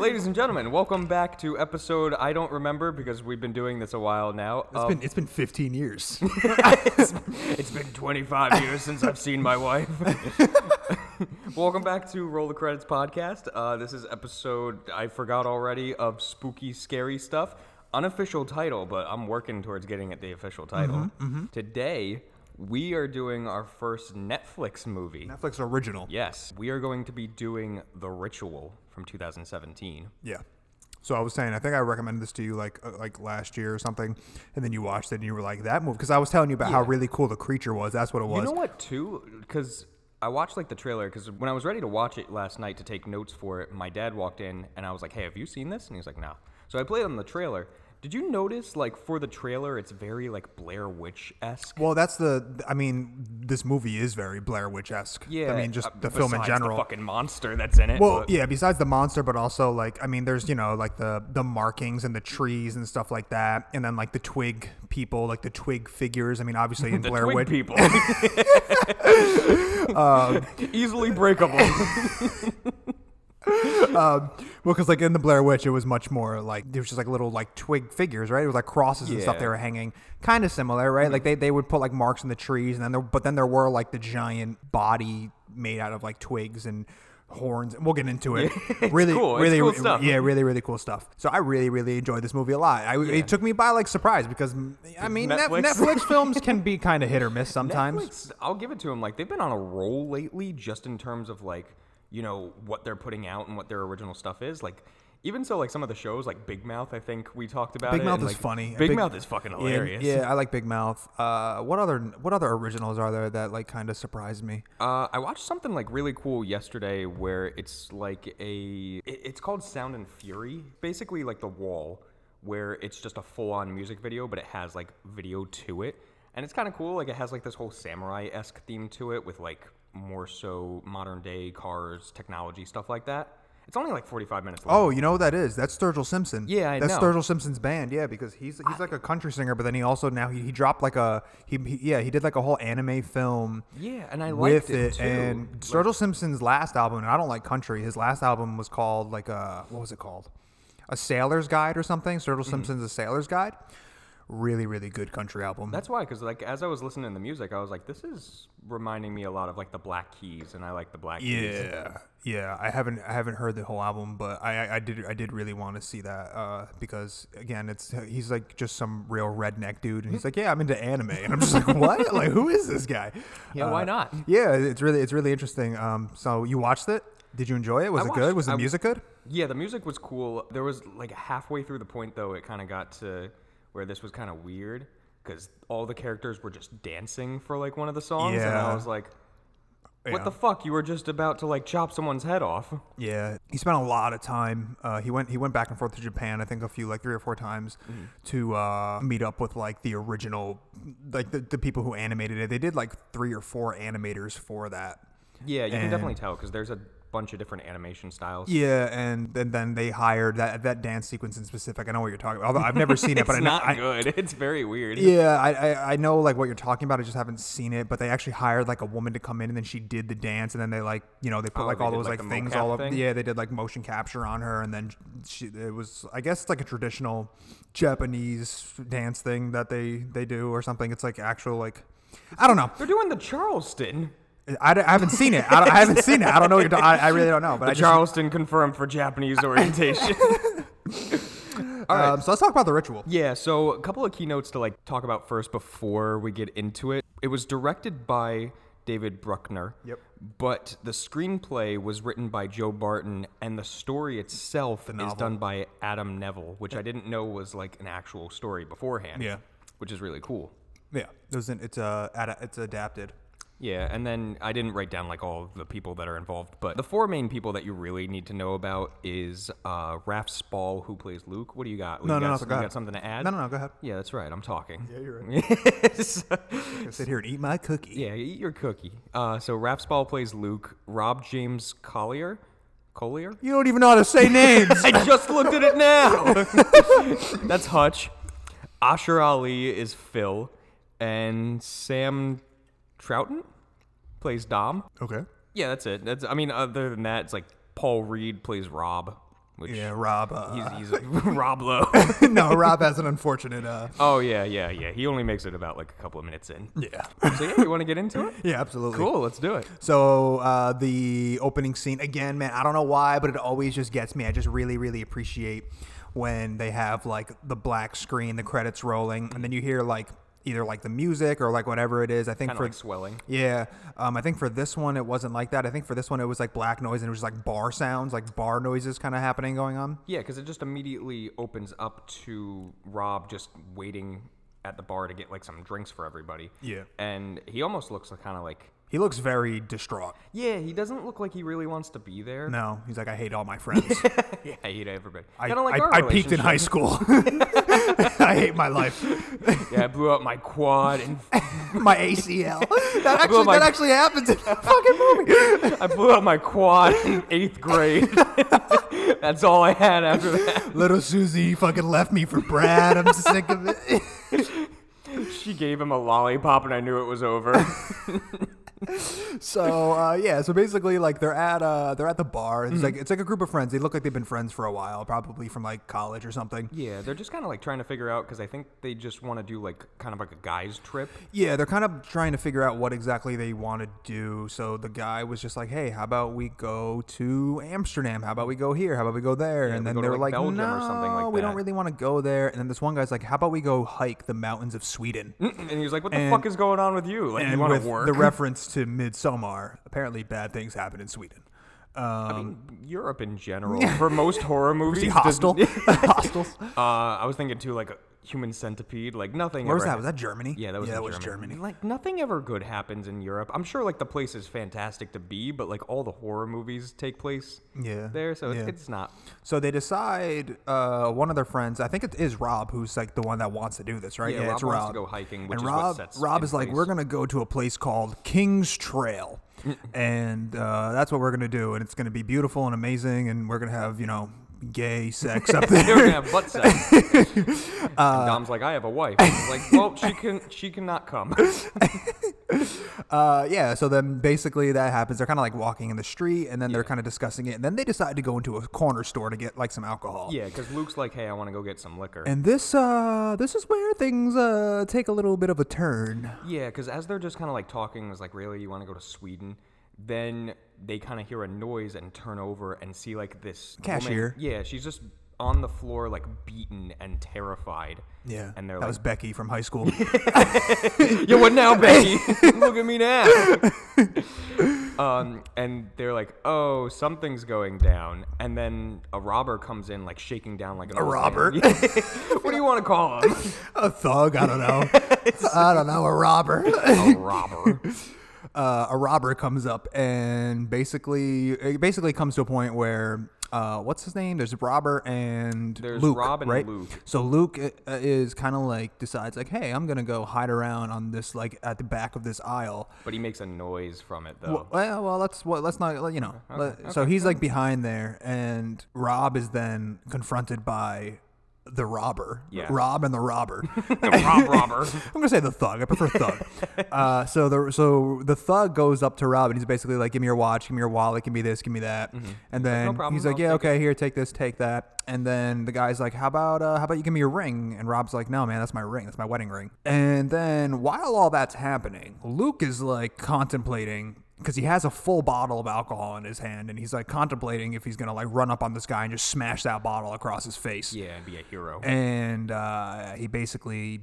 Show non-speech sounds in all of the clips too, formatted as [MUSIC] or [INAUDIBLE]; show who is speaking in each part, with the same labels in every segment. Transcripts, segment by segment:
Speaker 1: Ladies and gentlemen, welcome back to episode I don't remember because we've been doing this a while now.
Speaker 2: It's
Speaker 1: of-
Speaker 2: been it's been 15 years.
Speaker 1: [LAUGHS]
Speaker 2: [LAUGHS]
Speaker 1: it's, it's been 25 years since I've seen my wife. [LAUGHS] Welcome back to Roll the Credits podcast. Uh, this is episode I forgot already of spooky, scary stuff. Unofficial title, but I'm working towards getting it the official
Speaker 2: Mm-hmm,
Speaker 1: title. Today we are doing our first Netflix movie.
Speaker 2: Netflix original.
Speaker 1: Yes, we are going to be doing The Ritual from 2017.
Speaker 2: Yeah. So I was saying, I think I recommended this to you like uh, like last year or something, and then you watched it and you were like that movie because I was telling you about how really cool the creature was. That's what it was.
Speaker 1: You know what, too? Because I watched like the trailer. Because when I was ready to watch it last night to take notes for it, my dad walked in and I was like, "Hey, have you seen this?" And he was like, "No." So I played on the trailer. Did you notice, like, for the trailer, it's very like Blair Witch esque.
Speaker 2: Well, that's the. I mean, this movie is very Blair Witch esque. I mean, just
Speaker 1: uh,
Speaker 2: the film in
Speaker 1: besides
Speaker 2: general.
Speaker 1: The fucking monster that's in it.
Speaker 2: well,
Speaker 1: but-
Speaker 2: yeah. Besides the monster, but also like, I mean, there's you know like the the markings and the trees and stuff like that, and then like the twig people, like the twig figures. I mean, obviously in
Speaker 1: [LAUGHS] the
Speaker 2: Blair
Speaker 1: twig
Speaker 2: Witch, [LAUGHS] Um,
Speaker 1: people. Easily breakable.
Speaker 2: Well, because like in the Blair Witch, it was much more like there was just like little like twig figures, right? It was like crosses and stuff
Speaker 1: Yeah. Mm-hmm.
Speaker 2: they were hanging, kind of similar, right? Like they, they would put like marks in the trees, and then there, but then there were like the giant body made out of like twigs and horns. And we'll get into it. really,
Speaker 1: cool. [LAUGHS] It's
Speaker 2: really,
Speaker 1: cool stuff.
Speaker 2: yeah, really, really cool stuff. So I really, really enjoyed this movie a lot. I, It took me by like surprise because mm, I mean Net-
Speaker 1: Netflix.
Speaker 2: Netflix, films can be kind of hit or miss sometimes.
Speaker 1: [LAUGHS] Netflix, I'll give it to them. Like they've been on a roll lately, just in terms of like you know what they're putting out and what their original stuff is. Like even so, like some of the shows, like Big Mouth, I think we talked about.
Speaker 2: Big
Speaker 1: it,
Speaker 2: Mouth
Speaker 1: and,
Speaker 2: is
Speaker 1: like,
Speaker 2: funny.
Speaker 1: Big,
Speaker 2: Big-
Speaker 1: Mouth is fucking
Speaker 2: Yeah,
Speaker 1: hilarious.
Speaker 2: Yeah, I like Big Mouth. Uh, what other what other originals are there that like kind of surprised me?
Speaker 1: Uh, I watched something like really cool yesterday where it's like a. it- It's called Sound and Fury. Basically, like The Wall, where it's just a full on music video, but it has like video to it. And it's kind of cool. Like, it has like this whole samurai esque theme to it with like more so modern day cars, technology, stuff like that. It's only like 45 minutes long.
Speaker 2: Oh, you know what that is? That's Sturgill Simpson.
Speaker 1: Yeah, I
Speaker 2: That's
Speaker 1: know.
Speaker 2: Sturgill Simpson's band. Yeah, because he's he's like a country singer, but then he also now he, he dropped like a he, he yeah he did like a whole anime film.
Speaker 1: Yeah, and I liked
Speaker 2: with
Speaker 1: it, too.
Speaker 2: and Sturgill Simpson's last album. And I don't like country. His last album was called like a what was it called? A Sailor's Guide or something. Sturgill
Speaker 1: Mm-hmm.
Speaker 2: Simpson's A Sailor's Guide. Really, really good country album.
Speaker 1: That's why, because like as I was listening to the music, I was like, this is reminding me a lot of like the Black Keys, and I like the Black Keys.
Speaker 2: Yeah, yeah. I haven't I haven't heard the whole album, but I I, I did I did really want to see that uh, because again, it's he's like just some real redneck dude, and he's like, yeah, I'm into anime, and I'm just like, [LAUGHS] what? Like, who is this guy?
Speaker 1: Yeah,
Speaker 2: Uh,
Speaker 1: why not?
Speaker 2: Yeah, it's really it's really interesting. Um, so you watched it? Did you enjoy it? Was
Speaker 1: I
Speaker 2: it good?
Speaker 1: watched-
Speaker 2: Was the
Speaker 1: I-
Speaker 2: music good?
Speaker 1: Yeah, the music was cool. There was like halfway through the point though, it kind of got to where this was kind of weird because all the characters were just dancing for like one of the songs, and I
Speaker 2: Yeah.
Speaker 1: was like, "What
Speaker 2: Yeah.
Speaker 1: the fuck? You were just about to like chop someone's head off."
Speaker 2: Yeah, he spent a lot of time. Uh, he went he went back and forth to Japan. I think a few like three or four times
Speaker 1: Mm-hmm.
Speaker 2: to uh, meet up with like the original, like the, the people who animated it. They did like three or four animators for that.
Speaker 1: Yeah, you can
Speaker 2: And-
Speaker 1: definitely tell because there's a bunch of different animation styles.
Speaker 2: Yeah, and, and then they hired that that dance sequence in specific. I know what you're talking about. Although I've
Speaker 1: [LAUGHS]
Speaker 2: never seen it,
Speaker 1: It's
Speaker 2: but I know,
Speaker 1: not
Speaker 2: I,
Speaker 1: good. [LAUGHS] It's very weird.
Speaker 2: yeah, I, I I know like what you're talking about. I just haven't seen it. But they actually hired like a woman to come in, and then she did the dance, and then they like you know they put
Speaker 1: Oh,
Speaker 2: like
Speaker 1: they
Speaker 2: all
Speaker 1: did,
Speaker 2: those
Speaker 1: like,
Speaker 2: like,
Speaker 1: the
Speaker 2: things
Speaker 1: mocap
Speaker 2: all up.
Speaker 1: thing?
Speaker 2: Yeah, they did like motion capture on her, and then she it was I guess it's like a traditional Japanese dance thing that they they do or something. It's like actual like. I don't know.
Speaker 1: they're doing the Charleston.
Speaker 2: I, I haven't seen it. I, don't- I haven't seen it. I don't know. What you're, ta- I, I really don't know. But I
Speaker 1: The
Speaker 2: just,
Speaker 1: Charleston confirmed for
Speaker 2: [LAUGHS]
Speaker 1: Japanese orientation.
Speaker 2: um, so let's talk about the ritual.
Speaker 1: Yeah, so a couple of keynotes to like talk about first before we get into it. It was directed by David Bruckner.
Speaker 2: Yep.
Speaker 1: But the screenplay was written by Joe Barton and the story itself is
Speaker 2: novel.
Speaker 1: done by Adam Neville, which I didn't know was like an actual story beforehand.
Speaker 2: Yeah.
Speaker 1: Which is really cool.
Speaker 2: Yeah, it was an, it's uh, ad, it's adapted.
Speaker 1: Yeah, and then I didn't write down like all of the people that are involved, but the four main people that you really need to know about is uh, Raph Spall, who plays Luke. What do you got?
Speaker 2: No,
Speaker 1: you
Speaker 2: no,
Speaker 1: got,
Speaker 2: no,
Speaker 1: some-
Speaker 2: go
Speaker 1: you
Speaker 2: ahead.
Speaker 1: got something to add?
Speaker 2: No, no, no, go ahead.
Speaker 1: Yeah, that's right. I'm talking. Yeah,
Speaker 2: you're
Speaker 1: right.
Speaker 2: I sit here and eat my cookie.
Speaker 1: [LAUGHS] yeah, eat your cookie. Uh, so Rapsball plays Luke. Rob James Collier, Collier.
Speaker 2: You don't even know how to say names.
Speaker 1: [LAUGHS] I just looked at it now. [LAUGHS] That's Hutch. Asher Ali is Phil, and Sam Trouton plays Dom.
Speaker 2: okay.
Speaker 1: Yeah, that's it. That's I mean, other than that, it's like Paul Reed plays Rob. which
Speaker 2: Yeah, Rob. Uh,
Speaker 1: he's, he's [LAUGHS] Rob Lowe.
Speaker 2: [LAUGHS] no, Rob has an unfortunate. Uh,
Speaker 1: oh yeah, yeah, yeah. He only makes it about like a couple of minutes in.
Speaker 2: yeah,
Speaker 1: So [LAUGHS] yeah, you want to get into it?
Speaker 2: [LAUGHS] yeah, absolutely.
Speaker 1: Cool, let's do it.
Speaker 2: So uh, the opening scene again, man. I don't know why, but it always just gets me. I just really, really appreciate when they have like the black screen, the credits rolling, and then you hear like either like the music or like whatever it is. I think
Speaker 1: Kind of
Speaker 2: for
Speaker 1: like swelling.
Speaker 2: yeah, um, I think for this one it wasn't like that. I think for this one it was like black noise and it was just like bar sounds, like bar noises kind of happening going on.
Speaker 1: Yeah, because it just immediately opens up to Rob just waiting at the bar to get like some drinks for everybody.
Speaker 2: Yeah.
Speaker 1: And he almost looks kind of like,
Speaker 2: He looks very distraught.
Speaker 1: yeah, he doesn't look like he really wants to be there.
Speaker 2: No, he's like, I hate all my friends.
Speaker 1: yeah, [LAUGHS] I hate everybody.
Speaker 2: I,
Speaker 1: Kinda like
Speaker 2: I,
Speaker 1: our
Speaker 2: I peaked in high school. [LAUGHS] I hate my life.
Speaker 1: relationship. yeah, I blew out my quad and
Speaker 2: my ACL. That
Speaker 1: blew
Speaker 2: actually,
Speaker 1: my-
Speaker 2: that actually happens in the [LAUGHS] fucking movie.
Speaker 1: [LAUGHS] I blew out my quad in eighth grade. [LAUGHS] That's all I had after that.
Speaker 2: Little Susie fucking left me for Brad. I'm sick of it.
Speaker 1: She gave him a lollipop, and I knew it
Speaker 2: [LAUGHS]
Speaker 1: was over.
Speaker 2: [LAUGHS] So uh, yeah, so basically, like they're at uh, they're at the bar. It's like it's like a group of friends. They look like they've been friends for a while, probably from like college or something.
Speaker 1: yeah, they're just kind of like trying to figure out because I think they just want to do like kind of like a guys trip.
Speaker 2: Yeah, they're kind of trying to figure out what exactly they want to do. So the guy was just like, "Hey, how about we go to Amsterdam? How about we go here? How about we go there?" and
Speaker 1: we
Speaker 2: then
Speaker 1: go to,
Speaker 2: they were
Speaker 1: like,
Speaker 2: like,
Speaker 1: Belgium
Speaker 2: "No,
Speaker 1: or something like
Speaker 2: we don't
Speaker 1: that."
Speaker 2: really want to go there." And then this one guy's like, "How about we go hike the mountains of Sweden?"
Speaker 1: And he was like, "What the
Speaker 2: And-
Speaker 1: fuck is going on with you? Like, you
Speaker 2: and
Speaker 1: want
Speaker 2: with
Speaker 1: to work? [LAUGHS]
Speaker 2: the reference to Midsommar, apparently bad things happen in Sweden.
Speaker 1: I
Speaker 2: Um,
Speaker 1: mean, Europe in general,
Speaker 2: [LAUGHS]
Speaker 1: for most horror movies,
Speaker 2: see,
Speaker 1: does- [LAUGHS]
Speaker 2: hostile, [LAUGHS] hostels.
Speaker 1: uh, I was thinking too, like Human Centipede, like nothing.
Speaker 2: Where was
Speaker 1: ever-
Speaker 2: that? Was that Germany?
Speaker 1: Yeah, that was,
Speaker 2: yeah, that
Speaker 1: in
Speaker 2: was
Speaker 1: Germany.
Speaker 2: Germany.
Speaker 1: Like nothing ever good happens in Europe. I'm sure like the place is fantastic to be, but like all the horror movies take place
Speaker 2: Yeah,
Speaker 1: there, so
Speaker 2: yeah.
Speaker 1: it's, it's not.
Speaker 2: So they decide. Uh, one of their friends, I think it is Rob, who's like the one that wants to do this, right?
Speaker 1: Yeah, Rob
Speaker 2: it's Rob.
Speaker 1: wants to go hiking,
Speaker 2: and
Speaker 1: which is what
Speaker 2: Rob,
Speaker 1: sets
Speaker 2: Rob
Speaker 1: in
Speaker 2: is like,
Speaker 1: place.
Speaker 2: we're gonna go to a place called King's
Speaker 1: [LAUGHS]
Speaker 2: Trail, and uh, that's what we're gonna do, and it's gonna be beautiful and amazing, and we're gonna have you know gay sex up
Speaker 1: [LAUGHS]
Speaker 2: there.
Speaker 1: They're gonna
Speaker 2: [LAUGHS]
Speaker 1: have butt sex.
Speaker 2: Uh,
Speaker 1: and Dom's like, I have a wife. He's like, well, she can, she cannot come. [LAUGHS]
Speaker 2: Uh, yeah, so then basically that happens. They're kind of like walking in the street and then they're kind of discussing it. And then they decide to go into a corner store to get like some alcohol.
Speaker 1: yeah, because Luke's like, hey, I want to go get some liquor.
Speaker 2: And this uh, this is where things uh, take a little bit of a turn.
Speaker 1: Yeah, because as they're just kind of like talking, it's like, really, you want to go to Sweden? Then they kind of hear a noise and turn over and see like this woman-
Speaker 2: Cashier.
Speaker 1: yeah, she's just on the floor, like beaten and terrified.
Speaker 2: Yeah.
Speaker 1: and they're
Speaker 2: that was
Speaker 1: like,
Speaker 2: Becky from high
Speaker 1: [LAUGHS]
Speaker 2: school.
Speaker 1: "Yo,
Speaker 2: [LAUGHS]
Speaker 1: what now, Becky? [LAUGHS] Look at me now." um, and they're like, "Oh, something's going down." And then a robber comes in, like shaking down like an
Speaker 2: A
Speaker 1: old man. [LAUGHS]
Speaker 2: robber?
Speaker 1: what do you want to call
Speaker 2: [LAUGHS]
Speaker 1: him?
Speaker 2: a thug, I don't
Speaker 1: [LAUGHS]
Speaker 2: know. I don't know, a robber. [LAUGHS]
Speaker 1: a robber.
Speaker 2: uh, a robber comes up and basically it basically comes to a point where uh, what's his name? There's robber and
Speaker 1: There's
Speaker 2: Luke,
Speaker 1: Rob and
Speaker 2: right?
Speaker 1: Luke.
Speaker 2: So Luke uh, is kind of like decides like, hey, I'm gonna go hide around on this like at the back of this aisle.
Speaker 1: But he makes a noise from it though.
Speaker 2: Well, well, well, let's well, let's not you know. let- so he's like behind there, and Rob is then confronted by the robber.
Speaker 1: Yeah.
Speaker 2: Rob and the
Speaker 1: [LAUGHS]
Speaker 2: robber.
Speaker 1: Rob
Speaker 2: [LAUGHS]
Speaker 1: robber.
Speaker 2: I'm gonna say the thug. I prefer
Speaker 1: [LAUGHS]
Speaker 2: thug. uh, so the so the thug goes up to Rob and he's basically like, "Give me your watch, give me your wallet, give me this, give me that." And then
Speaker 1: Mm-hmm. "No problem,
Speaker 2: he's like,
Speaker 1: I'll
Speaker 2: "Yeah,
Speaker 1: take
Speaker 2: okay, here, take this, take that." And then the guy's like, "How about uh, how about you give me your ring?" And Rob's like, "No, man, that's my ring. That's my wedding ring." And then while all that's happening, Luke is like contemplating. Because he has a full bottle of alcohol in his hand, and he's like contemplating if he's gonna like run up on this guy and just smash that bottle across his face
Speaker 1: Yeah, and be a hero.
Speaker 2: and uh, he basically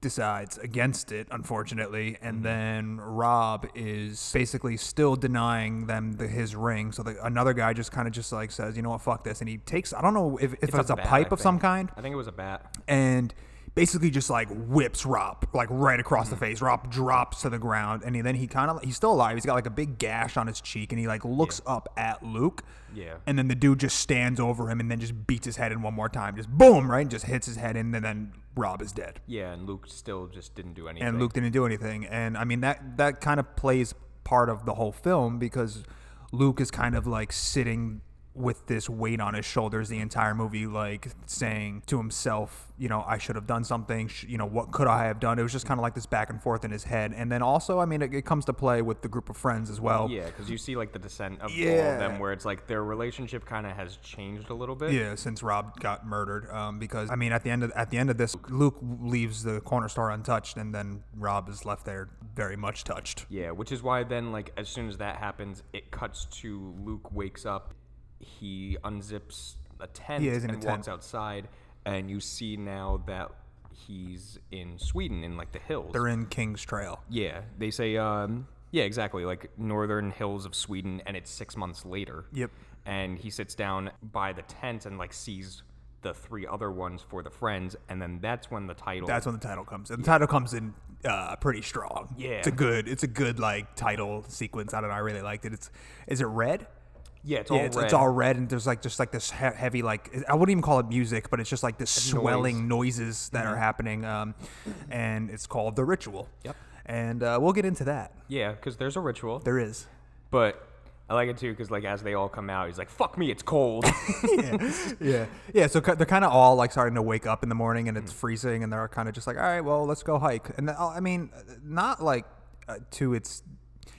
Speaker 2: decides against it unfortunately
Speaker 1: Mm-hmm.
Speaker 2: and then rob is basically still denying them the, his ring so the, another guy just kind of just like says you know what fuck this and he takes i don't know if, if it's, a,
Speaker 1: bat,
Speaker 2: pipe
Speaker 1: I
Speaker 2: of some
Speaker 1: think.
Speaker 2: kind
Speaker 1: I think it was a bat.
Speaker 2: and basically just like whips rob like right across the face rob drops to the ground and he, then he kind of he's still alive he's got like a big gash on his cheek and he like looks up at luke
Speaker 1: Yeah.
Speaker 2: and then the dude just stands over him and then just beats his head in one more time. Just boom, right? Just hits his head in, and then Rob is dead.
Speaker 1: Yeah, and Luke still just didn't do anything.
Speaker 2: And Luke didn't do anything. And I mean that that kind of plays part of the whole film because Luke is kind of like sitting with this weight on his shoulders the entire movie, like saying to himself, you know, I should have done something, sh- you know, what could I have done? It was just kind of like this back and forth in his head. And then also, I mean, it, it comes to play with the group of friends as well.
Speaker 1: Yeah, because you see like the descent of all
Speaker 2: Yeah.
Speaker 1: of them, where it's like their relationship kind of has changed a little bit.
Speaker 2: Yeah, since Rob got murdered, um, because I mean, at the end of at the end of this, Luke leaves the corner store untouched, and then Rob is left there very much touched.
Speaker 1: Yeah, which is why then, like, as soon as that happens, it cuts to Luke wakes up. He unzips a tent
Speaker 2: Yeah, he's in a
Speaker 1: and
Speaker 2: tent.
Speaker 1: walks outside, and you see now that he's in Sweden in like the hills.
Speaker 2: They're in King's Trail.
Speaker 1: yeah, they say, um, yeah, exactly, like northern hills of Sweden, and it's six months later.
Speaker 2: Yep.
Speaker 1: And he sits down by the tent and like sees the three other ones for the friends, and then that's when the title.
Speaker 2: That's when the title comes in. The title comes in uh, pretty strong.
Speaker 1: Yeah.
Speaker 2: it's a good, it's a good like title sequence. I don't know. I really liked it. It's is it red?
Speaker 1: yeah, it's all
Speaker 2: yeah, it's,
Speaker 1: red.
Speaker 2: it's all red, and there's like just like this he- heavy like I wouldn't even call it music, but it's just like this swelling noises that are happening, um, and it's called the ritual.
Speaker 1: Mm-hmm. Yep.
Speaker 2: and uh, we'll get into that.
Speaker 1: Yeah, because there's a ritual.
Speaker 2: There is.
Speaker 1: But I like it too because like as they all come out, he's like, "Fuck me, it's cold."
Speaker 2: [LAUGHS] yeah, yeah. So ki- they're kind of all like starting to wake up in the morning, and it's freezing, and they're kind of just like, all right, well, let's go hike. And the- I mean, not like uh, to its,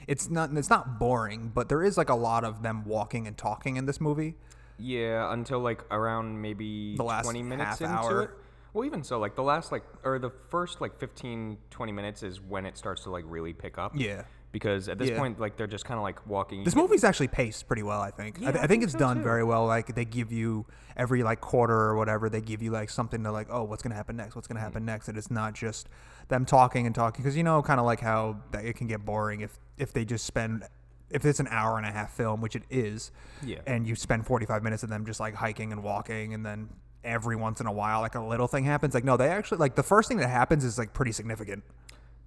Speaker 2: it's not it's not boring, but there is like a lot of them walking and talking in this movie.
Speaker 1: yeah, until like around maybe
Speaker 2: The last
Speaker 1: 20 minutes
Speaker 2: half
Speaker 1: into
Speaker 2: hour.
Speaker 1: it. Well, even so, like the last like or the first like 15 20 minutes is when it starts to like really pick up.
Speaker 2: Yeah.
Speaker 1: Because at this
Speaker 2: Yeah.
Speaker 1: point, like they're just kind of like walking.
Speaker 2: This movie's actually paced pretty well, I think. I, th- I think,
Speaker 1: think
Speaker 2: it's
Speaker 1: so,
Speaker 2: done
Speaker 1: too.
Speaker 2: very well. Like they give you every like quarter or whatever, they give you like something to like, oh, what's gonna happen next? What's
Speaker 1: Mm.
Speaker 2: gonna happen next? And it's not just them talking and talking because you know, kind of like how that it can get boring if if they just spend if it's an hour and a half film, which it is,
Speaker 1: Yeah.
Speaker 2: and you spend forty five minutes of them just like hiking and walking, and then every once in a while like a little thing happens. Like no, they actually like the first thing that happens is like pretty significant.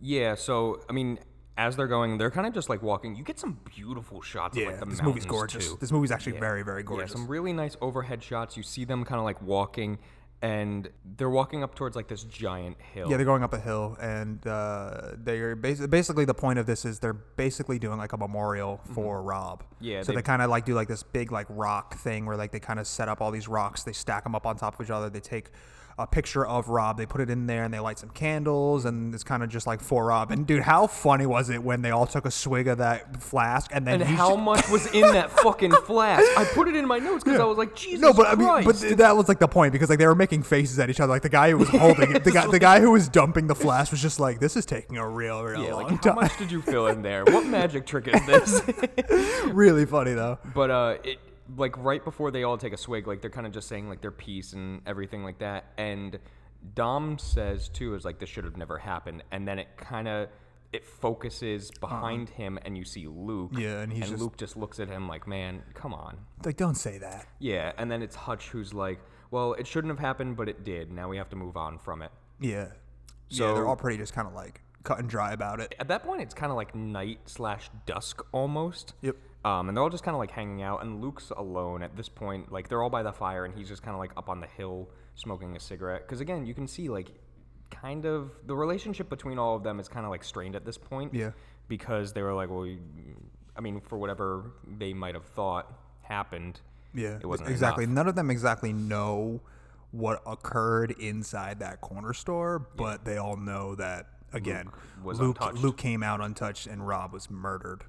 Speaker 1: yeah. So I mean, as they're going, they're kind of just like walking. You get some beautiful shots. of, like, the
Speaker 2: this movie's
Speaker 1: mountains,
Speaker 2: gorgeous.
Speaker 1: too.
Speaker 2: This movie's actually very very
Speaker 1: Yeah,
Speaker 2: gorgeous.
Speaker 1: some really nice overhead shots. You see them kind of like walking, and they're walking up towards like this giant hill.
Speaker 2: Yeah, they're going up a hill, and uh, they're basically, basically the point of this is they're basically doing like a memorial for Rob.
Speaker 1: Mm-hmm. Yeah,
Speaker 2: So they,
Speaker 1: they-
Speaker 2: kind of like do like this big like rock thing where like they kind of set up all these rocks, they stack them up on top of each other, they take a picture of Rob, they put it in there, and they light some candles, and it's kind of just like for Rob. And dude, how funny was it when they all took a swig of that flask, and then
Speaker 1: And
Speaker 2: he
Speaker 1: how
Speaker 2: ju-
Speaker 1: much was in that fucking flask? I put it in my notes because I was like, Jesus
Speaker 2: No, but I
Speaker 1: Christ.
Speaker 2: mean, but th- that was like the point because like they were making faces at each other. Like the guy who was holding it,
Speaker 1: [LAUGHS]
Speaker 2: the guy, the guy who was dumping the flask was just like, "This is taking a real, real
Speaker 1: yeah,
Speaker 2: long
Speaker 1: like, how
Speaker 2: time."
Speaker 1: much did you fill in there? What magic trick
Speaker 2: [LAUGHS]
Speaker 1: is this?
Speaker 2: really funny though.
Speaker 1: but uh, it like right before they all take a swig, like they're kind of just saying like their piece and everything like that. And Dom says too is like this should have never happened. And then it kind of it focuses behind him, and you see Luke.
Speaker 2: Uh-huh. Yeah, and he's just-
Speaker 1: Luke just looks at him like, man, come on.
Speaker 2: Like, don't say that.
Speaker 1: Yeah, and then it's Hutch who's like, well, it shouldn't have happened, but it did. Now we have to move on from it.
Speaker 2: Yeah. yeah, they're
Speaker 1: So-
Speaker 2: all pretty just kind of like cut and dry about it.
Speaker 1: at that point it's kind of like night slash dusk almost
Speaker 2: Yep.
Speaker 1: um, and they're all just kind of like hanging out and luke's alone at this point like they're all by the fire and he's just kind of like up on the hill smoking a cigarette because again you can see like kind of the relationship between all of them is kind of like strained at this point
Speaker 2: Yeah.
Speaker 1: because they were like well you- i mean for whatever they might have thought happened
Speaker 2: Yeah.
Speaker 1: it wasn't
Speaker 2: exactly.
Speaker 1: enough.
Speaker 2: None of them exactly know what occurred inside that corner store, but they all know that again,
Speaker 1: Luke was
Speaker 2: Luke,
Speaker 1: untouched. Mm-hmm.
Speaker 2: Luke came out untouched and Rob was murdered,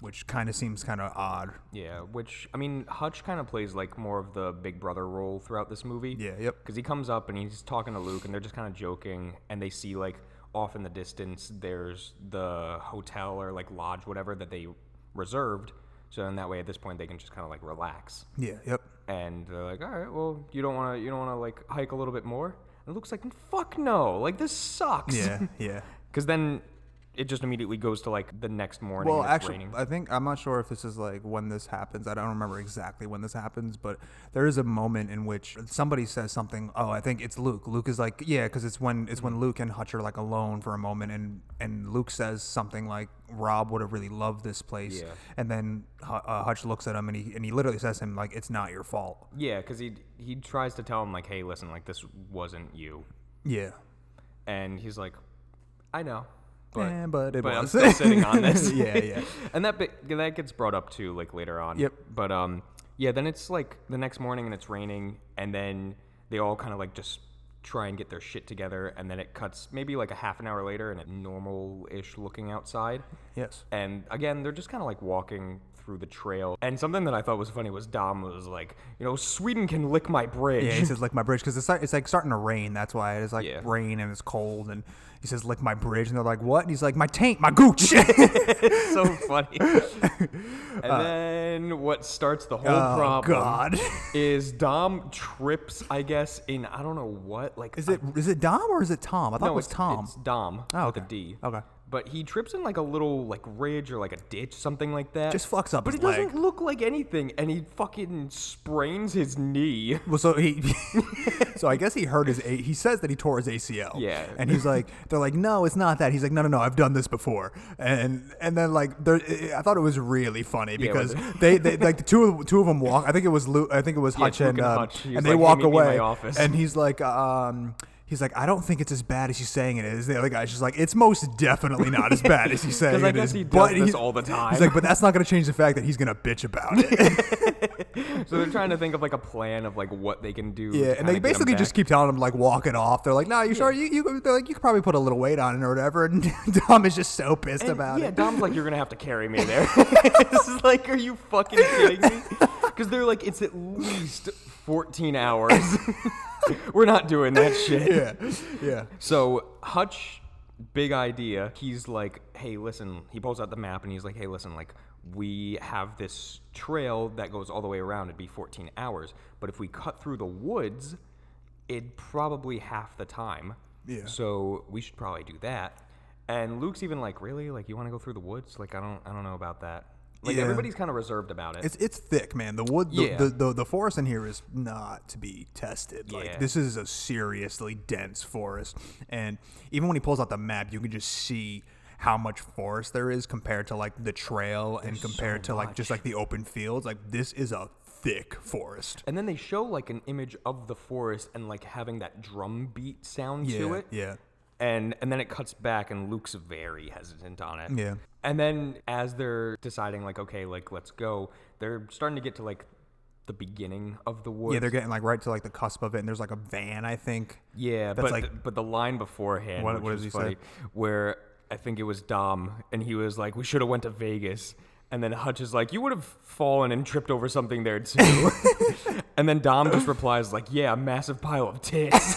Speaker 2: which kind of seems kind of odd.
Speaker 1: Yeah, which I mean, Hutch kind of plays like more of the big brother role throughout this movie.
Speaker 2: Yeah, yep.
Speaker 1: Because he comes up and he's talking to Luke, and they're just kind of joking, and they see like off in the distance there's the hotel or like lodge, whatever that they reserved. So in that way, at this point, they can just kind of like relax.
Speaker 2: Yeah. Yep.
Speaker 1: And they're like, "All right, well, you don't want to, you don't want to like hike a little bit more." And Luke's like, "Fuck no! Like this sucks." [LAUGHS]
Speaker 2: Yeah. Yeah.
Speaker 1: Because then it just immediately goes to like the next morning.
Speaker 2: Well,
Speaker 1: and it's
Speaker 2: actually,
Speaker 1: raining.
Speaker 2: I think I'm not sure if this is like when this happens. I don't remember exactly when this happens, but there is a moment in which somebody says something. Oh, I think it's Luke. Luke is like, yeah, because it's when it's
Speaker 1: Mm-hmm.
Speaker 2: when Luke and Hutch are like alone for a moment, and and Luke says something like, Rob would have really loved this place,
Speaker 1: Yeah.
Speaker 2: and then Hu- uh, Hutch looks at him and he and he literally says to him like, it's not your fault.
Speaker 1: Yeah, because he he tries to tell him like, "Hey, listen, like this wasn't you,"
Speaker 2: Yeah,
Speaker 1: and he's like, "I know,
Speaker 2: but,
Speaker 1: but
Speaker 2: Eh, but it
Speaker 1: but I'm
Speaker 2: was. [LAUGHS]
Speaker 1: still sitting on this." [LAUGHS]
Speaker 2: yeah, yeah.
Speaker 1: and that bit, that gets brought up too, like later on.
Speaker 2: Yep.
Speaker 1: But um, Yeah, then it's like the next morning and it's raining, and then they all kind of like just try and get their shit together, and then it cuts maybe like a half an hour later and it's normal ish looking outside.
Speaker 2: Yes.
Speaker 1: And again, they're just kind of like walking through the trail. And something that I thought was funny was Dom was like, you know, Sweden can lick my bridge.
Speaker 2: Yeah,
Speaker 1: [LAUGHS]
Speaker 2: he says lick my bridge because it's, like- it's like starting to rain. That's why it's like
Speaker 1: Yeah.
Speaker 2: rain and it's cold. And he says lick my bridge, and they're like what? And he's like my taint, my gooch. [LAUGHS] oh
Speaker 1: it's [LAUGHS] so funny. and then what starts the whole problem
Speaker 2: Uh, Oh,
Speaker 1: [LAUGHS]
Speaker 2: God.
Speaker 1: is Dom trips, I guess, in I don't know what. Like
Speaker 2: Is it is it Dom or is it Tom? I thought
Speaker 1: no,
Speaker 2: it was
Speaker 1: it's,
Speaker 2: Tom.
Speaker 1: It's Dom
Speaker 2: Oh,
Speaker 1: with a
Speaker 2: okay.
Speaker 1: D.
Speaker 2: Okay.
Speaker 1: But he trips in like a little like ridge or like a ditch, something like that.
Speaker 2: Just fucks up
Speaker 1: But
Speaker 2: his
Speaker 1: it doesn't
Speaker 2: leg.
Speaker 1: look like anything, and he fucking sprains his knee.
Speaker 2: Well, so he, [LAUGHS] so I guess he hurt his. A- he says that he tore his ACL.
Speaker 1: Yeah.
Speaker 2: and he's like, they're like, no, it's not that. He's like, no, no, no, I've done this before. And and then like, there, I thought it was really funny because [LAUGHS]
Speaker 1: but-
Speaker 2: they, they like the two of two of them walk. I think it was Lu- I think it was Hutch
Speaker 1: Luke
Speaker 2: and,
Speaker 1: and
Speaker 2: um,
Speaker 1: Hutch. He's
Speaker 2: and they
Speaker 1: like,
Speaker 2: walk
Speaker 1: "Hey, meet me in my
Speaker 2: away.
Speaker 1: office."
Speaker 2: And he's like, um. He's like, I don't think it's as bad as he's saying it is. The other guy's just like, it's most definitely not as bad as
Speaker 1: [LAUGHS]
Speaker 2: he's saying
Speaker 1: I
Speaker 2: it
Speaker 1: guess
Speaker 2: is.
Speaker 1: he does
Speaker 2: but
Speaker 1: this
Speaker 2: he's-
Speaker 1: all the time.
Speaker 2: He's like, but that's not going to change the fact that he's going to bitch about it.
Speaker 1: So they're trying to think of like a plan of like what they can do.
Speaker 2: Yeah,
Speaker 1: to
Speaker 2: and
Speaker 1: kinda
Speaker 2: they
Speaker 1: get him
Speaker 2: basically just
Speaker 1: back.
Speaker 2: keep telling him like walk it off. They're like, "No, you sure you you?" They're like, "You could probably put a little weight on it or whatever." [LAUGHS] And Dom is just so pissed
Speaker 1: And,
Speaker 2: about
Speaker 1: yeah,
Speaker 2: it.
Speaker 1: Dom's like, you're gonna have to carry me
Speaker 2: [LAUGHS]
Speaker 1: there. [LAUGHS] this is like, are you fucking kidding me? Because they're like, it's at least 14 hours. [LAUGHS] We're not doing that shit.
Speaker 2: Yeah, yeah,
Speaker 1: So Hutch, big idea. He's like, hey, listen. He pulls out the map and he's like, hey, listen, like we have this trail that goes all the way around. It'd be 14 hours, but if we cut through the woods, it'd probably half the time.
Speaker 2: Yeah.
Speaker 1: So we should probably do that. And Luke's even like, really? Like you want to go through the woods? Like I don't, I don't know about that. Like
Speaker 2: Yeah.
Speaker 1: everybody's kind of reserved about it.
Speaker 2: It's it's thick, man. The wood, the,
Speaker 1: Yeah.
Speaker 2: the, the the forest in here is not to be tested.
Speaker 1: Yeah.
Speaker 2: Like this is a seriously dense forest, and even when he pulls out the map, you can just see how much forest there is compared to like the trail and compared to like just like the open fields. Like this is a thick forest.
Speaker 1: And then they show like an image of the forest and like having that drum beat sound
Speaker 2: Yeah,
Speaker 1: to it.
Speaker 2: yeah.
Speaker 1: And and then it cuts back and Luke's very hesitant on it.
Speaker 2: Yeah.
Speaker 1: And then as they're deciding like okay, like let's go, they're starting to get to like the beginning of the woods.
Speaker 2: Yeah, they're getting like right to like the cusp of it, and there's like a van, I
Speaker 1: [LAUGHS]
Speaker 2: think.
Speaker 1: Yeah,
Speaker 2: That's
Speaker 1: but
Speaker 2: like-
Speaker 1: th- but the line beforehand,
Speaker 2: What-
Speaker 1: which
Speaker 2: what
Speaker 1: was
Speaker 2: does he
Speaker 1: funny,
Speaker 2: say?
Speaker 1: where I think it was Dom, and he was like, "We should have went to Vegas," and then Hutch is like, "You would have fallen and tripped over something
Speaker 2: [LAUGHS]
Speaker 1: there too," and then Dom just replies like, "Yeah, a massive pile
Speaker 2: [LAUGHS]
Speaker 1: of tits."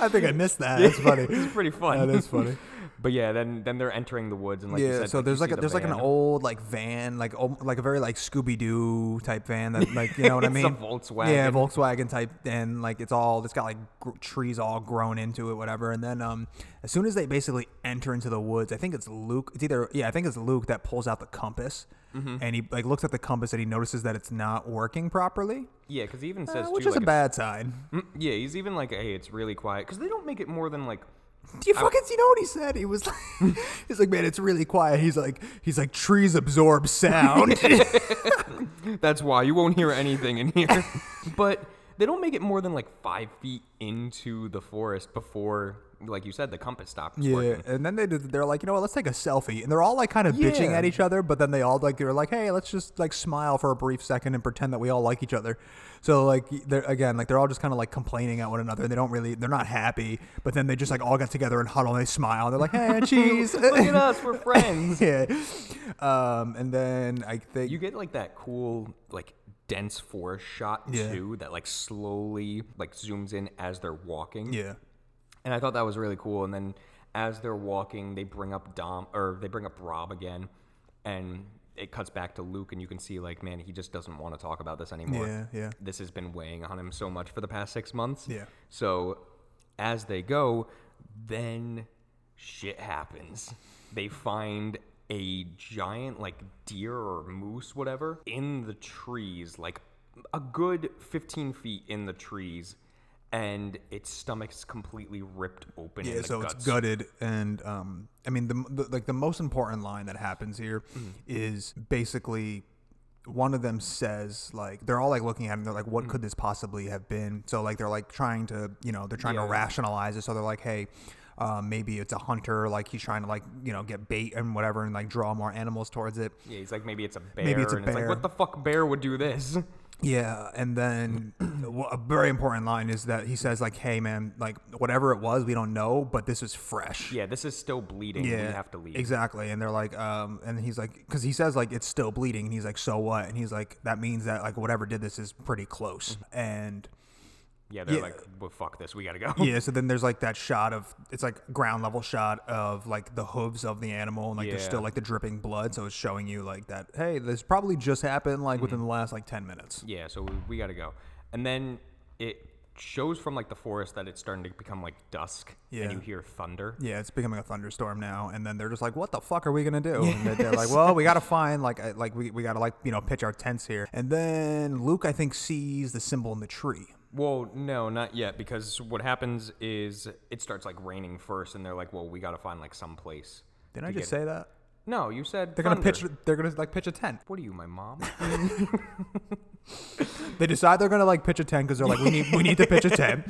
Speaker 2: I think I missed that. That's funny.
Speaker 1: [LAUGHS] it's pretty fun.
Speaker 2: That is funny.
Speaker 1: [LAUGHS] but yeah, then then they're entering the woods, and like you
Speaker 2: Yeah,
Speaker 1: said,
Speaker 2: so
Speaker 1: like, you
Speaker 2: there's like
Speaker 1: see
Speaker 2: a,
Speaker 1: the
Speaker 2: there's like an
Speaker 1: van.
Speaker 2: old like van, like om- like a very like Scooby Doo type van that like you know what I
Speaker 1: [LAUGHS] It's a
Speaker 2: mean? Yeah,
Speaker 1: Volkswagen.
Speaker 2: Volkswagen type, and like it's all it's got like gr- trees all grown into it, whatever. And then um, as soon as they basically enter into the woods, I think it's Luke. It's either yeah, I think it's Luke that pulls out the compass,
Speaker 1: Mm-hmm.
Speaker 2: and he like looks at the compass and he notices that it's not working properly,
Speaker 1: yeah, because he even
Speaker 2: uh,
Speaker 1: says
Speaker 2: which
Speaker 1: too,
Speaker 2: is
Speaker 1: like,
Speaker 2: a bad sign.
Speaker 1: mm, [LAUGHS] yeah, he's even like, "Hey, it's really quiet," because they don't make it more than like. [LAUGHS]
Speaker 2: Do you fucking you know what he said? He was like, [LAUGHS] he's like, man, it's really quiet. He's like, he's like, trees absorb
Speaker 1: [LAUGHS]
Speaker 2: sound.
Speaker 1: That's why you won't hear anything in here. [LAUGHS] but they don't make it more than like five feet into the forest before, like you said, the compass stops
Speaker 2: [LAUGHS] yeah,
Speaker 1: working.
Speaker 2: and then they did, they're like, you know what? Let's take a selfie. And they're all like, kind of bitching
Speaker 1: Yeah.
Speaker 2: at each other, but then they all like, they're like, hey, let's just like smile for a brief second and pretend that we all like each other. So like, they're again, like they're all just kind of like complaining at one another. They don't really, they're not happy, but then they just like all get together and huddle and they smile. They're like,
Speaker 1: [LAUGHS]
Speaker 2: hey, cheese. [LAUGHS]
Speaker 1: Look at us, we're friends.
Speaker 2: yeah. Um, and then I think
Speaker 1: You get like that cool, like dense forest shot
Speaker 2: Yeah.
Speaker 1: too that like slowly like zooms in as they're walking.
Speaker 2: yeah.
Speaker 1: And I thought that was really cool. And then as they're walking, they bring up Dom or they bring up Rob again and it cuts back to Luke and you can see like, man, he just doesn't want to talk about this anymore.
Speaker 2: Yeah, yeah.
Speaker 1: This has been weighing on him so much for the past six months.
Speaker 2: Yeah.
Speaker 1: So as they go, then shit happens. They find a giant like deer or moose, whatever, in the trees, like a good 15 feet in the trees, and its stomach's completely ripped open. in
Speaker 2: Yeah,
Speaker 1: the
Speaker 2: so
Speaker 1: guts.
Speaker 2: it's gutted, and um, I mean, the, the like the most important line that happens here is
Speaker 1: Mm-hmm.
Speaker 2: basically one of them says like they're all like looking at him. They're like,
Speaker 1: Mm.
Speaker 2: "What could this possibly have been?" So like they're like trying to you know they're trying
Speaker 1: Yeah.
Speaker 2: to rationalize it. So they're like, "Hey." Uh, maybe it's a hunter, like he's trying to like you know get bait and whatever, and like draw more animals towards it.
Speaker 1: Yeah, he's like maybe it's a bear,
Speaker 2: it's a
Speaker 1: and it's like
Speaker 2: bear.
Speaker 1: what the fuck bear would
Speaker 2: [LAUGHS]
Speaker 1: do this?
Speaker 2: Yeah, and then
Speaker 1: [CLEARS THROAT]
Speaker 2: wha- a very important line is that he says like, "Hey man, like whatever it was, we don't know, but this is fresh."
Speaker 1: Yeah, this is still bleeding. we have to leave.
Speaker 2: Exactly. And they're like, um, and he's like, because he says, like, it's still bleeding. And he's like, so what? And he's like, that means that, like, whatever did this is pretty close.
Speaker 1: Mm-hmm.
Speaker 2: And
Speaker 1: Yeah, they're
Speaker 2: Yeah.
Speaker 1: like, well, fuck this, we
Speaker 2: [LAUGHS]
Speaker 1: gotta go.
Speaker 2: yeah, so then there's like that shot of, it's like ground level shot of, like, the hooves of the animal. And, like, there's
Speaker 1: Yeah.
Speaker 2: still, like, the dripping blood. So it's showing you, like, that, hey, this probably just happened, like, within the last, like, 10 minutes.
Speaker 1: Mm-hmm. Yeah, so we, we gotta go. And then it shows from like the forest that it's starting to become like dusk,
Speaker 2: Yeah.
Speaker 1: and you hear thunder.
Speaker 2: Yeah, it's becoming a thunderstorm now, and then they're just like, "What the fuck are we gonna do?" And they're- they're like, "Well, we
Speaker 1: [LAUGHS]
Speaker 2: gotta find like, uh, like we, we gotta like you know pitch our tents here." And then Luke, I think, sees the symbol in the tree.
Speaker 1: Well, no, not yet, because what happens is it starts like raining first, and they're like, well, we gotta find like some place.
Speaker 2: Didn't
Speaker 1: to
Speaker 2: I just
Speaker 1: get-
Speaker 2: say that?
Speaker 1: No, you said
Speaker 2: They're gonna
Speaker 1: thunder.
Speaker 2: pitch. They're gonna like pitch a tent.
Speaker 1: What are you,
Speaker 2: [LAUGHS]
Speaker 1: my mom?
Speaker 2: They decide they're gonna like pitch a tent because they're like, we need we need to pitch a
Speaker 1: [LAUGHS]
Speaker 2: tent.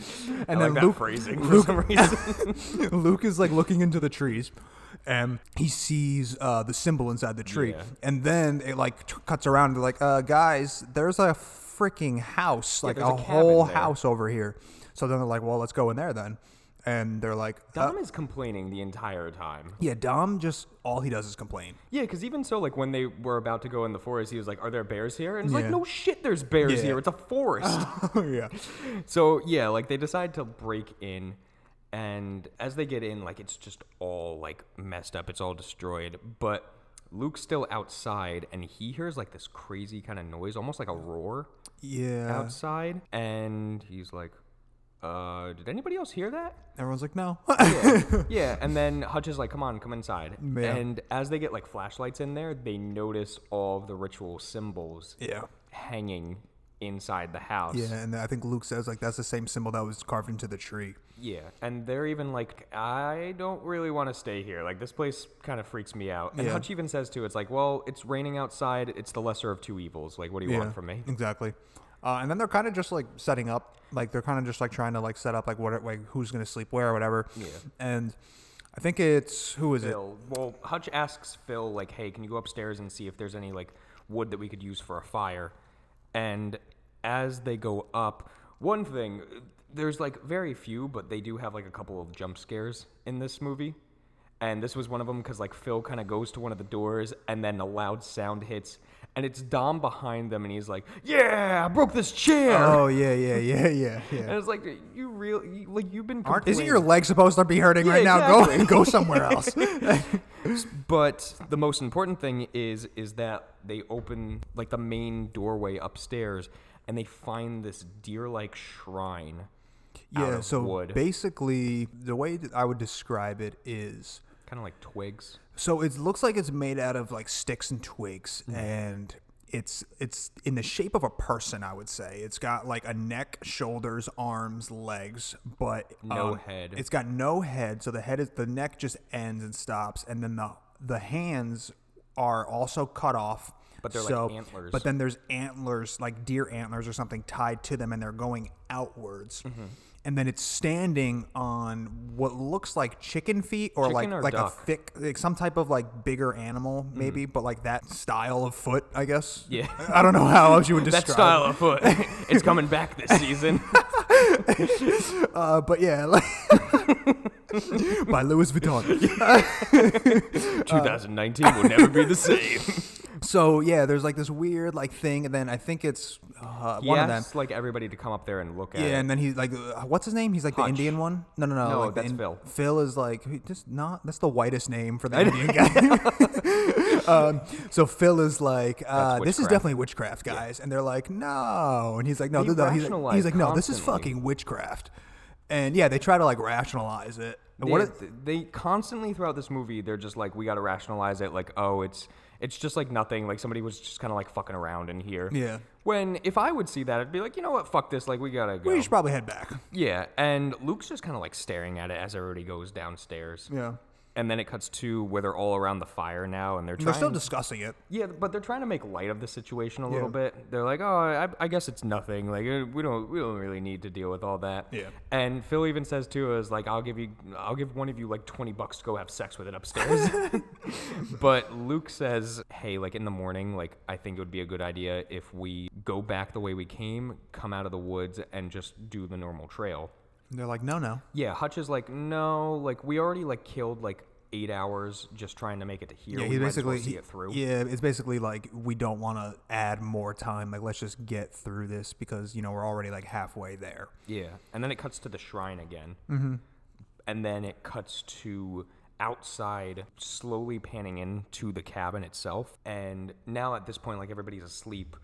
Speaker 2: And then
Speaker 1: I like that
Speaker 2: Luke,
Speaker 1: phrasing for
Speaker 2: Luke- [LAUGHS]
Speaker 1: some reason.
Speaker 2: Luke is like looking into the trees, and he sees uh, the symbol inside the tree.
Speaker 1: Yeah.
Speaker 2: And then it like t- cuts around. And they're like, uh, guys, there's a freaking house, like
Speaker 1: there's
Speaker 2: a,
Speaker 1: a cabin
Speaker 2: whole
Speaker 1: there.
Speaker 2: house over here. So then they're like, well, let's go in there then. And they're like, uh,
Speaker 1: Dom is complaining the entire time.
Speaker 2: yeah, Dom just all he does is complain. [LAUGHS]
Speaker 1: Yeah, because even so, like when they were about to go in the forest, he was like, "Are there bears here?" And it's like,
Speaker 2: Yeah.
Speaker 1: "No shit, there's bears
Speaker 2: Yeah.
Speaker 1: here. It's a forest."
Speaker 2: yeah,
Speaker 1: so yeah, like they decide to break in, and as they get in, like it's just all like messed up. It's all destroyed. But Luke's still outside, and he hears like this crazy kind of noise, almost like a roar
Speaker 2: yeah.
Speaker 1: outside, and he's like, "Uh, did anybody else hear that?"
Speaker 2: Everyone's like, no. [LAUGHS]
Speaker 1: yeah, and then Hutch is like, "Come on, come inside."
Speaker 2: Yeah.
Speaker 1: And as they get like flashlights in there, they notice all of the ritual symbols
Speaker 2: yeah.
Speaker 1: hanging inside the house.
Speaker 2: Yeah, and I think Luke says like that's the same symbol that was carved into the tree.
Speaker 1: Yeah, and they're even like, "I don't really want to stay here. Like this place kind of freaks me out." And
Speaker 2: Yeah.
Speaker 1: Hutch even says too, "It's like, well, it's raining outside. It's the lesser of two evils. Like, what do you
Speaker 2: Yeah,
Speaker 1: want from me?"
Speaker 2: Exactly. Uh, and then they're kind of just like setting up, like they're kind of just like trying to like set up like what like who's gonna sleep where or whatever. Yeah. And I think it's who is it?
Speaker 1: Phil. Well, Hutch asks Phil, like, hey, can you go upstairs and see if there's any, like, wood that we could use for a fire? And as they go up, one thing, there's, like, very few, but they do have, like, a couple of jump scares in this movie. And this was one of them because, like, Phil kind of goes to one of the doors and then a loud sound hits. And it's Dom behind them and he's like, yeah, I broke this chair.
Speaker 2: Oh yeah, yeah, yeah, yeah, [LAUGHS]
Speaker 1: And
Speaker 2: yeah.
Speaker 1: it's like, you really, you, like, you've been.
Speaker 2: Aren't, isn't
Speaker 1: complaining."
Speaker 2: your leg supposed to be hurting right now?
Speaker 1: exactly.
Speaker 2: Go go somewhere [LAUGHS] else.
Speaker 1: But the most important thing is is that they open like the main doorway upstairs and they find this deer-like shrine. out
Speaker 2: yeah.
Speaker 1: of
Speaker 2: So
Speaker 1: wood.
Speaker 2: basically, the way that I would describe it is
Speaker 1: Kind of like twigs.
Speaker 2: So it looks like it's made out of like sticks and twigs,
Speaker 1: Mm-hmm.
Speaker 2: and it's it's in the shape of a person. I would say it's got like a neck, shoulders, arms, legs, but um,
Speaker 1: No head.
Speaker 2: It's got no head, so the head is the neck just ends and stops, and then the the hands are also cut off.
Speaker 1: But they're like
Speaker 2: so,
Speaker 1: antlers.
Speaker 2: But then there's antlers, like deer antlers or something, tied to them, and they're going outwards.
Speaker 1: Mm-hmm.
Speaker 2: And then it's standing on what looks like chicken feet or
Speaker 1: Chicken
Speaker 2: like
Speaker 1: or
Speaker 2: like a
Speaker 1: duck?
Speaker 2: thick, like some type of like bigger animal, maybe, but like that style of foot, I guess.
Speaker 1: Mm-hmm. Yeah.
Speaker 2: I don't know how else you would describe
Speaker 1: [LAUGHS] That style of foot. it's coming back this season.
Speaker 2: Uh, but yeah, like [LAUGHS] by Louis
Speaker 1: [LAUGHS]
Speaker 2: Vuitton.
Speaker 1: 2019 will never be the [LAUGHS] same.
Speaker 2: So yeah, there's like this weird like thing, and then I think it's uh,
Speaker 1: He
Speaker 2: one of them.
Speaker 1: asks like everybody to come up there and look at
Speaker 2: Yeah,
Speaker 1: it.
Speaker 2: and then he's like, uh, what's his name? He's like
Speaker 1: Hutch.
Speaker 2: the Indian one. No, no, no.
Speaker 1: No,
Speaker 2: like the
Speaker 1: that's Phil.
Speaker 2: Phil is like he- just not. That's the whitest name for the Indian guy. [LAUGHS] um, so Phil is like, uh, this is
Speaker 1: witchcraft.
Speaker 2: definitely witchcraft, guys. And they're like, no. And he's like, no,
Speaker 1: They
Speaker 2: no, no. He's like,
Speaker 1: rationalize
Speaker 2: he's like, no, this is
Speaker 1: constantly.
Speaker 2: fucking witchcraft. And yeah, they try to like rationalize it. And What?
Speaker 1: Yeah,
Speaker 2: it-
Speaker 1: th- they constantly throughout this movie, they're just like, we got to rationalize it. Like, oh, it's it's just like nothing. Like somebody was just kind of like fucking around in here.
Speaker 2: Yeah.
Speaker 1: When if I would see that, I'd be like, you know what, fuck this. Like we gotta go.
Speaker 2: we should probably head back.
Speaker 1: yeah. And Luke's just kind of like staring at it as everybody goes downstairs.
Speaker 2: Yeah.
Speaker 1: and then it cuts to where they're all around the fire now, and they're trying.
Speaker 2: They're still discussing it.
Speaker 1: yeah, but they're trying to make light of the situation a little bit. They're like, "Oh, I, I guess it's nothing. Like eh, we don't we don't really need to deal with all that."
Speaker 2: Yeah.
Speaker 1: And Phil even says too is like, "I'll give you I'll give one of you like twenty bucks to go have sex with it upstairs." but Luke says, "Hey, like in the morning, like I think it would be a good idea if we go back the way we came, come out of the woods, and just do the normal trail."
Speaker 2: And they're like, no, no.
Speaker 1: Yeah, Hutch is like, no, like we already like killed like eight hours just trying to make it to here.
Speaker 2: Yeah,
Speaker 1: we
Speaker 2: he
Speaker 1: might as well
Speaker 2: basically
Speaker 1: see
Speaker 2: he-
Speaker 1: it through.
Speaker 2: Yeah, it's basically like we don't want to add more time. Like let's just get through this because you know we're already like halfway there.
Speaker 1: Yeah, and then it cuts to the shrine again, mm-hmm. and then it cuts to outside, slowly panning into the cabin itself. And now at this point, like everybody's asleep,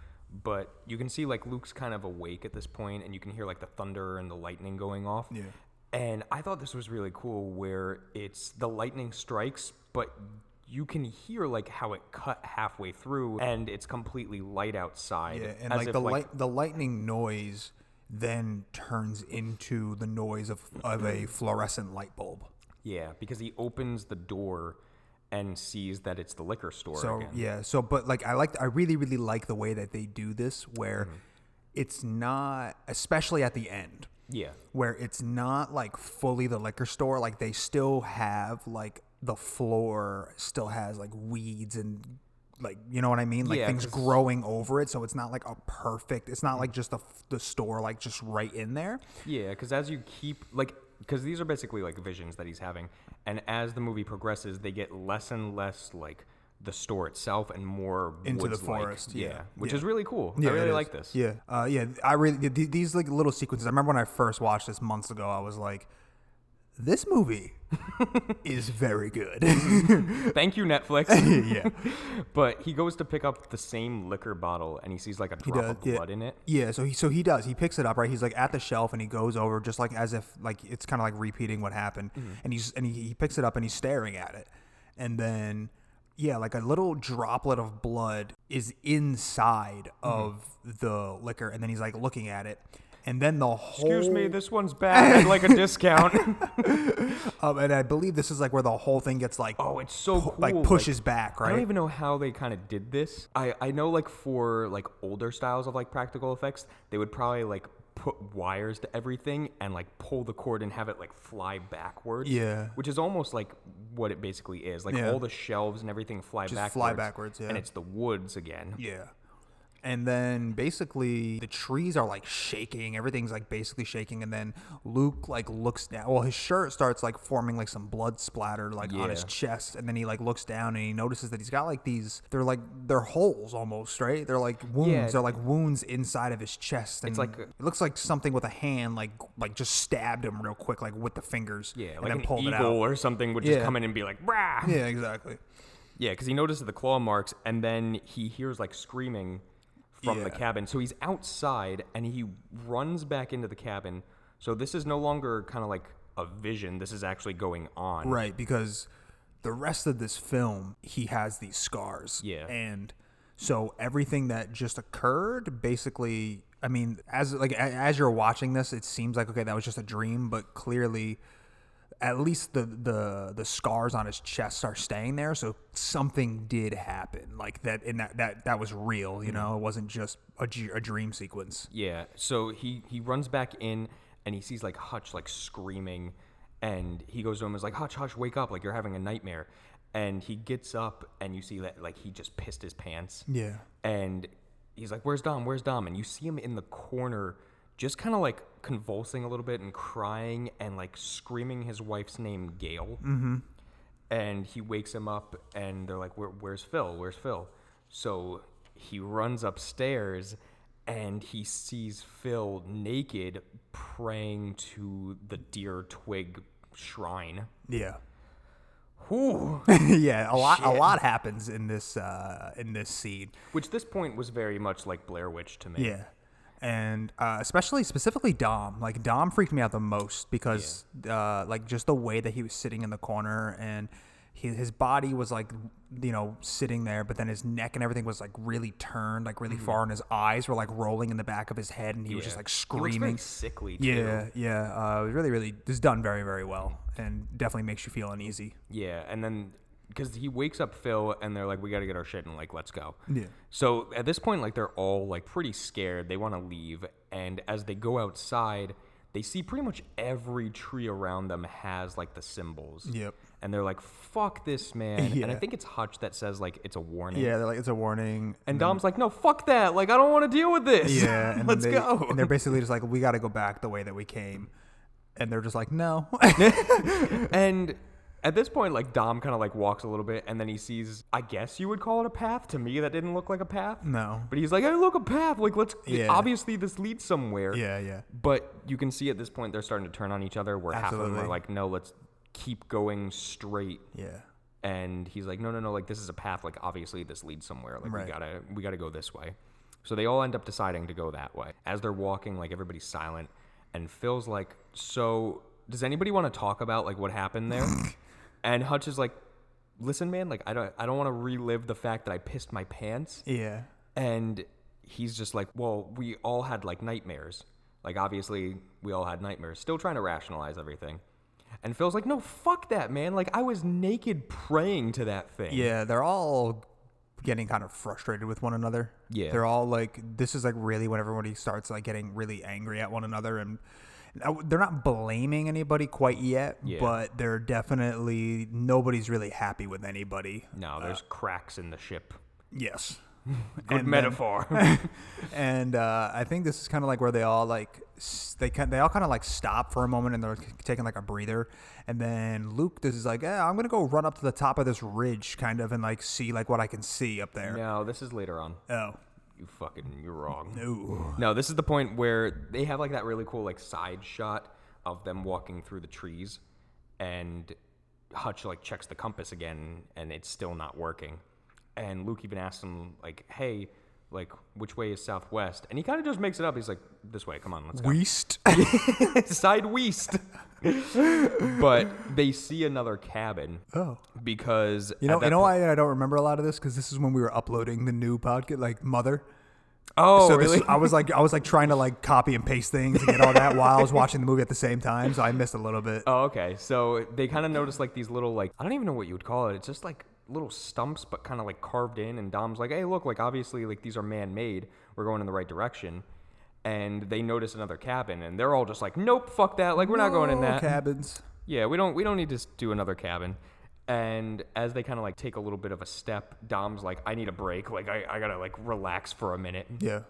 Speaker 1: but you can see like Luke's kind of awake at this point, and you can hear like the thunder and the lightning going off.
Speaker 2: Yeah.
Speaker 1: And I thought this was really cool, where it's the lightning strikes, but you can hear like how it cut halfway through, and it's completely light outside.
Speaker 2: Yeah, and
Speaker 1: as
Speaker 2: like
Speaker 1: if,
Speaker 2: the light, the lightning noise then turns into the noise of of a fluorescent light bulb.
Speaker 1: Yeah, because he opens the door and sees that it's the liquor store
Speaker 2: So
Speaker 1: again.
Speaker 2: yeah, so but like I like I really really like the way that they do this where
Speaker 1: Mm-hmm.
Speaker 2: it's not especially at the end
Speaker 1: Yeah.
Speaker 2: where it's not like fully the liquor store like they still have like the floor still has like weeds and like you know what I mean like
Speaker 1: Yeah,
Speaker 2: things
Speaker 1: 'cause-
Speaker 2: growing over it so it's not like a perfect it's not like just the the store like just right in there
Speaker 1: Yeah, because as you keep, like, because these are basically like visions that he's having. And as the movie progresses, they get less and less like the store itself and more
Speaker 2: Into the
Speaker 1: woods-like.
Speaker 2: forest, yeah,
Speaker 1: Which
Speaker 2: yeah.
Speaker 1: is really cool. I
Speaker 2: it
Speaker 1: really
Speaker 2: is.
Speaker 1: like this.
Speaker 2: Yeah, uh, yeah. I really th- th- these like little sequences. I remember when I first watched this months ago. I was like, this
Speaker 1: [LAUGHS]
Speaker 2: movie is very good.
Speaker 1: Thank you, Netflix.
Speaker 2: [LAUGHS] yeah,
Speaker 1: but he goes to pick up the same liquor bottle and he sees like a drop
Speaker 2: does,
Speaker 1: of
Speaker 2: yeah.
Speaker 1: blood in it.
Speaker 2: yeah. So he so he does. He picks it up right. He's like at the shelf and he goes over just like as if like it's kind of like repeating what happened.
Speaker 1: Mm-hmm.
Speaker 2: And he's and he, he picks it up and he's staring at it, and then. Yeah, like a little droplet of blood is inside
Speaker 1: Mm-hmm.
Speaker 2: of the liquor, and then he's like looking at it, and then the whole
Speaker 1: Excuse me, this one's bad. I'd like a discount.
Speaker 2: [LAUGHS] Um, and I believe this is like where the whole thing gets like
Speaker 1: oh, it's so cool.
Speaker 2: like pushes back,
Speaker 1: I
Speaker 2: right?
Speaker 1: don't even know how they kind of did this. I, I know like for like older styles of like practical effects, they would probably like put wires to everything and like pull the cord and have it like fly backwards.
Speaker 2: Yeah.
Speaker 1: Which is almost like what it basically is. Like
Speaker 2: Yeah.
Speaker 1: all the shelves and everything fly backwards.
Speaker 2: fly backwards, yeah.
Speaker 1: And it's the woods again.
Speaker 2: yeah. And then basically the trees are like shaking, everything's like basically shaking, and then Luke like looks down. Well, his shirt starts like forming like some blood splatter like on his
Speaker 1: Yeah.
Speaker 2: chest, and then he like looks down and he notices that he's got like these. They're like they're holes almost, right? They're like wounds.
Speaker 1: Yeah.
Speaker 2: They're like wounds inside of his chest. And it's
Speaker 1: like a-
Speaker 2: it looks like something with a hand like like just stabbed him real quick, like with the fingers.
Speaker 1: Yeah,
Speaker 2: and
Speaker 1: like
Speaker 2: then
Speaker 1: an
Speaker 2: pulled
Speaker 1: eagle
Speaker 2: it out.
Speaker 1: or something would just
Speaker 2: Yeah.
Speaker 1: come in and be like, "Brah!"
Speaker 2: Yeah, exactly.
Speaker 1: Yeah, because he notices the claw marks, and then he hears like screaming from the
Speaker 2: Yeah.
Speaker 1: cabin. So he's outside, and he runs back into the cabin. So this is no longer kind of like a vision. This is actually going on.
Speaker 2: Right, because the rest of this film, he has these scars.
Speaker 1: Yeah.
Speaker 2: And so everything that just occurred, basically, I mean, as like a- as you're watching this, it seems like okay, that was just a dream, but clearly at least the the the scars on his chest are staying there, so something did happen. Like that and that that that was real, you know. It wasn't just a, dr- a dream sequence.
Speaker 1: Yeah. So he he runs back in, and he sees like Hutch like screaming, and he goes to him and is like, "Hutch, Hutch, wake up! Like you're having a nightmare." And he gets up, and you see that like he just pissed his pants.
Speaker 2: Yeah.
Speaker 1: and he's like, "Where's Dom? Where's Dom?" And you see him in the corner, just kind of like convulsing a little bit and crying and like screaming his wife's name, Gail. Mm-hmm. And he wakes him up, and they're like, Where, "Where's Phil? Where's Phil?" So he runs upstairs, and he sees Phil naked praying to the deer twig shrine.
Speaker 2: Yeah. [LAUGHS]
Speaker 1: Whew.
Speaker 2: yeah, a lot a lot happens in this uh in this scene.
Speaker 1: Which this point was very much like Blair Witch to me.
Speaker 2: Yeah. And uh, especially, specifically Dom. Like, Dom freaked me out the most because, uh, like, just the way that he was sitting in the corner and he, his body was like you know sitting there but then his neck and everything was like really turned like really far and his eyes were like rolling in the back of his head and Mm-hmm. he was just like
Speaker 1: He looks very
Speaker 2: screaming
Speaker 1: sickly. Too.
Speaker 2: yeah yeah uh, it was really really it's done very very well and definitely makes you feel uneasy
Speaker 1: Yeah, and then because he wakes up Phil, and they're like, "We got to get our shit and like, let's go."
Speaker 2: Yeah.
Speaker 1: So at this point, like, they're all like pretty scared. They want to leave, and as they go outside, they see pretty much every tree around them has like the symbols.
Speaker 2: Yep.
Speaker 1: And they're like, "Fuck this man!" And I
Speaker 2: Yeah.
Speaker 1: think it's Hutch that says like, "It's a warning."
Speaker 2: yeah they're like it's a warning
Speaker 1: And Dom's like, "No, fuck that! Like, I don't want to deal with
Speaker 2: [LAUGHS]
Speaker 1: this. [LAUGHS]
Speaker 2: yeah and then
Speaker 1: let's
Speaker 2: they-
Speaker 1: go."
Speaker 2: and they're basically just like we got to go back the way that we came and they're just like no [LAUGHS]
Speaker 1: And at this point, like Dom kind of like walks a little bit, and then he sees, I guess you would call it a path. To me, that didn't look like a path.
Speaker 2: No.
Speaker 1: But he's like, hey, look, a path. Like, let's.
Speaker 2: Yeah.
Speaker 1: Obviously, this leads somewhere.
Speaker 2: yeah yeah
Speaker 1: But you can see at this point they're starting to turn on each other. Where half of them
Speaker 2: Absolutely.
Speaker 1: are like, no, let's keep going straight.
Speaker 2: yeah
Speaker 1: And he's like, no, no, no. Like this is a path. Like obviously this leads somewhere. Like
Speaker 2: Right.
Speaker 1: we gotta we gotta go this way. So they all end up deciding to go that way. As they're walking, like everybody's silent, and Phil's like, so does anybody want to talk about like what happened
Speaker 2: [LAUGHS]
Speaker 1: there? and Hutch is like, listen, man, like I don't I don't want to relive the fact that I pissed my pants.
Speaker 2: yeah
Speaker 1: And he's just like, well, we all had like nightmares. Like, obviously, we all had nightmares. Still trying to rationalize everything. And Phil's like, no, fuck that, man. Like, I was naked praying to that thing.
Speaker 2: Yeah, they're all getting kind of frustrated with one another.
Speaker 1: Yeah.
Speaker 2: They're all like, this is like really when everybody starts like getting really angry at one another. And and I- they're not blaming anybody quite yet,
Speaker 1: Yeah.
Speaker 2: but they're definitely, nobody's really happy with anybody.
Speaker 1: No, there's cracks in the ship.
Speaker 2: Yes.
Speaker 1: [LAUGHS] Good
Speaker 2: And then-
Speaker 1: metaphor.
Speaker 2: [LAUGHS] and uh, I think this is kind of like where they all like s- they ki- they all kind of like stop for a moment and they're k- taking like a breather, and then Luke this is like, eh, I'm gonna go run up to the top of this ridge kind of and like see like what I can see up there.
Speaker 1: no, this is later on.
Speaker 2: Oh,
Speaker 1: You fucking, you're wrong.
Speaker 2: ooh.
Speaker 1: No, this is the point where they have like that really cool like side shot of them walking through the trees, and Hutch like checks the compass again, and it's still not working. And Luke even asks him like, "Hey, like which way is southwest?" And he kind of just makes it up. He's like, "This way, come on, let's go." [LAUGHS]
Speaker 2: Weast.
Speaker 1: side west. but they see another cabin
Speaker 2: oh.
Speaker 1: because
Speaker 2: You
Speaker 1: at
Speaker 2: know,
Speaker 1: that
Speaker 2: you know
Speaker 1: po-
Speaker 2: why I don't remember a lot of this because this is when we were uploading the new podcast, like Mother.
Speaker 1: Oh,
Speaker 2: so
Speaker 1: really?
Speaker 2: this, I was like, I was like trying to like copy and paste things and get all that while I was watching the movie at the same time, so I missed a little bit.
Speaker 1: Oh, okay. So they kind of notice like these little like I don't even know what you would call it. It's just like little stumps, but kind of like carved in. And Dom's like, "Hey, look! Like obviously, like these are man-made. We're going in the right direction." And they notice another cabin, and they're all just like, "Nope, fuck that! Like we're not going in
Speaker 2: No
Speaker 1: that.
Speaker 2: Oh, cabins.
Speaker 1: Yeah, we don't we don't need to s- do another cabin." And as they kind of like take a little bit of a step, Dom's like, "I need a break. Like I, I gotta like relax for a minute."
Speaker 2: Yeah.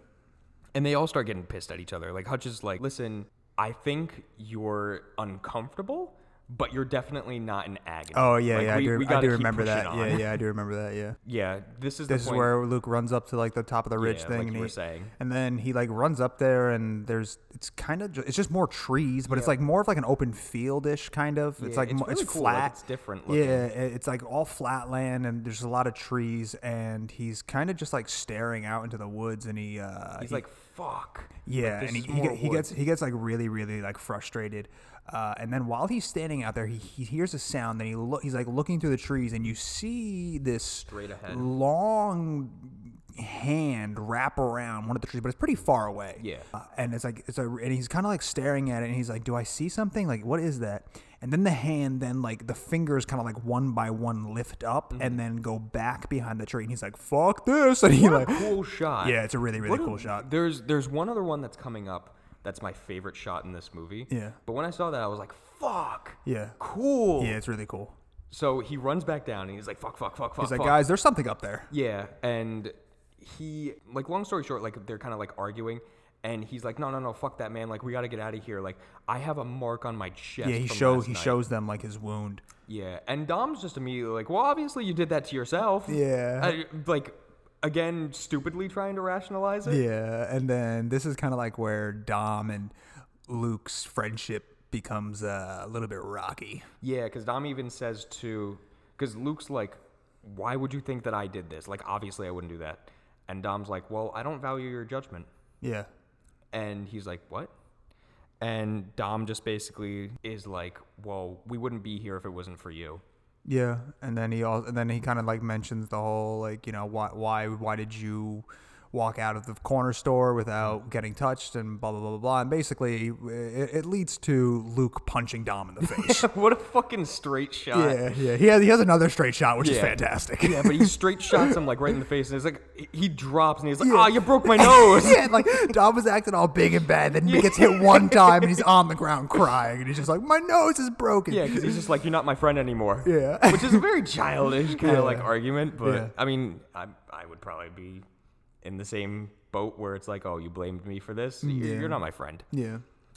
Speaker 1: And they all start getting pissed at each other. Like Hutch is like, listen, I think you're uncomfortable, but you're definitely not in agony.
Speaker 2: Oh yeah,
Speaker 1: Like,
Speaker 2: yeah.
Speaker 1: we-
Speaker 2: I do,
Speaker 1: we
Speaker 2: I
Speaker 1: gotta
Speaker 2: do
Speaker 1: keep
Speaker 2: remember
Speaker 1: pushing
Speaker 2: that.
Speaker 1: on."
Speaker 2: Yeah, yeah. I do remember that. Yeah.
Speaker 1: Yeah, This is
Speaker 2: This
Speaker 1: the
Speaker 2: is
Speaker 1: point.
Speaker 2: where Luke runs up to like the top of the ridge
Speaker 1: Yeah,
Speaker 2: thing,
Speaker 1: like
Speaker 2: and
Speaker 1: you
Speaker 2: he,
Speaker 1: were saying.
Speaker 2: and then he like runs up there, and there's it's kind of ju- it's just more trees, but it's like more of like an open fieldish kind of. it's
Speaker 1: Yeah,
Speaker 2: like
Speaker 1: it's
Speaker 2: mo-
Speaker 1: really
Speaker 2: it's
Speaker 1: cool, like,
Speaker 2: flat,
Speaker 1: it's different looking.
Speaker 2: Yeah, i- it's like all flat land, and there's a lot of trees, and he's kind of just like staring out into the woods, and he uh,
Speaker 1: he's
Speaker 2: he-
Speaker 1: like, fuck.
Speaker 2: yeah,
Speaker 1: Like, this
Speaker 2: and he,
Speaker 1: is
Speaker 2: he,
Speaker 1: more
Speaker 2: get- he
Speaker 1: wood.
Speaker 2: gets he gets like really really like frustrated, uh, and then while he's standing out there, he, he hears a sound. Then he look he's like looking through the trees, and you see this
Speaker 1: Straight ahead.
Speaker 2: long hand wrap around one of the trees, but it's pretty far away.
Speaker 1: Yeah.
Speaker 2: Uh, and it's like it's a and he's kind of like staring at it, and he's like, "Do I see something? Like, what is that?" And then the hand, then like the fingers, kind of like one by one lift up
Speaker 1: Mm-hmm.
Speaker 2: and then go back behind the tree, and he's like, "Fuck this!" [LAUGHS] And he like.
Speaker 1: What a cool shot.
Speaker 2: Yeah, it's a really, really
Speaker 1: What a-
Speaker 2: cool shot.
Speaker 1: There's there's one other one that's coming up that's my favorite shot in this movie.
Speaker 2: Yeah.
Speaker 1: But when I saw that, I was like, fuck.
Speaker 2: Yeah.
Speaker 1: Cool.
Speaker 2: Yeah, it's really cool.
Speaker 1: So he runs back down and he's like, fuck, fuck, fuck, fuck.
Speaker 2: He's like,
Speaker 1: Oh, fuck.
Speaker 2: guys, there's something up there.
Speaker 1: Yeah, and he like long story short, like they're kind of like arguing, and he's like, "No, no, no, fuck that, man! Like we got to get out of here! Like I have a mark on my chest."
Speaker 2: Yeah, he
Speaker 1: from
Speaker 2: shows
Speaker 1: last
Speaker 2: he
Speaker 1: night."
Speaker 2: shows them like his wound.
Speaker 1: Yeah, and Dom's just immediately like, "Well, obviously you did that to yourself."
Speaker 2: Yeah.
Speaker 1: I, like again, stupidly trying to rationalize it.
Speaker 2: Yeah, and then this is kind of like where Dom and Luke's friendship becomes uh, a little bit rocky.
Speaker 1: Yeah, because Dom even says to, because Luke's like, "Why would you think that I did this? Like obviously I wouldn't do that." And Dom's like, "Well, I don't value your judgment."
Speaker 2: Yeah,
Speaker 1: And he's like, What? And Dom just basically is like, Well, we wouldn't be here if it wasn't for you. [LAUGHS]
Speaker 2: Yeah, and then he also, and then he kind of like mentions the whole like you know why why why did you walk out of the corner store
Speaker 1: Mm-hmm.
Speaker 2: without getting touched and blah blah blah blah blah. And basically, it, it leads to Luke punching Dom in
Speaker 1: [LAUGHS]
Speaker 2: the face.
Speaker 1: what a fucking straight shot.
Speaker 2: yeah, yeah. He has he has another straight shot, which is
Speaker 1: Yeah.
Speaker 2: fantastic.
Speaker 1: Yeah, but he straight shots him like right in the face, and it's like he- he drops, and he's like,
Speaker 2: Yeah.
Speaker 1: "Ah, you broke [LAUGHS] my nose."
Speaker 2: [LAUGHS] yeah, like Dom was acting all big and bad, then he gets hit
Speaker 1: [LAUGHS]
Speaker 2: one time and he's on the ground crying, and he's just like, "My nose is broken."
Speaker 1: Yeah, because he's just like, you're not my friend anymore.
Speaker 2: Yeah.
Speaker 1: [LAUGHS] Which is a very childish kind
Speaker 2: Yeah.
Speaker 1: of like argument, but
Speaker 2: Yeah.
Speaker 1: I mean, I, I would probably be in the same boat where it's like, oh, you blamed me for this? You- You're not my friend.
Speaker 2: yeah,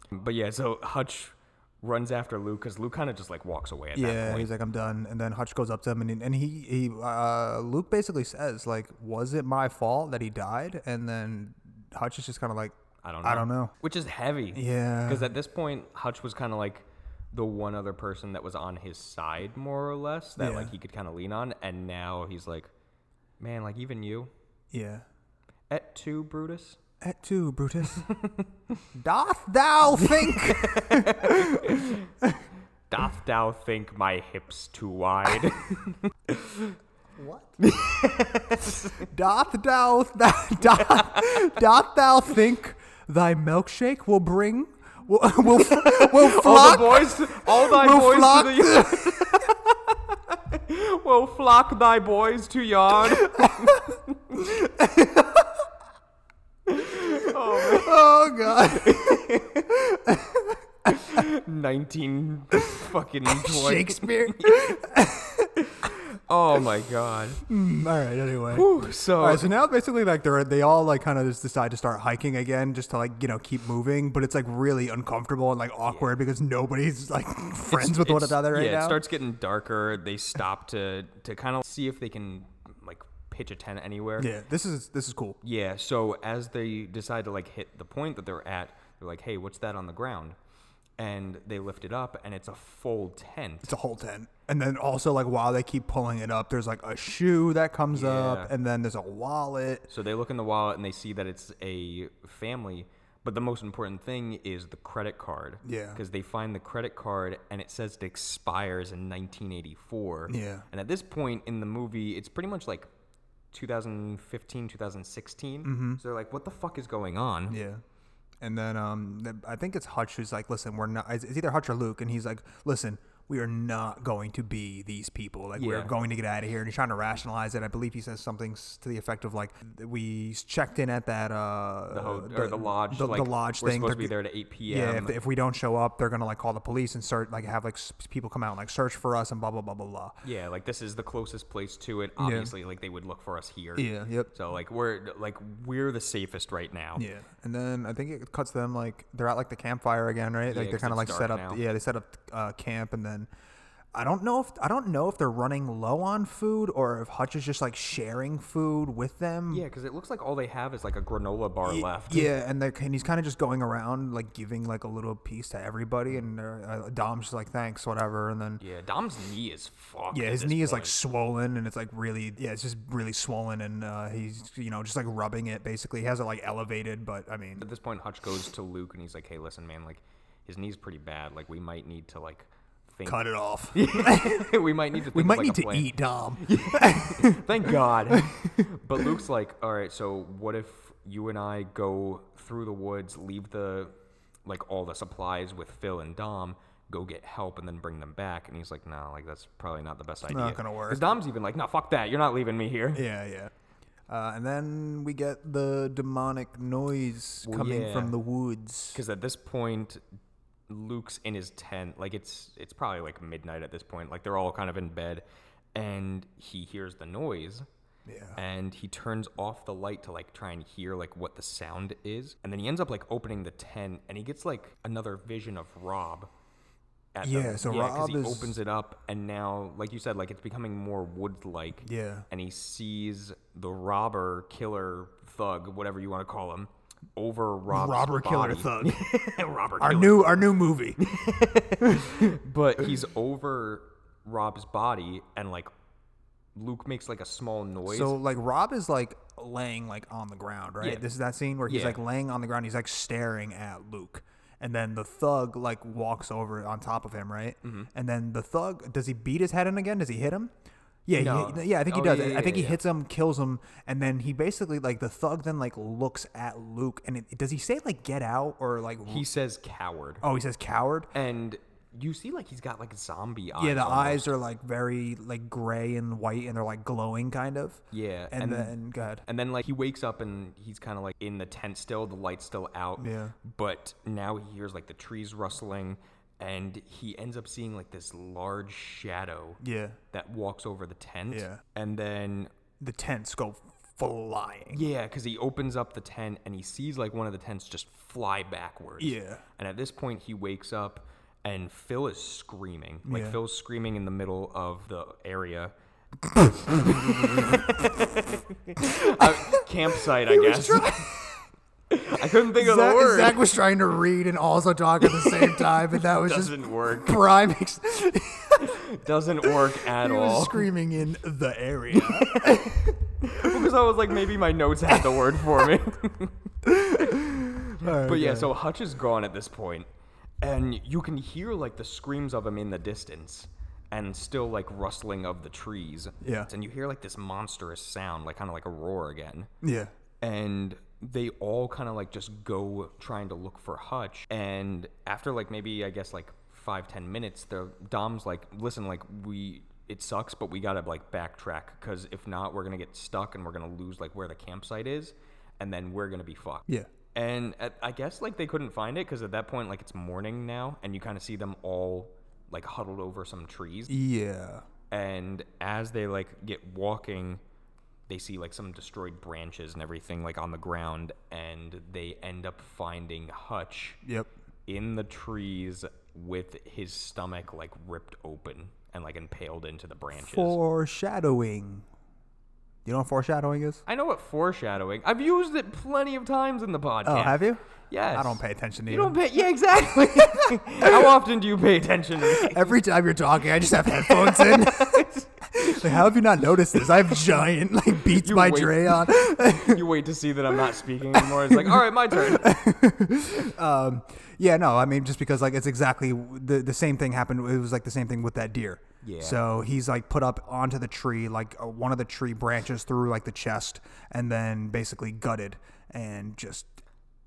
Speaker 1: But yeah, so Hutch runs after Luke because Luke kind of just like walks away at that
Speaker 2: yeah.
Speaker 1: point.
Speaker 2: He's like, "I'm done," and then Hutch goes up to him, and he, and he he uh, Luke basically says, "Like, was it my fault that he died?" And then Hutch is just kind of like,
Speaker 1: I don't know.
Speaker 2: I don't know."
Speaker 1: Which is heavy.
Speaker 2: Yeah.
Speaker 1: Because at this point, Hutch was kind of like the one other person that was on his side, more or less, that
Speaker 2: Yeah.
Speaker 1: like he could kind of lean on. And now he's like, man, like even you,
Speaker 2: Yeah.
Speaker 1: et tu, Brutus?
Speaker 2: Et tu,
Speaker 1: [LAUGHS]
Speaker 2: Brutus? Doth thou think?
Speaker 1: Doth thou think my hips too
Speaker 2: [LAUGHS]
Speaker 1: wide?
Speaker 2: what? doth thou th- doth, doth thou think thy milkshake will bring will will, will
Speaker 1: all the
Speaker 2: flock
Speaker 1: boys, all thy
Speaker 2: Will
Speaker 1: boys
Speaker 2: flock-
Speaker 1: to the yard. [LAUGHS] will flock thy boys to yard.
Speaker 2: Oh
Speaker 1: [LAUGHS]
Speaker 2: god!
Speaker 1: [LAUGHS] Nineteen
Speaker 2: [LAUGHS]
Speaker 1: fucking twenty.
Speaker 2: Shakespeare. [LAUGHS]
Speaker 1: Oh my god.
Speaker 2: Mm, all right. Anyway.
Speaker 1: Whew, so
Speaker 2: All right, so now basically, like they're they all like kind of just decide to start hiking again, just to like you know keep moving. But it's like really uncomfortable and like awkward because nobody's like [LAUGHS] friends with one
Speaker 1: it's-
Speaker 2: another right
Speaker 1: yeah,
Speaker 2: now.
Speaker 1: it starts getting darker. They stop to to kind of see if they can like pitch a tent anywhere.
Speaker 2: yeah, this is this is cool.
Speaker 1: Yeah, so as they decide to like hit the point that they're at, they're like, "Hey, what's that on the ground?" And they lift it up and it's a full tent.
Speaker 2: It's a whole tent, and then also like while they keep pulling it up, there's like a shoe that comes up,
Speaker 1: Yeah.
Speaker 2: and then there's a wallet.
Speaker 1: So they look in the wallet and they see that it's a family, but the most important thing is the credit card.
Speaker 2: Yeah.
Speaker 1: Cuz they find the credit card and it says it expires in 1984.
Speaker 2: Yeah.
Speaker 1: And at this point in the movie, it's pretty much like 2015, 2016. So they're like, "What the fuck is going on?"
Speaker 2: Mm-hmm. Yeah. And then um, th- I think it's Hutch who's like, listen, we're not. It's it's either Hutch or Luke, and he's like, listen, we are not going to be these people. Like we're
Speaker 1: Yeah.
Speaker 2: going to get out of here. And he's trying to rationalize it. I believe he says something s- to the effect of like, th- we checked in at that uh,
Speaker 1: The, ho- or the lodge,
Speaker 2: the,
Speaker 1: like,
Speaker 2: the lodge
Speaker 1: we're
Speaker 2: thing.
Speaker 1: supposed
Speaker 2: They're
Speaker 1: to be
Speaker 2: g-
Speaker 1: there at 8 p.m.
Speaker 2: Yeah, if, if we don't show up, they're gonna like call the police and start like have like s- people come out and like search for us and blah blah blah blah blah.
Speaker 1: Yeah, like this is the closest place to it. Obviously, like they would look for us here.
Speaker 2: Yeah, yep.
Speaker 1: So like we're like we're the safest right now.
Speaker 2: Yeah, and then I think it cuts to them like they're at like the campfire again, right? like
Speaker 1: 'cause
Speaker 2: they're kind of like
Speaker 1: it's
Speaker 2: set up.
Speaker 1: dark now.
Speaker 2: Yeah, they set up uh, camp, and then I don't know if I don't know if they're running low on food or if Hutch is just like sharing food with them.
Speaker 1: Yeah, because it looks like all they have is like a granola bar left.
Speaker 2: Yeah, and, they and he's kind of just going around like giving like a little piece to everybody, and they're- uh, Dom's just like thanks, whatever, and then
Speaker 1: Yeah, Dom's knee is fucked.
Speaker 2: yeah,
Speaker 1: at
Speaker 2: his
Speaker 1: this
Speaker 2: knee is like
Speaker 1: point.
Speaker 2: swollen, and it's like really yeah, it's just really swollen, and uh, he's you know just like rubbing it basically. He has it like elevated, but I mean
Speaker 1: At this point, Hutch goes to Luke and he's like, "Hey, listen, man, like his knee's pretty bad. Like we might need to like think.
Speaker 2: cut it off.
Speaker 1: [LAUGHS] we might need to. Think
Speaker 2: We
Speaker 1: of,
Speaker 2: might
Speaker 1: like,
Speaker 2: need to
Speaker 1: a plan.
Speaker 2: eat Dom. [LAUGHS]
Speaker 1: Thank God. but Luke's like, all right, so what if you and I go through the woods, leave the like all the supplies with Phil and Dom, go get help, and then bring them back? And he's like, no, like that's probably not the best idea.
Speaker 2: gonna work.
Speaker 1: Because Dom's even like, no, fuck that. You're not leaving me here.
Speaker 2: Yeah, yeah. Uh, and then we get the demonic noise
Speaker 1: Well,
Speaker 2: coming
Speaker 1: yeah.
Speaker 2: from the woods.
Speaker 1: Because at this point, Luke's in his tent. Like it's it's probably like midnight at this point. Like they're all kind of in bed, and he hears the noise.
Speaker 2: Yeah.
Speaker 1: And he turns off the light to like try and hear like what the sound is, and then he ends up like opening the tent, and he gets like another vision of Rob. At
Speaker 2: Yeah, so
Speaker 1: 'cause
Speaker 2: Rob
Speaker 1: he
Speaker 2: is-
Speaker 1: opens it up, and now, like you said, like it's becoming more wood-like.
Speaker 2: Yeah.
Speaker 1: And he sees the robber, killer, thug, whatever you want to call him, over Rob's
Speaker 2: Robber Killer
Speaker 1: body.
Speaker 2: Thug.
Speaker 1: Robert
Speaker 2: our
Speaker 1: Killer.
Speaker 2: new our new movie.
Speaker 1: but he's over Rob's body and like Luke makes like a small noise.
Speaker 2: so like Rob is like laying like on the ground, right?
Speaker 1: Yeah.
Speaker 2: This is that scene where he's
Speaker 1: Yeah.
Speaker 2: like laying on the ground. He's like staring at Luke. and then the thug like walks over on top of him, right?
Speaker 1: Mm-hmm.
Speaker 2: And then the thug does he beat his head in again? Does he hit him? Yeah, he
Speaker 1: No.
Speaker 2: hit- yeah, I think he
Speaker 1: Oh,
Speaker 2: does.
Speaker 1: yeah, yeah,
Speaker 2: I think
Speaker 1: yeah,
Speaker 2: he
Speaker 1: yeah.
Speaker 2: hits him, kills him, and then he basically like the thug then like looks at Luke and it, does he say like get out or like
Speaker 1: He says coward.
Speaker 2: oh he says coward?
Speaker 1: And you see like he's got like zombie eyes.
Speaker 2: Yeah, the
Speaker 1: almost.
Speaker 2: eyes are like very like gray and white, and they're like glowing kind of.
Speaker 1: Yeah,
Speaker 2: and,
Speaker 1: and-
Speaker 2: then go ahead.
Speaker 1: And then like he wakes up and he's kind of like in the tent still, the light's still out.
Speaker 2: Yeah.
Speaker 1: But now he hears like the trees rustling and he ends up seeing like this large shadow
Speaker 2: Yeah,
Speaker 1: that walks over the tent.
Speaker 2: Yeah.
Speaker 1: And then
Speaker 2: the tents go flying.
Speaker 1: yeah, cuz he opens up the tent and he sees like one of the tents just fly backwards.
Speaker 2: Yeah.
Speaker 1: And at this point he wakes up and Phil is screaming. Like
Speaker 2: Yeah.
Speaker 1: Phil's screaming in the middle of the
Speaker 2: [LAUGHS]
Speaker 1: area. Uh, campsite, I guess. I couldn't think of the word.
Speaker 2: was trying to read and also talk at the [LAUGHS] same time, and that was
Speaker 1: Doesn't work.
Speaker 2: prime. [LAUGHS]
Speaker 1: Doesn't work at all.
Speaker 2: screaming in the area.
Speaker 1: [LAUGHS] Because I was like, maybe my notes had the word for me. [LAUGHS] but yeah, so Hutch is gone at this point, and you can hear like the screams of him in the distance, and still like rustling of the trees.
Speaker 2: Yeah.
Speaker 1: And you hear like this monstrous sound, like kind of like a roar again.
Speaker 2: [LAUGHS] yeah,
Speaker 1: and they all kind of like just go trying to look for Hutch. And after like maybe I guess like five ten minutes, the Dom's like, listen, like we it sucks, but we gotta like backtrack because if not, we're gonna get stuck and we're gonna lose like where the campsite is, and then we're gonna be fucked.
Speaker 2: yeah,
Speaker 1: And at, I guess like they couldn't find it because at that point like it's morning now, and you kind of see them all like huddled over some trees
Speaker 2: yeah.
Speaker 1: and as they like get walking they see like some destroyed branches and everything like on the ground and they end up finding hutch
Speaker 2: Yep.
Speaker 1: in the trees with his stomach like ripped open and like impaled into the branches
Speaker 2: Foreshadowing. You know what foreshadowing is?
Speaker 1: i know what foreshadowing i've used it plenty of times in the podcast
Speaker 2: Oh, have you?
Speaker 1: yes
Speaker 2: I don't pay attention to
Speaker 1: you
Speaker 2: you.
Speaker 1: don't pay
Speaker 2: [LAUGHS]
Speaker 1: yeah exactly how often do you pay attention to me [LAUGHS]
Speaker 2: Every time you're talking, I just have headphones in. [LAUGHS] like, how have you not noticed this? I have giant like Beats
Speaker 1: [LAUGHS] You
Speaker 2: by
Speaker 1: wait.
Speaker 2: Dre
Speaker 1: [LAUGHS]
Speaker 2: on.
Speaker 1: you wait to see that i'm not speaking anymore it's like all right my
Speaker 2: [LAUGHS]
Speaker 1: turn
Speaker 2: um, yeah, no, I mean just because like it's exactly the the same thing happened. It was like the same thing with that deer.
Speaker 1: Yeah.
Speaker 2: So he's like put up onto the tree, like uh, one of the tree branches through like the chest, and then basically gutted and just.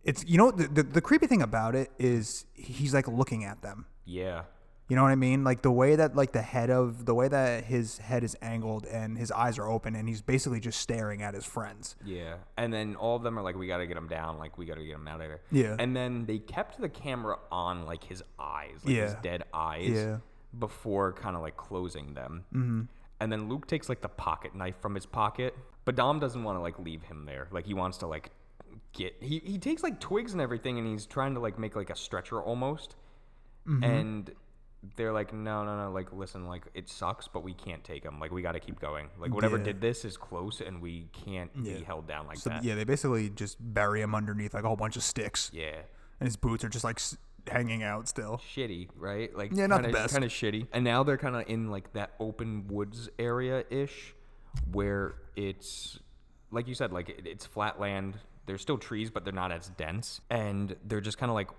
Speaker 2: It's you know the, the the creepy thing about it is he's like looking at them.
Speaker 1: yeah
Speaker 2: You know what I mean? Like the way that like the head of the way that his head is angled and his eyes are open and he's basically just staring at his friends.
Speaker 1: Yeah. And then all of them are like, we got to get him down. Like, we got to get him out of here.
Speaker 2: Yeah.
Speaker 1: And then they kept the camera on, like, his eyes, like his
Speaker 2: Yeah.
Speaker 1: dead eyes,
Speaker 2: Yeah.
Speaker 1: before kind of like closing them. Mm-hmm. And then Luke takes, like, the pocket knife from his pocket. But Dom doesn't want to, like, leave him there. Like, he wants to, like, get. He, he takes, like, twigs and everything, and he's trying to, like, make, like, a stretcher almost.
Speaker 2: Mm-hmm.
Speaker 1: And. They're like, no, no, no. Like, listen, like, it sucks, but we can't take him. Like, we got to keep going. Like, whatever
Speaker 2: Yeah.
Speaker 1: did this is close, and we can't be held down like
Speaker 2: So
Speaker 1: that.
Speaker 2: yeah, they basically just bury him underneath like a whole bunch of sticks.
Speaker 1: Yeah.
Speaker 2: and his boots are just like s- hanging out still.
Speaker 1: Shitty, right? Like
Speaker 2: Yeah, not the best.
Speaker 1: Kind of shitty. And now they're kind of in like that open woods area ish, where it's like you said, like it, it's flat land. There's still trees, but they're not as dense, and they're just kind of like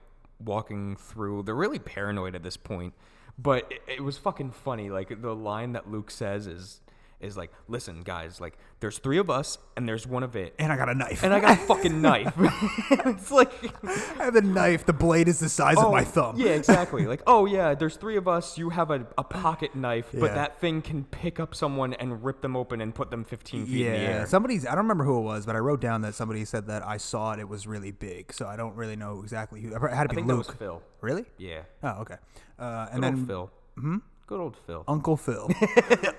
Speaker 1: walking through. They're really paranoid at this point, but it, it was fucking funny. Like the line that Luke says is is like, "Listen, guys, like there's three of us, and there's one of it."
Speaker 2: And I got a knife.
Speaker 1: And I got a fucking knife. [LAUGHS] it's like
Speaker 2: [LAUGHS] I have a knife. The blade is the size of my
Speaker 1: Oh,
Speaker 2: thumb.
Speaker 1: Yeah, exactly. like, oh yeah, there's three of us. You have a, a pocket knife,
Speaker 2: Yeah.
Speaker 1: but that thing can pick up someone and rip them open and put them 15 feet in the
Speaker 2: Yeah.
Speaker 1: air.
Speaker 2: Somebody's. I don't remember who it was, but I wrote down that somebody said that I saw it. It was really big, so I don't really know exactly who. It had to be
Speaker 1: I think that
Speaker 2: Luke.
Speaker 1: was Phil.
Speaker 2: Really?
Speaker 1: Yeah.
Speaker 2: Oh, okay. Uh, and
Speaker 1: Good
Speaker 2: then
Speaker 1: old Phil. Hmm. Good old Phil.
Speaker 2: Uncle Phil.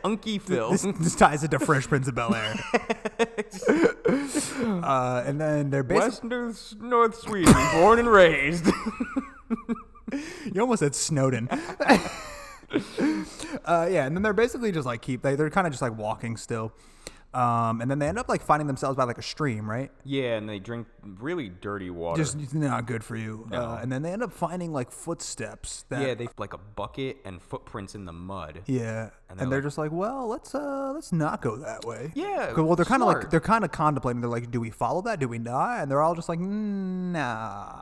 Speaker 1: Unky Phil.
Speaker 2: this, this ties into Fresh Prince of Bel Air. [LAUGHS] uh, and then they're basically.
Speaker 1: West North, North Sweden, [LAUGHS] born and raised. [LAUGHS]
Speaker 2: [LAUGHS] You almost said Snowden. uh, yeah, and then they're basically just like keep they, they're kind of just like walking still, um, and then they end up like finding themselves by like a stream, right?
Speaker 1: yeah, and they drink really dirty water.
Speaker 2: Just it's not good for you. Uh, and then they end up finding like footsteps. That,
Speaker 1: yeah, they like a bucket and footprints in the mud.
Speaker 2: yeah, and,
Speaker 1: they're
Speaker 2: they're
Speaker 1: like-
Speaker 2: just like, well, let's uh let's not go that way.
Speaker 1: Yeah,
Speaker 2: 'Cause- well, they're kind of like
Speaker 1: smart.
Speaker 2: they're kind of contemplating. They're like, do we follow that? Do we not? And they're all just like, nah.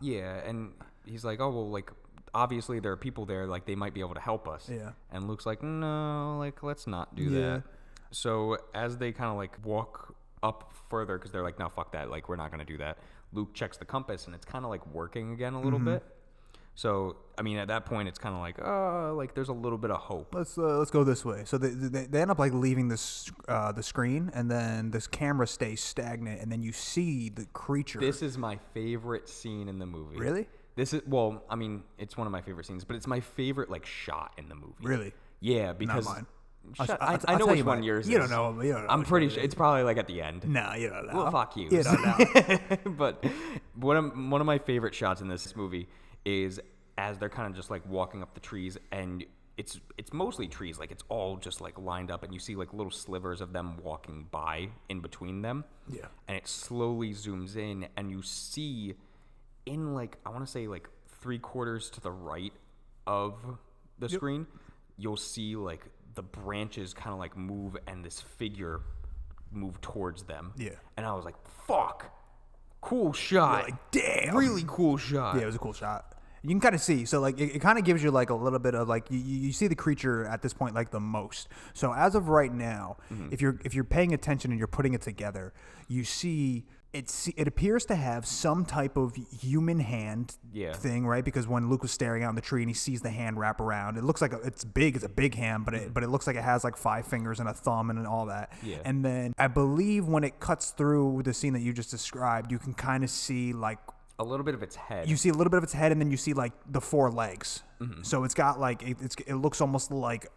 Speaker 1: Yeah, and he's like, oh well, like obviously there are people there, like they might be able to help us.
Speaker 2: Yeah.
Speaker 1: And Luke's like, no, like let's not do
Speaker 2: Yeah.
Speaker 1: that. So as they kind of like walk up further, because they're like, no, fuck that, like we're not gonna do that. Luke checks the compass and it's kind of like working again a little
Speaker 2: Mm-hmm.
Speaker 1: bit. So I mean, at that point, it's kind of like, uh, like there's a little bit of hope.
Speaker 2: Let's uh, let's go this way. So they, they, they end up like leaving this uh, the screen, and then this camera stays stagnant, and then you see the creature.
Speaker 1: This is my favorite scene in the movie.
Speaker 2: Really?
Speaker 1: This is well, I mean, it's one of my favorite scenes, but it's my favorite like shot in the movie.
Speaker 2: Really?
Speaker 1: Yeah, because
Speaker 2: mine.
Speaker 1: Shut-
Speaker 2: I'll-
Speaker 1: I,
Speaker 2: I'll-
Speaker 1: I
Speaker 2: I'll
Speaker 1: know
Speaker 2: tell
Speaker 1: which
Speaker 2: you
Speaker 1: one
Speaker 2: mine.
Speaker 1: yours
Speaker 2: You
Speaker 1: is.
Speaker 2: don't know- you don't know
Speaker 1: I'm
Speaker 2: which
Speaker 1: pretty
Speaker 2: one it
Speaker 1: sure it's probably like at the end.
Speaker 2: no, you don't know.
Speaker 1: Well, fuck you.
Speaker 2: You
Speaker 1: [LAUGHS]
Speaker 2: don't know.
Speaker 1: but one of one of my favorite shots in this movie is as they're kind of just like walking up the trees and it's it's mostly trees like it's all just like lined up and you see like little slivers of them walking by in between them
Speaker 2: Yeah.
Speaker 1: and it slowly zooms in and you see in like i want to say like three quarters to the right of the screen you'll see like the branches kind of like move and this figure move towards them
Speaker 2: Yeah.
Speaker 1: and i was like fuck cool shot
Speaker 2: like, damn.
Speaker 1: really cool shot
Speaker 2: Yeah, it was a cool shot. You can kind of see, so like it, it kind of gives you like a little bit of like you, you you see the creature at this point like the most. So as of right now,
Speaker 1: Mm-hmm.
Speaker 2: if you're if you're paying attention and you're putting it together, you see it se- it appears to have some type of human hand
Speaker 1: Yeah.
Speaker 2: thing, right? Because when Luke was staring out in the tree and he sees the hand wrap around, it looks like a, it's big, it's a big hand, but it but it looks like it has like five fingers and a thumb and all that.
Speaker 1: Mm-hmm. Yeah.
Speaker 2: And then I believe when it cuts through the scene that you just described, you can kind of see like
Speaker 1: a little bit of its head
Speaker 2: you see a little bit of its head and then you see like the four legs so it's got like it, it's, it looks almost like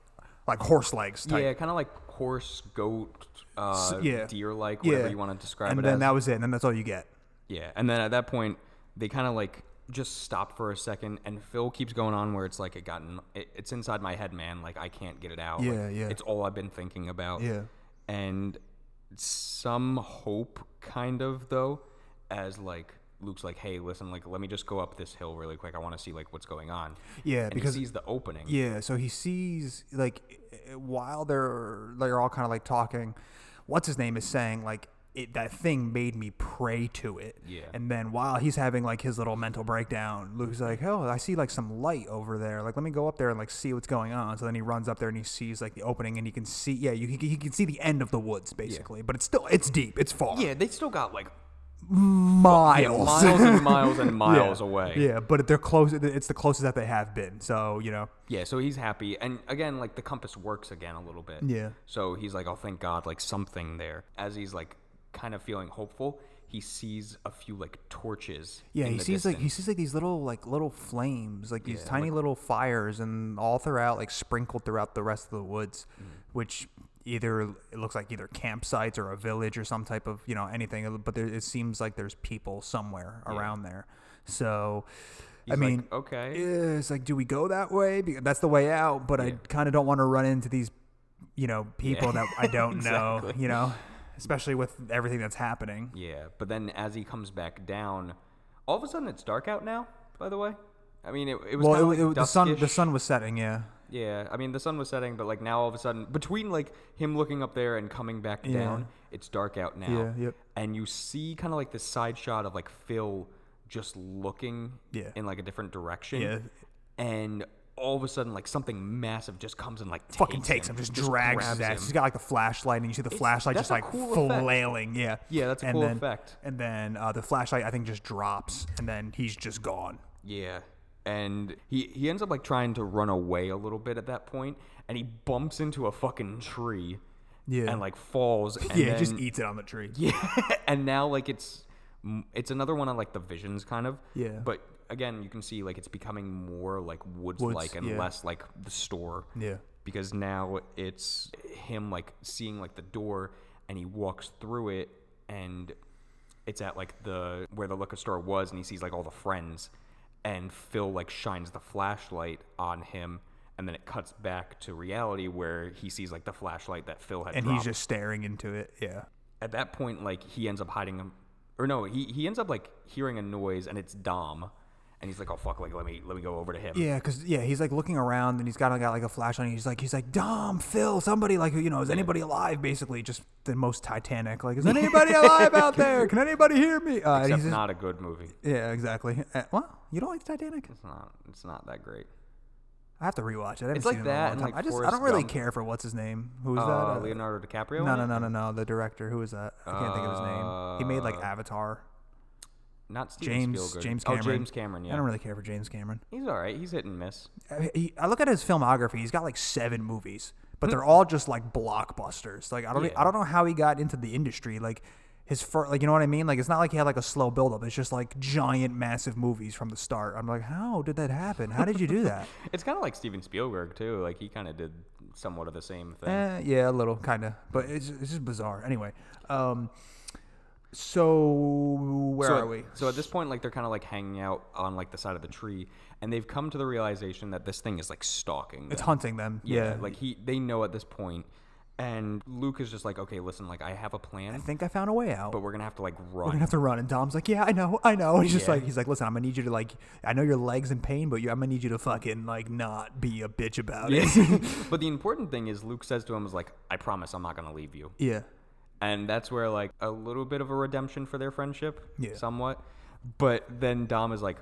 Speaker 2: like horse legs type.
Speaker 1: yeah kind of like horse goat uh,
Speaker 2: yeah.
Speaker 1: deer like
Speaker 2: Yeah.
Speaker 1: whatever you want to describe
Speaker 2: and
Speaker 1: it
Speaker 2: then
Speaker 1: as
Speaker 2: that was it and then that's all you get
Speaker 1: Yeah, and then at that point, they kind of like just stop for a second, and Phil keeps going on where it's like it gotten, it, it's inside my head, man. Like I can't get it out. Like,
Speaker 2: Yeah, yeah.
Speaker 1: It's all I've been thinking about.
Speaker 2: Yeah.
Speaker 1: and some hope, kind of though, as like Luke's like, hey, listen, like let me just go up this hill really quick. I want to see like what's going on.
Speaker 2: Yeah,
Speaker 1: and
Speaker 2: because-
Speaker 1: he sees the opening.
Speaker 2: yeah so he sees like eh, while they're they're all kind of like talking what's his name is saying like it, that thing made me pray to it
Speaker 1: Yeah.
Speaker 2: and then while he's having like his little mental breakdown luke's like oh i see like some light over there like let me go up there and like see what's going on so then he runs up there and he sees like the opening and he can see yeah you he, he can see the end of the woods basically but it's still it's deep it's far
Speaker 1: Yeah, they still got like
Speaker 2: miles
Speaker 1: miles
Speaker 2: [LAUGHS]
Speaker 1: and miles and miles away.
Speaker 2: yeah but they're close it's the closest that they have been so you know
Speaker 1: Yeah, so he's happy. And again, like the compass works again a little bit.
Speaker 2: Yeah.
Speaker 1: So he's like, oh, thank God, like something there. As he's like kind of feeling hopeful, he sees a few like torches.
Speaker 2: Yeah,
Speaker 1: in
Speaker 2: he
Speaker 1: the
Speaker 2: sees like he
Speaker 1: distance.
Speaker 2: sees like these little like little flames, like these tiny little fires, and all throughout, like sprinkled throughout the rest of the woods,
Speaker 1: Mm.
Speaker 2: which either it looks like either campsites or a village or some type of you know anything, but there, it seems like there's people somewhere around there. So, I
Speaker 1: He's like,
Speaker 2: mean,
Speaker 1: okay.
Speaker 2: yeah, it's like, do we go that way? Because that's the way out, but I kind of don't want to run into these, you know, people that I
Speaker 1: [LAUGHS]
Speaker 2: don't know, you know, especially with everything that's happening.
Speaker 1: Yeah. But then as he comes back down, all of a sudden it's dark out now, by the way. I mean, it, it was
Speaker 2: Well, it,
Speaker 1: kind of
Speaker 2: wa-
Speaker 1: like
Speaker 2: it, wa- the sun the
Speaker 1: duskish.
Speaker 2: sun was setting, yeah.
Speaker 1: Yeah, I mean the sun was setting, but like now all of a sudden, between like him looking up there and coming back down, it's dark out now.
Speaker 2: Yeah, yep.
Speaker 1: And you see kind of like this side shot of like Phil just looking
Speaker 2: Yeah.
Speaker 1: in like a different direction.
Speaker 2: Yeah.
Speaker 1: And all of a sudden, like something massive just comes and like
Speaker 2: fucking takes him, just drags
Speaker 1: grabs
Speaker 2: his ass.
Speaker 1: him.
Speaker 2: He's got like the flashlight, and you see the flashlight
Speaker 1: that's
Speaker 2: just
Speaker 1: a
Speaker 2: like
Speaker 1: cool effect.
Speaker 2: flailing. Yeah,
Speaker 1: Yeah, that's a
Speaker 2: and
Speaker 1: cool
Speaker 2: then,
Speaker 1: effect.
Speaker 2: And then uh, the flashlight, I think, just drops, and then he's just gone.
Speaker 1: Yeah. And he, he ends up like trying to run away a little bit at that point, and he bumps into a fucking tree.
Speaker 2: Yeah.
Speaker 1: And like falls.
Speaker 2: [LAUGHS]
Speaker 1: And
Speaker 2: yeah, he just
Speaker 1: then-
Speaker 2: eats it on the tree.
Speaker 1: Yeah, [LAUGHS] and now like it's m- it's another one on like the visions kind of.
Speaker 2: Yeah.
Speaker 1: But again, you can see like it's becoming more like woods like and
Speaker 2: yeah.
Speaker 1: less like the store.
Speaker 2: Yeah.
Speaker 1: Because now it's him like seeing like the door and he walks through it and it's at like the where the liquor store was and he sees like all the friends and Phil like shines the flashlight on him and then it cuts back to reality where he sees like the flashlight that Phil had
Speaker 2: and
Speaker 1: dropped
Speaker 2: he's just staring into it. Yeah,
Speaker 1: at that point, like he ends up hiding him, or no, he he ends up like hearing a noise, and it's Dom, and he's like, "Oh fuck, like let me let me go over to him."
Speaker 2: Yeah, because yeah, he's like looking around and he's got, got like a flashlight. And he's like, he's like, Dom, Phil, somebody, like, you know, is anybody alive? Basically, just the most Titanic.
Speaker 1: [LAUGHS]
Speaker 2: Like, is anybody alive out there? Can anybody hear me? Uh,
Speaker 1: Except
Speaker 2: he's just-
Speaker 1: not a good movie.
Speaker 2: yeah, exactly. Uh, well, you don't like Titanic?
Speaker 1: It's not. It's not that great.
Speaker 2: I have to rewatch it. I haven't
Speaker 1: It's
Speaker 2: seen
Speaker 1: like
Speaker 2: it in a
Speaker 1: that
Speaker 2: long
Speaker 1: and,
Speaker 2: time.
Speaker 1: like,
Speaker 2: I just I
Speaker 1: Forrest
Speaker 2: don't really
Speaker 1: Gump.
Speaker 2: care for what's his name. Who was
Speaker 1: Uh,
Speaker 2: that? Uh,
Speaker 1: Leonardo DiCaprio.
Speaker 2: no,
Speaker 1: in
Speaker 2: no,
Speaker 1: it?
Speaker 2: no, no, no. The director. Who was that? I can't think of his name. He made like
Speaker 1: Uh,
Speaker 2: Avatar.
Speaker 1: Not Steven
Speaker 2: James
Speaker 1: Spielberg.
Speaker 2: James
Speaker 1: Oh,
Speaker 2: Cameron.
Speaker 1: James Cameron. Yeah.
Speaker 2: I don't really care for James Cameron.
Speaker 1: He's all right. He's hit and miss.
Speaker 2: I, he, I look at his filmography. He's got like seven movies, but they're all just like blockbusters. Like I don't,
Speaker 1: Hmm.
Speaker 2: e,
Speaker 1: Yeah.
Speaker 2: I don't know how he got into the industry. Like his first, like you know what I mean. Like it's not like he had like a slow buildup. It's just like giant, massive movies from the start. I'm like, how did that happen? How did you do that?
Speaker 1: It's kind of like Steven Spielberg too. Like he kind of did somewhat of the same thing.
Speaker 2: Eh, yeah, a little, kind of, but it's, it's just bizarre. Anyway, um, so where
Speaker 1: so
Speaker 2: are
Speaker 1: at-
Speaker 2: we?
Speaker 1: So at this point, like they're kind of like hanging out on like the side of the tree, and they've come to the realization that this thing is like stalking.
Speaker 2: It's
Speaker 1: them.
Speaker 2: hunting them. Yeah,
Speaker 1: like he, they know at this point, and Luke is just like, okay, listen, like I have a
Speaker 2: I
Speaker 1: plan,
Speaker 2: think I found a way out.
Speaker 1: but we're gonna have to like
Speaker 2: we're gonna
Speaker 1: run.
Speaker 2: have to run. And Dom's like, yeah, I know, I know. [LAUGHS] And he's just
Speaker 1: Yeah.
Speaker 2: like, he's like, listen, I'm gonna need you to like, I know your legs in pain, but you, I'm gonna need you to fucking like not be a bitch about
Speaker 1: [LAUGHS]
Speaker 2: it.
Speaker 1: but the important thing is Luke says to him is like, I promise, I'm not gonna leave you,
Speaker 2: [LAUGHS] yeah,
Speaker 1: and that's where like a little bit of a redemption for their friendship,
Speaker 2: Yeah.
Speaker 1: somewhat. But then Dom is like,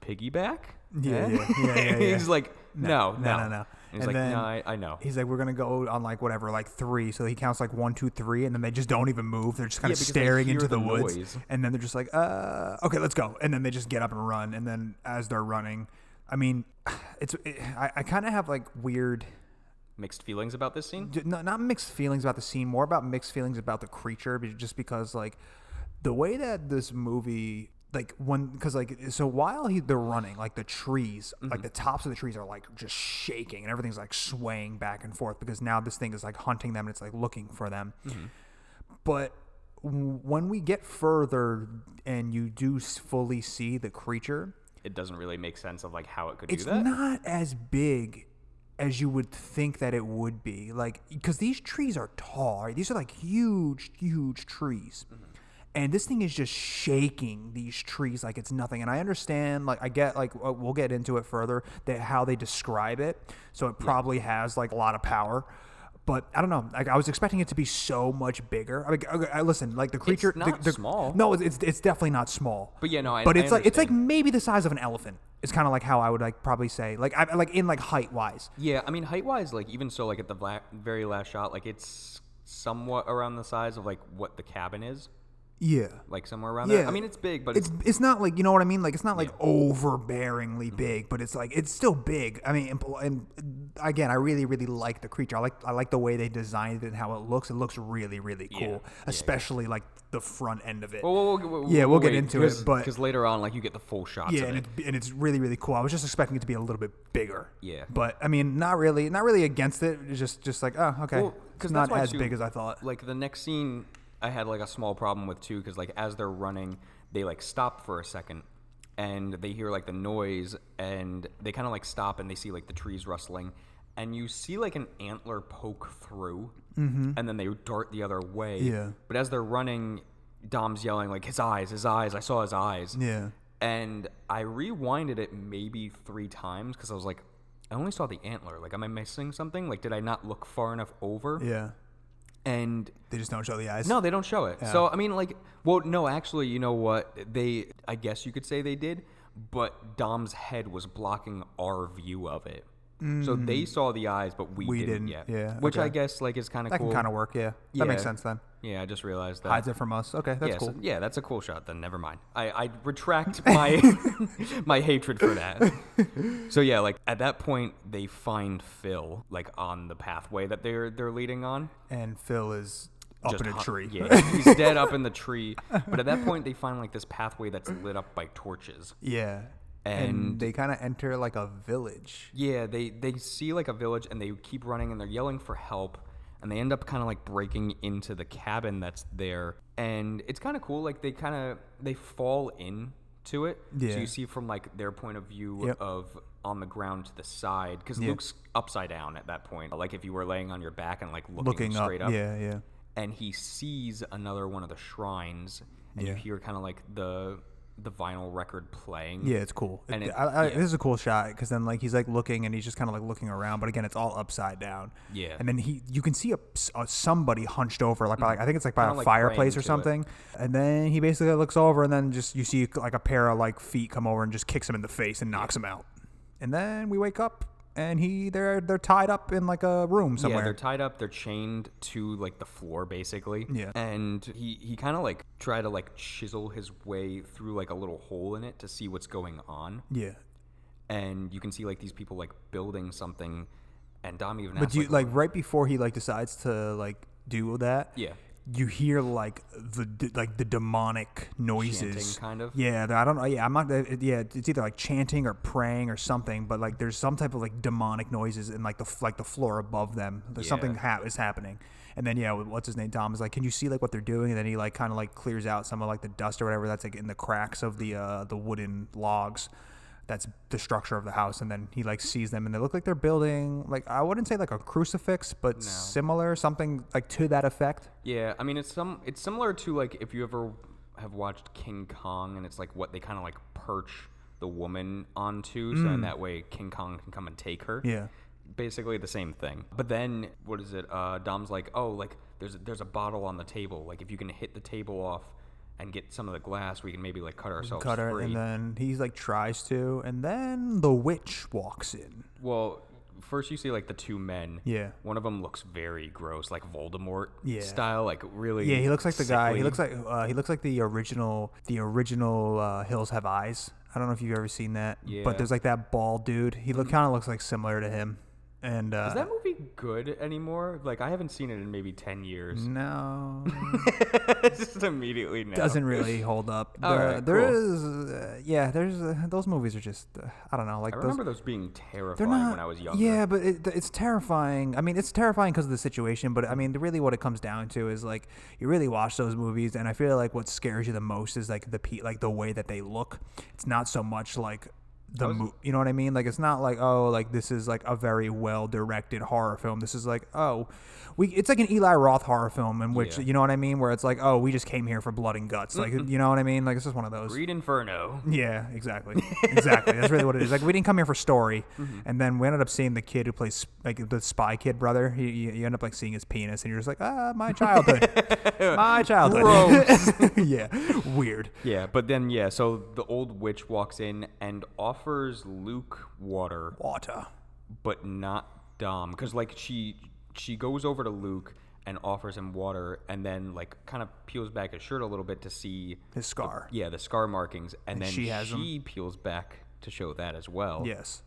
Speaker 1: piggyback.
Speaker 2: Yeah, yeah,
Speaker 1: Eh?
Speaker 2: yeah, yeah, yeah.
Speaker 1: [LAUGHS] he's like, no,
Speaker 2: no,
Speaker 1: no,
Speaker 2: no, no.
Speaker 1: He's
Speaker 2: And
Speaker 1: like,
Speaker 2: then
Speaker 1: no, I, I know.
Speaker 2: He's like, we're gonna go on like whatever, like three. So he counts like one, two, three, and then they just don't even move. They're just kind
Speaker 1: Yeah,
Speaker 2: of
Speaker 1: because they
Speaker 2: staring
Speaker 1: hear
Speaker 2: into the,
Speaker 1: the
Speaker 2: woods,
Speaker 1: noise.
Speaker 2: and then they're just like, uh, okay, let's go. And then they just get up and run. And then as they're running, I mean, [SIGHS] it's it, I, I kind of have like weird.
Speaker 1: Mixed feelings about this scene.
Speaker 2: d- not, not mixed feelings about the scene, more about mixed feelings about the creature, be- just because like the way that this movie like when because like so while he they're running like the trees like the tops of the trees are like just shaking and everything's like swaying back and forth because now this thing is like hunting them and it's like looking for them but w- when we get further and you do s- fully see the creature
Speaker 1: it doesn't really make sense of like how it could
Speaker 2: it's
Speaker 1: do that.
Speaker 2: not as big as you would think that it would be like because these trees are tall right? these are like huge huge trees
Speaker 1: Mm-hmm.
Speaker 2: and this thing is just shaking these trees like it's nothing and i understand like i get like uh, we'll get into it further that how they describe it so it probably has like a lot of power but I don't know. Like I was expecting it to be so much bigger. I mean, okay, I- listen, like the creature. the-
Speaker 1: not
Speaker 2: the-
Speaker 1: small.
Speaker 2: No, it's, it's it's definitely not small.
Speaker 1: But yeah, no, I-
Speaker 2: But
Speaker 1: I
Speaker 2: it's like it's like
Speaker 1: understand.
Speaker 2: maybe the size of an elephant. It's kind of like how I would like probably say like I like in like height wise.
Speaker 1: Yeah, I mean height wise, like even so, like at the bla- very last shot, like it's somewhat around the size of like what the cabin is,
Speaker 2: Yeah.
Speaker 1: like somewhere around there.
Speaker 2: Yeah.
Speaker 1: I mean it's big, but
Speaker 2: It's
Speaker 1: it's,
Speaker 2: it's not like you know what I mean. Like it's not like
Speaker 1: Mm-hmm.
Speaker 2: overbearingly big, but it's like it's still big. I mean, and, and again, I really really like the creature. I like I like the way they designed it and how it looks. It looks really really cool,
Speaker 1: Yeah, yeah,
Speaker 2: especially like the front end of it.
Speaker 1: Well, we'll, we'll,
Speaker 2: Yeah, we'll get into it, but-
Speaker 1: because later on, like you get the full shots.
Speaker 2: yeah,
Speaker 1: of
Speaker 2: and,
Speaker 1: it.
Speaker 2: it, and it's really really cool. I was just expecting it to be a little bit bigger.
Speaker 1: Yeah.
Speaker 2: but I mean, not really, not really against it. It's just just like oh okay,
Speaker 1: Well,
Speaker 2: it's
Speaker 1: 'cause
Speaker 2: not
Speaker 1: that's why,
Speaker 2: as
Speaker 1: too,
Speaker 2: big as I thought.
Speaker 1: Like the next scene, I had like a small problem with too, because like as they're running, they like stop for a second, and they hear like the noise, and they kind of like stop, and they see like the trees rustling, and you see like an antler poke through, and then they dart the other way.
Speaker 2: Mm-hmm. Yeah.
Speaker 1: But as they're running, Dom's yelling like his eyes, his eyes. I saw his eyes.
Speaker 2: Yeah,
Speaker 1: And I rewinded it maybe three times because I was like, I only saw the antler. Like, am I missing something? Like, did I not look far enough over?
Speaker 2: yeah.
Speaker 1: And
Speaker 2: They just don't show the eyes.
Speaker 1: no, they don't show it. So I mean, like, well, no, actually, you know what? They, I guess you could say they did, but Dom's head was blocking our view of it. So they saw the eyes, but we,
Speaker 2: Mm. We
Speaker 1: didn't,
Speaker 2: didn't,
Speaker 1: yet.
Speaker 2: yeah,
Speaker 1: which I
Speaker 2: okay.
Speaker 1: guess like is kind of
Speaker 2: that
Speaker 1: cool.
Speaker 2: can kind of work. Yeah, that makes
Speaker 1: Yeah.
Speaker 2: sense then.
Speaker 1: yeah, I just realized that.
Speaker 2: Hides it from us. Okay, that's
Speaker 1: yeah,
Speaker 2: cool.
Speaker 1: so- yeah, that's a cool shot. Then never mind. I, I
Speaker 2: [LAUGHS]
Speaker 1: retract my [LAUGHS] my hatred for that. So yeah, like at that point they find Phil like on the pathway that they're they're leading on.
Speaker 2: and Phil is up
Speaker 1: Just
Speaker 2: in a
Speaker 1: hung-
Speaker 2: tree. [LAUGHS]
Speaker 1: Yeah, he's dead up in the tree. But at that point they find like this pathway that's lit up by torches.
Speaker 2: Yeah. And,
Speaker 1: And-
Speaker 2: they kind of enter like a village.
Speaker 1: Yeah, they they see like a village and they keep running and they're yelling for help and they end up kind of like breaking into the cabin that's there and it's kind of cool like they kind of they fall in to it.
Speaker 2: Yeah.
Speaker 1: So you see from like their point of view
Speaker 2: Yep.
Speaker 1: of on the ground to the side cuz Luke's upside down at that point. Like if you were laying on your back and like looking,
Speaker 2: Looking up.
Speaker 1: straight up,
Speaker 2: Yeah, yeah.
Speaker 1: and he sees another one of the shrines and you
Speaker 2: Yeah.
Speaker 1: hear kind of like the the vinyl record playing.
Speaker 2: Yeah, it's cool.
Speaker 1: And
Speaker 2: It-
Speaker 1: it-
Speaker 2: I, I,
Speaker 1: yeah.
Speaker 2: This is a cool shot because then like he's like looking and he's just kind of like looking around, but again, it's all upside down.
Speaker 1: Yeah.
Speaker 2: And then he, you can see a, a somebody hunched over, like by, like I think it's like by
Speaker 1: Mm-hmm. Kinda,
Speaker 2: a
Speaker 1: like,
Speaker 2: fireplace
Speaker 1: praying
Speaker 2: or
Speaker 1: to it.
Speaker 2: something. And then he basically looks over, and then just you see like a pair of like feet come over and just kicks him in the face and knocks him out. And then we wake up and he they're they're tied up in like a room
Speaker 1: Yeah, they're
Speaker 2: somewhere.
Speaker 1: tied up. They're chained to like the floor, basically.
Speaker 2: Yeah.
Speaker 1: And he he kind of like try to like chisel his way through like a little hole in it to see what's going on.
Speaker 2: Yeah.
Speaker 1: And you can see like these people like building something. And Dom even
Speaker 2: But
Speaker 1: asked,
Speaker 2: do you, like right before he like decides to like do that?
Speaker 1: Yeah.
Speaker 2: You hear like the d- like the demonic noises,
Speaker 1: kind of?
Speaker 2: Yeah, th- I don't know. Yeah, I'm not. uh, it- Yeah, it's either like chanting or praying or something. But like, there's some type of like demonic noises in like the f- like the floor above them. There's something
Speaker 1: Yeah.
Speaker 2: ha- is happening. And then yeah, what's his name? Dom is like, can you see like what they're doing? And then he like kind of like clears out some of like the dust or whatever that's like in the cracks of the uh, the wooden logs. That's the structure of the house, and then he like sees them, and they look like they're building like I wouldn't say like a crucifix, but similar something like to that effect.
Speaker 1: Yeah, I mean it's some it's similar to like if you ever have watched King Kong and it's like what they kind of like perch the woman onto so in that way King Kong can come and take her.
Speaker 2: Mm. Yeah.
Speaker 1: Basically the same thing. But then what is it? Uh, Dom's like, "Oh, like there's there's a bottle on the table. Like if you can hit the table off and get some of the glass, we can maybe like cut ourselves
Speaker 2: Cutter,
Speaker 1: Oh, free."
Speaker 2: and then he's like tries to, and then the witch walks in.
Speaker 1: well, first you see like the two men.
Speaker 2: Yeah.
Speaker 1: One of them looks very gross, like Voldemort
Speaker 2: Yeah.
Speaker 1: style, like really
Speaker 2: Yeah, he looks like the guy. He
Speaker 1: sickly.
Speaker 2: looks like uh, he looks like the original the original uh, Hills Have Eyes. I don't know if you've ever seen that,
Speaker 1: Yeah.
Speaker 2: but there's like that bald dude. He look kind of looks like similar to him. And uh,
Speaker 1: Is that movie good anymore? Like I haven't seen it in maybe ten [LAUGHS] years.
Speaker 2: uh, no,
Speaker 1: [LAUGHS] Just immediately now.
Speaker 2: doesn't really hold up.
Speaker 1: All
Speaker 2: There-
Speaker 1: right,
Speaker 2: there
Speaker 1: cool.
Speaker 2: is, uh, yeah, there's uh, those movies are just uh, I don't know, like
Speaker 1: I
Speaker 2: those
Speaker 1: remember those being
Speaker 2: They're
Speaker 1: terrifying
Speaker 2: not.
Speaker 1: when I was younger.
Speaker 2: Yeah, but it, th- it's terrifying. I mean, it's terrifying because of the situation. But I mean, really, what it comes down to is like you really watch those movies, and I feel like what scares you the most is like the pe- like the way that they look. It's not so much like the mo- you know what I mean. Like it's not like oh like this is like a very well directed horror film. This is like oh we it's like an Eli Roth horror film in which
Speaker 1: Yeah.
Speaker 2: you know what I mean, where it's like oh we just came here for blood and guts. Like you know what I mean. Like it's just one of those.
Speaker 1: Read Inferno.
Speaker 2: Yeah, exactly. Exactly. That's really what it is. Like we didn't come here for story,
Speaker 1: Mm-hmm.
Speaker 2: and then we ended up seeing the kid who plays like the spy kid brother. He, you, you end up like seeing his penis, and you're just like, ah, my
Speaker 1: [LAUGHS]
Speaker 2: childhood, my childhood. [LAUGHS] yeah, weird.
Speaker 1: Yeah, but then yeah, so the old witch walks in and offers Luke water,
Speaker 2: Water.
Speaker 1: but not Dom, because like she she goes over to Luke and offers him water, and then like kind of peels back his shirt a little bit to see
Speaker 2: His scar.
Speaker 1: yeah the scar markings, and, then
Speaker 2: she has 'em.
Speaker 1: she peels back to show that as well.
Speaker 2: Yes.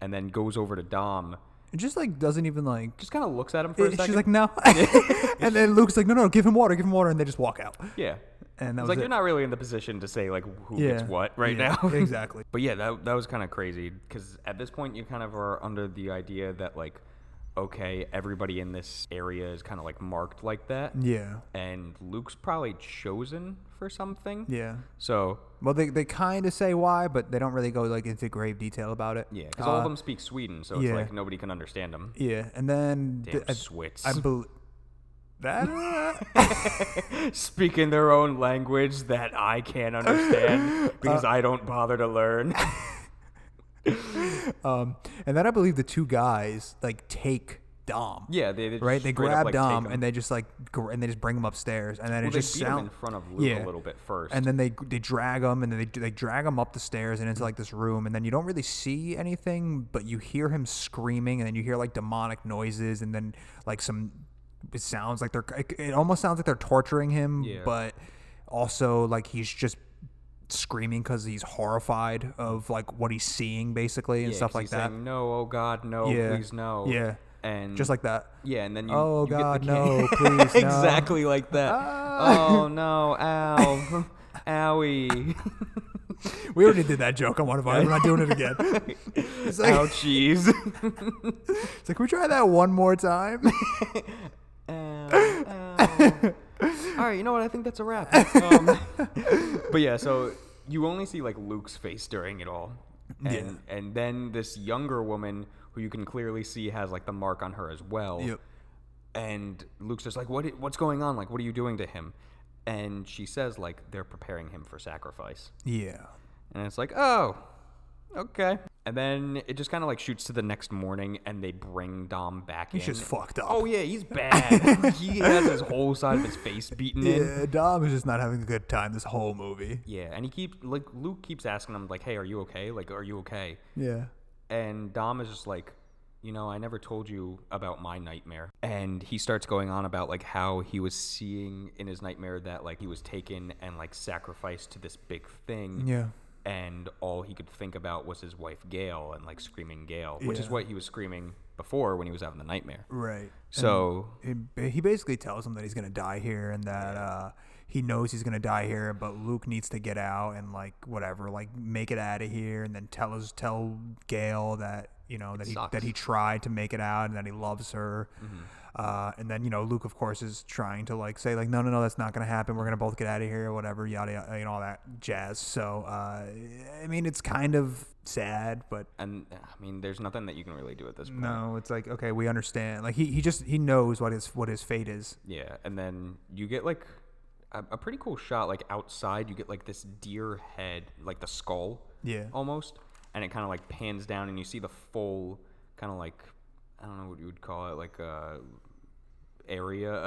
Speaker 1: and then goes over to Dom,
Speaker 2: It just like doesn't even like.
Speaker 1: just kind of looks at him for a second.
Speaker 2: she's like, no. [LAUGHS] and then Luke's like, no, no, give him water, give him water, and they just walk out.
Speaker 1: Yeah.
Speaker 2: And that
Speaker 1: it's
Speaker 2: was
Speaker 1: like
Speaker 2: it.
Speaker 1: you're not really in the position to say like who
Speaker 2: Yeah.
Speaker 1: gets what right
Speaker 2: Yeah,
Speaker 1: now. [LAUGHS]
Speaker 2: exactly.
Speaker 1: but yeah, that that was kind of crazy because at this point you kind of are under the idea that like, okay, everybody in this area is kind of like marked like that,
Speaker 2: Yeah.
Speaker 1: and Luke's probably chosen for something.
Speaker 2: Yeah.
Speaker 1: So
Speaker 2: Well, they, they kind of say why, but they don't really go like into grave detail about it.
Speaker 1: yeah, because all
Speaker 2: Uh,
Speaker 1: of them speak Sweden, so it's
Speaker 2: yeah.
Speaker 1: like nobody can understand them.
Speaker 2: Yeah, and then
Speaker 1: Damn
Speaker 2: I-
Speaker 1: Swits. [LAUGHS]
Speaker 2: I believe that [LAUGHS]
Speaker 1: Speaking their own language that I
Speaker 2: [LAUGHS]
Speaker 1: can't understand because
Speaker 2: Uh,
Speaker 1: I don't bother to learn. [LAUGHS]
Speaker 2: um, and then I believe the two guys like take Dom.
Speaker 1: yeah, they, they
Speaker 2: Right, they
Speaker 1: straight up,
Speaker 2: grab
Speaker 1: like, take
Speaker 2: Dom
Speaker 1: him.
Speaker 2: and they just like gr- and they just bring him upstairs, and then
Speaker 1: Well,
Speaker 2: it
Speaker 1: they
Speaker 2: just
Speaker 1: beat him
Speaker 2: sounds
Speaker 1: in front of Luke
Speaker 2: yeah.
Speaker 1: a little bit first.
Speaker 2: And then they they drag him, and then they they drag him up the stairs and into like this room, and then you don't really see anything, but you hear him screaming, and then you hear like demonic noises, and then like some it sounds like they're it, it almost sounds like they're torturing him,
Speaker 1: Yeah.
Speaker 2: but also like he's just screaming because he's horrified of like what he's seeing basically and
Speaker 1: Yeah,
Speaker 2: stuff
Speaker 1: 'cause
Speaker 2: like
Speaker 1: he's
Speaker 2: that,
Speaker 1: saying, no, oh God, no,
Speaker 2: Yeah.
Speaker 1: please no.
Speaker 2: Yeah.
Speaker 1: And
Speaker 2: just like that.
Speaker 1: yeah, and then you.
Speaker 2: Oh,
Speaker 1: you get the
Speaker 2: God,
Speaker 1: kid- [LAUGHS]
Speaker 2: no, please, no. Ah.
Speaker 1: exactly like that. Oh no,
Speaker 2: [LAUGHS]
Speaker 1: ow, owie,
Speaker 2: We already did that joke on one of ours. We're not doing it
Speaker 1: [LAUGHS]
Speaker 2: again. It's like, [LAUGHS]
Speaker 1: ouchies.
Speaker 2: it's like, can we try that one more time? [LAUGHS]
Speaker 1: ow, ow. All right, you know what? I think that's
Speaker 2: [LAUGHS]
Speaker 1: a wrap. Um, but yeah, so you only see like Luke's face during it all, and and then this younger woman who you can clearly see has like the mark on her as well.
Speaker 2: Yep.
Speaker 1: And Luke's just like, what? i- What's going on? Like, what are you doing to him? and she says like they're preparing him for sacrifice,
Speaker 2: Yeah.
Speaker 1: and it's like oh, okay. And then it just kind of like shoots to the next morning, and they bring Dom back
Speaker 2: He's
Speaker 1: in.
Speaker 2: just fucked up.
Speaker 1: Oh
Speaker 2: [LAUGHS]
Speaker 1: yeah, he's bad. he has his whole side of his face beaten in.
Speaker 2: Yeah, Dom is just not having a good time this whole movie.
Speaker 1: Yeah, and he keeps like Luke keeps asking him like, "Hey, are you okay? Like, are you okay?"
Speaker 2: Yeah.
Speaker 1: And Dom is just like, you know, I never told you about my nightmare. And he starts going on about like how he was seeing in his nightmare that like he was taken and like sacrificed to this big thing.
Speaker 2: Yeah.
Speaker 1: And all he could think about was his wife Gail and like screaming Gail, which is
Speaker 2: Yeah.
Speaker 1: what he was screaming before when he was having the nightmare.
Speaker 2: Right.
Speaker 1: So
Speaker 2: And he he basically tells him that he's going to die here and that uh, he knows he's going to die here, but Luke needs to get out and, like, whatever, like, make it out of here and then tell us, tell Gail that, you know, that he,
Speaker 1: sucks. Mm-hmm.
Speaker 2: that he tried to make it out and that he loves her. Uh, and then, you know, Luke, of course, is trying to, like, say, like, no, no, no, that's not going to happen. We're going to both get out of here or whatever, yada, yada, you know, all that jazz. So, uh, I mean, it's kind of sad, but
Speaker 1: and I mean, there's nothing that you can really do at this point.
Speaker 2: no, it's like okay, we understand. Like he, he just he knows what his what his fate is.
Speaker 1: Yeah, and then you get like a, a pretty cool shot, like outside. You get like this deer head, like the skull,
Speaker 2: Yeah.
Speaker 1: almost, and it kind of like pans down, and you see the full kind of like I don't know what you would call it, like uh, area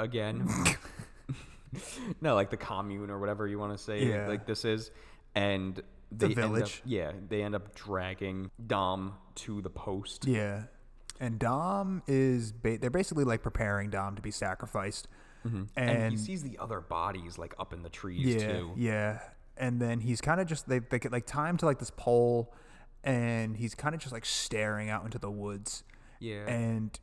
Speaker 2: [LAUGHS]
Speaker 1: again. [LAUGHS] no, like the commune or whatever you want to say.
Speaker 2: Yeah.
Speaker 1: Like this is, and they end up-
Speaker 2: village.
Speaker 1: yeah, they end up dragging Dom to the post.
Speaker 2: Yeah. And Dom is ba- they're basically like preparing Dom to be sacrificed. And,
Speaker 1: Mm-hmm. And, he sees the other bodies like up in the trees
Speaker 2: yeah,
Speaker 1: too.
Speaker 2: yeah. And then he's kind of just they they get like time to like this pole, and he's kind of just like staring out into the woods.
Speaker 1: Yeah.
Speaker 2: And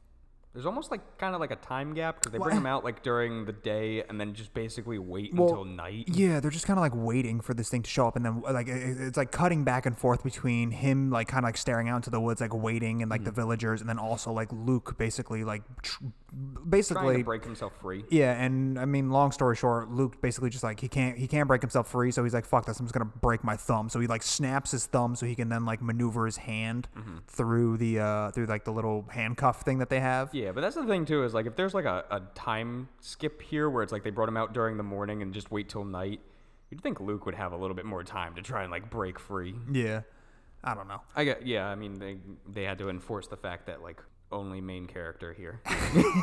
Speaker 1: There's almost like kind of like a time gap because they
Speaker 2: Well,
Speaker 1: bring him out like during the day and then just basically wait
Speaker 2: Well,
Speaker 1: until night.
Speaker 2: Yeah, they're just kind of like waiting for this thing to show up, and then like it- it's like cutting back and forth between him like kind of like staring out into the woods, like waiting, and like
Speaker 1: Mm-hmm.
Speaker 2: the villagers, and then also like Luke basically like tr-
Speaker 1: Trying to
Speaker 2: basically
Speaker 1: break himself free.
Speaker 2: yeah, and I mean, long story short, Luke basically just like he can't he can't break himself free, so he's like, "Fuck this! I'm just gonna break my thumb." So he like snaps his thumb so he can then like maneuver his hand
Speaker 1: Mm-hmm.
Speaker 2: through the uh through like the little handcuff thing that they have.
Speaker 1: Yeah, but that's the thing too is like if there's like a, a time skip here where it's like they brought him out during the morning and just wait till night, you'd think Luke would have a little bit more time to try and like break free.
Speaker 2: yeah. I don't know.
Speaker 1: I get, yeah, I mean they they had to enforce the fact that like only main character here. [LAUGHS]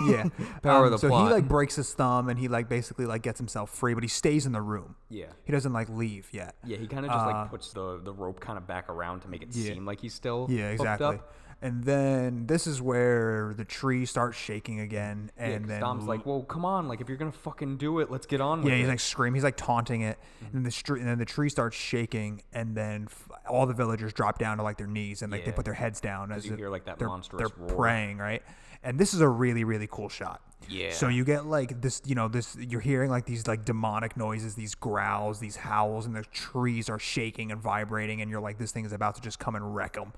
Speaker 2: yeah Um,
Speaker 1: Power of the
Speaker 2: so
Speaker 1: plot.
Speaker 2: he like breaks his thumb and he like basically like gets himself free but he stays in the room
Speaker 1: yeah.
Speaker 2: he doesn't like leave yet
Speaker 1: Yeah, he kind of just like puts the, the rope kind of back around to make it seem like he's still
Speaker 2: Uh, yeah
Speaker 1: hooked
Speaker 2: exactly
Speaker 1: up.
Speaker 2: and then this is where the tree starts shaking again and
Speaker 1: Yeah, 'cause
Speaker 2: then
Speaker 1: Dom's like, well, come on, like if you're gonna fucking do it, let's get on with
Speaker 2: yeah
Speaker 1: it.
Speaker 2: he's like screaming he's like taunting it
Speaker 1: Mm-hmm.
Speaker 2: and then the street and then the tree starts shaking and then f- all the villagers drop down to like their knees and like they
Speaker 1: Yeah.
Speaker 2: put their heads down as
Speaker 1: you
Speaker 2: if
Speaker 1: hear, like, that
Speaker 2: they're,
Speaker 1: monstrous
Speaker 2: they're
Speaker 1: roar.
Speaker 2: praying right and this is a really really cool shot
Speaker 1: Yeah.
Speaker 2: so you get like this you know this you're hearing like these like demonic noises these growls these howls and the trees are shaking and vibrating and you're like this thing is about to just come and wreck them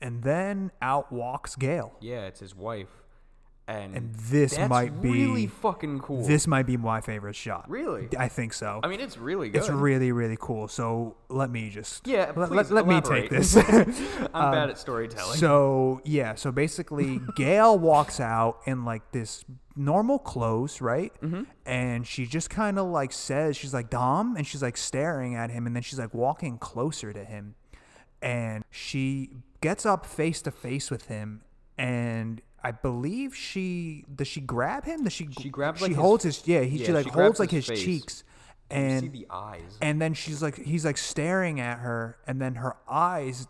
Speaker 2: and then out walks Gale.
Speaker 1: Yeah, it's his wife, and,
Speaker 2: this
Speaker 1: that's
Speaker 2: might be-
Speaker 1: really fucking cool.
Speaker 2: This might be my favorite shot.
Speaker 1: Really?
Speaker 2: I think so.
Speaker 1: I mean, it's really good.
Speaker 2: It's really, really cool. So let me just
Speaker 1: Yeah,
Speaker 2: Let,
Speaker 1: please
Speaker 2: let, let me take
Speaker 1: elaborate.
Speaker 2: this. [LAUGHS]
Speaker 1: [LAUGHS] I'm bad at storytelling.
Speaker 2: um, so yeah. So
Speaker 1: [LAUGHS]
Speaker 2: basically, Gail walks out in like this normal clothes, right?
Speaker 1: Mm-hmm.
Speaker 2: And she just kind of like says, she's like Dom, and she's like staring at him, and then she's like walking closer to him, and she gets up face to face with him, and. I believe she does. She grab him. Does she?
Speaker 1: She grabs, like,
Speaker 2: She
Speaker 1: his-
Speaker 2: holds his. Yeah, he,
Speaker 1: yeah,
Speaker 2: she like
Speaker 1: she grabs
Speaker 2: holds like
Speaker 1: his
Speaker 2: his,
Speaker 1: face.
Speaker 2: cheeks,
Speaker 1: you
Speaker 2: and
Speaker 1: see the eyes.
Speaker 2: and then she's like he's like staring at her and then her eyes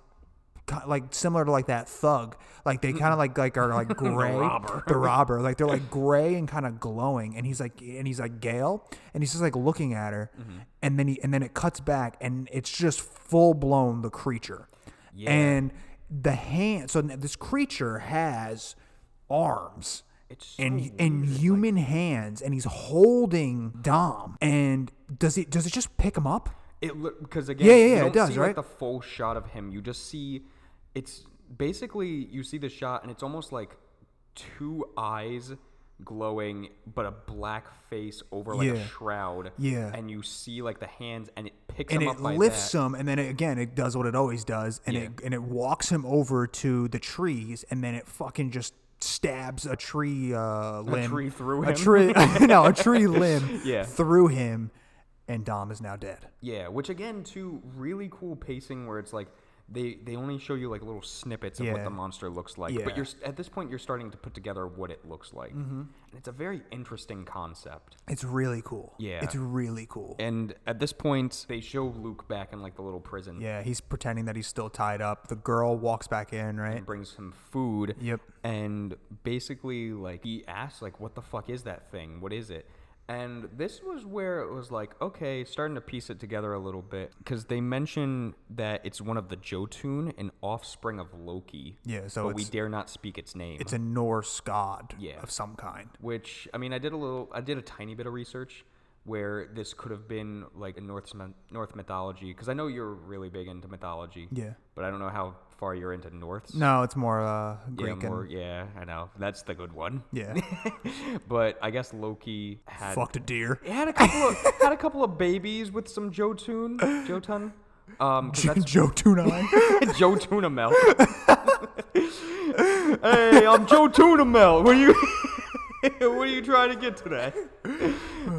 Speaker 2: ki- like similar to like that thug like they kind of like like are
Speaker 1: [LAUGHS]
Speaker 2: like gray
Speaker 1: robber.
Speaker 2: the robber like they're like gray and kind of glowing and he's like and he's like gail and he's just like looking at her
Speaker 1: Mm-hmm.
Speaker 2: and then he and then it cuts back and it's just full blown the creature
Speaker 1: Yeah.
Speaker 2: and the hand so this creature has arms
Speaker 1: It's so
Speaker 2: and and human hands and he's holding Dom and does it does it just pick him up?
Speaker 1: it because again,
Speaker 2: Yeah, yeah,
Speaker 1: you
Speaker 2: yeah, it
Speaker 1: don't
Speaker 2: does,
Speaker 1: see,
Speaker 2: right?
Speaker 1: Like, the full shot of him, you just see. It's basically you see the shot, and it's almost like two eyes glowing, but a black face over like
Speaker 2: Yeah.
Speaker 1: a shroud.
Speaker 2: Yeah.
Speaker 1: and you see like the hands, and it picks
Speaker 2: And
Speaker 1: him
Speaker 2: it
Speaker 1: up by
Speaker 2: lifts
Speaker 1: that.
Speaker 2: him and then it, again it does what it always does and it and it walks him over to the trees and then it fucking just stabs a tree uh limb
Speaker 1: tree through
Speaker 2: a
Speaker 1: [LAUGHS] him.
Speaker 2: tree [LAUGHS] no a tree limb
Speaker 1: [LAUGHS] Yeah.
Speaker 2: through him and Dom is now dead.
Speaker 1: Yeah, which again, too, really cool pacing where it's like they they only show you like little snippets of
Speaker 2: Yeah.
Speaker 1: what the monster looks like,
Speaker 2: Yeah. Mm-hmm.
Speaker 1: but you're s- at this point you're starting to put together what it looks like, and it's a very interesting concept.
Speaker 2: It's really cool.
Speaker 1: Yeah.
Speaker 2: It's really cool.
Speaker 1: And at this point, they show Luke back in like the little prison
Speaker 2: yeah, he's pretending that he's still tied up. The girl walks back in, right?
Speaker 1: and brings him food.
Speaker 2: Yep.
Speaker 1: And basically, like he asks, like, "What the fuck is that thing? What is it?" And this was where it was like, okay, starting to piece it together a little bit because they mention that it's one of the Jotun, an offspring of Loki.
Speaker 2: Yeah, so
Speaker 1: but we
Speaker 2: it's-
Speaker 1: dare not speak its name.
Speaker 2: It's a Norse god
Speaker 1: Yeah.
Speaker 2: of some kind.
Speaker 1: which I mean, I did a little, I did a tiny bit of research where this could have been like a North North mythology because I know you're really big into mythology.
Speaker 2: Yeah.
Speaker 1: But I don't know how far you're into Norths.
Speaker 2: No, it's more uh,
Speaker 1: Yeah,
Speaker 2: Greek
Speaker 1: more,
Speaker 2: and
Speaker 1: yeah, I know. That's the good one. [LAUGHS]
Speaker 2: yeah,
Speaker 1: but I guess Loki had
Speaker 2: fucked a deer.
Speaker 1: He had a couple of [LAUGHS] had a couple of babies with some Jotun, Jotun. Um, 'cause that's
Speaker 2: Joe
Speaker 1: [LAUGHS]
Speaker 2: Tunai. [LAUGHS]
Speaker 1: Jotunamel. [LAUGHS] hey, I'm Jotunamel. What are you? what are you [LAUGHS] trying to get today?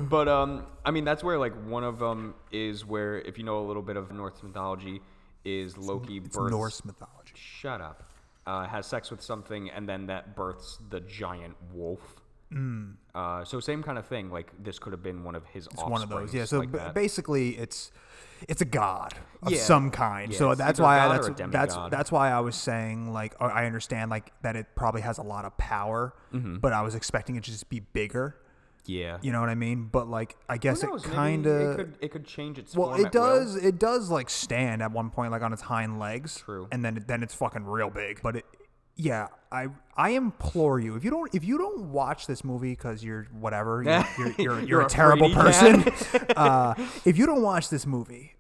Speaker 1: But um, I mean, that's where like one of them is where if you know a little bit of Norse mythology, is Loki
Speaker 2: it's
Speaker 1: births
Speaker 2: Norse mythology.
Speaker 1: shut up, uh, has sex with something, and then that births the giant wolf. Uh, so same kind of thing. Like this could have been one of his.
Speaker 2: Hmm. It's one of those. Yeah. So
Speaker 1: like
Speaker 2: ba-
Speaker 1: that.
Speaker 2: basically, it's it's a god of
Speaker 1: Yeah.
Speaker 2: some kind.
Speaker 1: Yeah,
Speaker 2: so
Speaker 1: it's
Speaker 2: that's
Speaker 1: either a
Speaker 2: why I,
Speaker 1: god or
Speaker 2: that's
Speaker 1: a
Speaker 2: that's
Speaker 1: demigod.
Speaker 2: that's why I was saying like I- I understand like that it probably has a lot of power,
Speaker 1: Mm-hmm.
Speaker 2: but I was expecting it to just be bigger.
Speaker 1: yeah.
Speaker 2: You know what I mean? But like I guess
Speaker 1: Who knows?
Speaker 2: it
Speaker 1: Maybe
Speaker 2: kind
Speaker 1: It
Speaker 2: of
Speaker 1: could, it could change its.
Speaker 2: well
Speaker 1: form
Speaker 2: it
Speaker 1: at will.
Speaker 2: does it does like stand at one point like on its hind legs.
Speaker 1: True.
Speaker 2: And then it- then it's fucking real big. But it yeah, I I implore you if you don't if you don't watch this movie because you're whatever you're you're, you're, you're,
Speaker 1: You're
Speaker 2: a,
Speaker 1: a
Speaker 2: terrible person.
Speaker 1: Brady
Speaker 2: uh, if you don't watch this movie,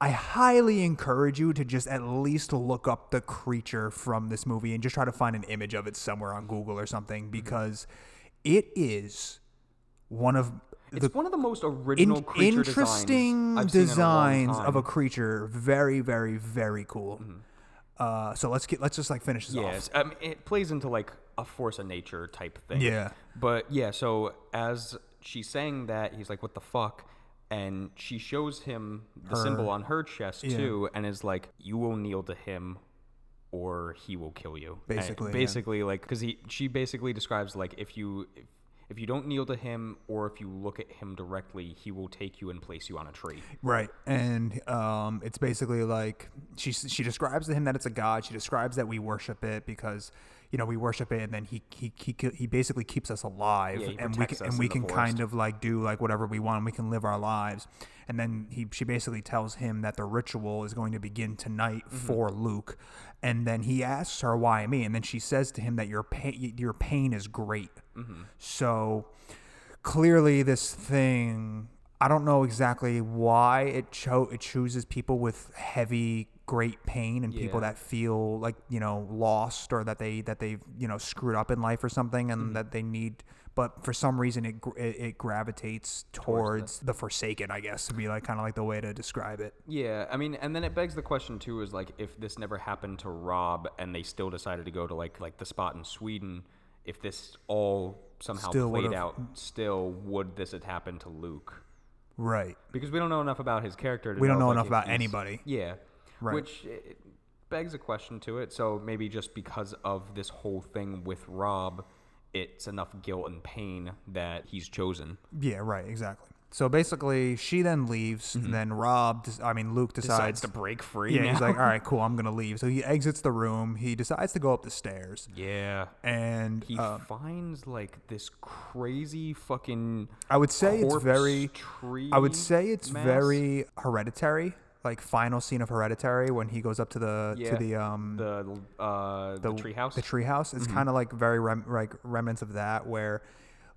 Speaker 2: I highly encourage you to just at least look up the creature from this movie and just try to find an image of it somewhere on Google or something because it is one of
Speaker 1: It's
Speaker 2: the
Speaker 1: one of the most
Speaker 2: in-
Speaker 1: original, creature
Speaker 2: interesting
Speaker 1: designs, I've seen in a long
Speaker 2: designs of a
Speaker 1: time. Mm-hmm.
Speaker 2: creature. Very, very, very cool. Uh, so let's get let's just like finish this off.
Speaker 1: Yes, um, it plays into like a force of nature type thing.
Speaker 2: Yeah.
Speaker 1: But yeah, so as she's saying that, he's like, "What the fuck?" And she shows him the symbol on her chest too, and is like, "You will kneel to him, or he will kill you." And
Speaker 2: Basically, yeah.
Speaker 1: basically, like, because he she basically describes like if you. If, if you don't kneel to him, or if you look at him directly, he will take you and place you on a tree.
Speaker 2: Right, and um, it's basically like she she describes to him that it's a god. She describes that we worship it because you know we worship it, and then he he he, ki- he basically keeps us alive,
Speaker 1: Yeah, he
Speaker 2: and we
Speaker 1: protects
Speaker 2: can, and
Speaker 1: us in
Speaker 2: we
Speaker 1: the
Speaker 2: can
Speaker 1: forest.
Speaker 2: kind of like do like whatever we want. We can live our lives, and then he she basically tells him that the ritual is going to begin tonight for Luke, and then he asks her why me, and then she says to him that your pain your pain is great, so clearly this thing I don't know exactly why it cho- it chooses people with heavy great pain and people
Speaker 1: Yeah.
Speaker 2: that feel like you know lost or that they that they've you know screwed up in life or something
Speaker 1: Mm-hmm.
Speaker 2: and that they need but for some reason it gr- it, it gravitates towards the forsaken I guess to be like kind of like the way to describe it
Speaker 1: Yeah, I mean, and then it begs the question too: is like if this never happened to Rob, and they still decided to go to like like the spot in Sweden, if this all somehow
Speaker 2: Still
Speaker 1: played
Speaker 2: would've-
Speaker 1: out, still would this have happened to Luke?
Speaker 2: right
Speaker 1: Because we don't know enough about his character. To
Speaker 2: we don't know
Speaker 1: if,
Speaker 2: enough
Speaker 1: if
Speaker 2: about
Speaker 1: he's-
Speaker 2: anybody
Speaker 1: Yeah,
Speaker 2: Right.
Speaker 1: Which it begs a question to it. So maybe just because of this whole thing with Rob, it's enough guilt and pain that he's chosen.
Speaker 2: yeah right exactly so basically she then leaves and then Rob des- I mean Luke decides
Speaker 1: Mm-hmm. Decides to break free.
Speaker 2: Yeah,
Speaker 1: now.
Speaker 2: he's like, all right, cool, I'm gonna leave. So he exits the room. He decides to go up the stairs,
Speaker 1: [LAUGHS] yeah.
Speaker 2: and
Speaker 1: He
Speaker 2: uh,
Speaker 1: finds like this crazy fucking.
Speaker 2: I would say it's
Speaker 1: corpse
Speaker 2: very,
Speaker 1: tree
Speaker 2: I would say it's
Speaker 1: mass.
Speaker 2: very hereditary, like final scene of Hereditary when he goes up to the
Speaker 1: Yeah.
Speaker 2: to the um
Speaker 1: the uh the, treehouse. Mm-hmm.
Speaker 2: The treehouse. It's kind of like very rem- like remnants of that where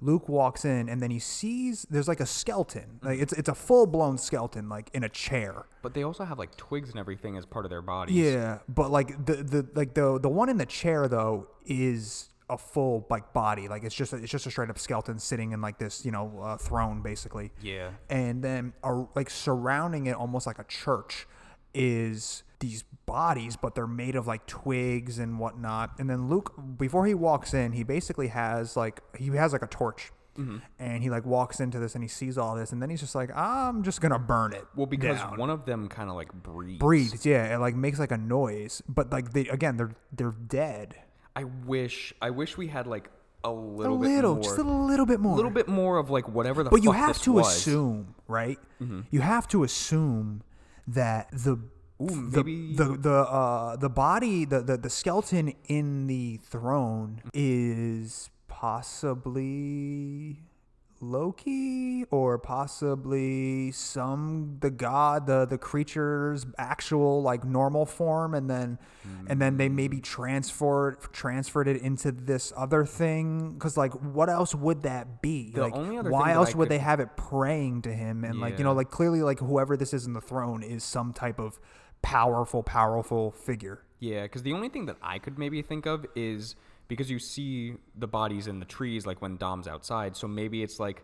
Speaker 2: Luke walks in and then he sees there's like a skeleton. Like
Speaker 1: Mm-hmm.
Speaker 2: it's it's a full blown skeleton like in a chair.
Speaker 1: but they also have like twigs and everything as part of their bodies.
Speaker 2: Yeah, but like the the like the the one in the chair though is a full like body. Like it's just a, it's just a straight up skeleton sitting in like this you know uh, throne basically.
Speaker 1: Yeah.
Speaker 2: And then uh, like surrounding it almost like a church is these bodies, but they're made of like twigs and whatnot. And then Luke before he walks in, he basically has like he has like a torch. and he like walks into this and he sees all this, and then he's just like, I'm just gonna burn it.
Speaker 1: Well, because
Speaker 2: down."
Speaker 1: one of them kind of like breathes.
Speaker 2: breathes, yeah, it like makes like a noise, but like they again, they're they're dead.
Speaker 1: I wish. I wish we had like a
Speaker 2: A
Speaker 1: little,
Speaker 2: little,
Speaker 1: bit more,
Speaker 2: just a little bit more.
Speaker 1: little bit more of like whatever the.
Speaker 2: But you
Speaker 1: fuck
Speaker 2: have
Speaker 1: this
Speaker 2: to
Speaker 1: was. Mm-hmm.
Speaker 2: assume, right? You have to assume that the the,
Speaker 1: maybe-
Speaker 2: the the uh the body the, the the skeleton in the throne
Speaker 1: Mm-hmm.
Speaker 2: is possibly Loki or possibly some the god the the creature's actual like normal form and then and then they maybe
Speaker 1: Hmm.
Speaker 2: transferred transferred it into this other thing cuz like what else would that be
Speaker 1: The
Speaker 2: like
Speaker 1: only other thing
Speaker 2: why
Speaker 1: that
Speaker 2: else
Speaker 1: I
Speaker 2: would
Speaker 1: could-
Speaker 2: they have it praying to him and like you know
Speaker 1: Yeah.
Speaker 2: like clearly like whoever this is in the throne is some type of powerful powerful figure
Speaker 1: Yeah, because the only thing that I could maybe think of is because you see the bodies in the trees, like when Dom's outside. So maybe it's like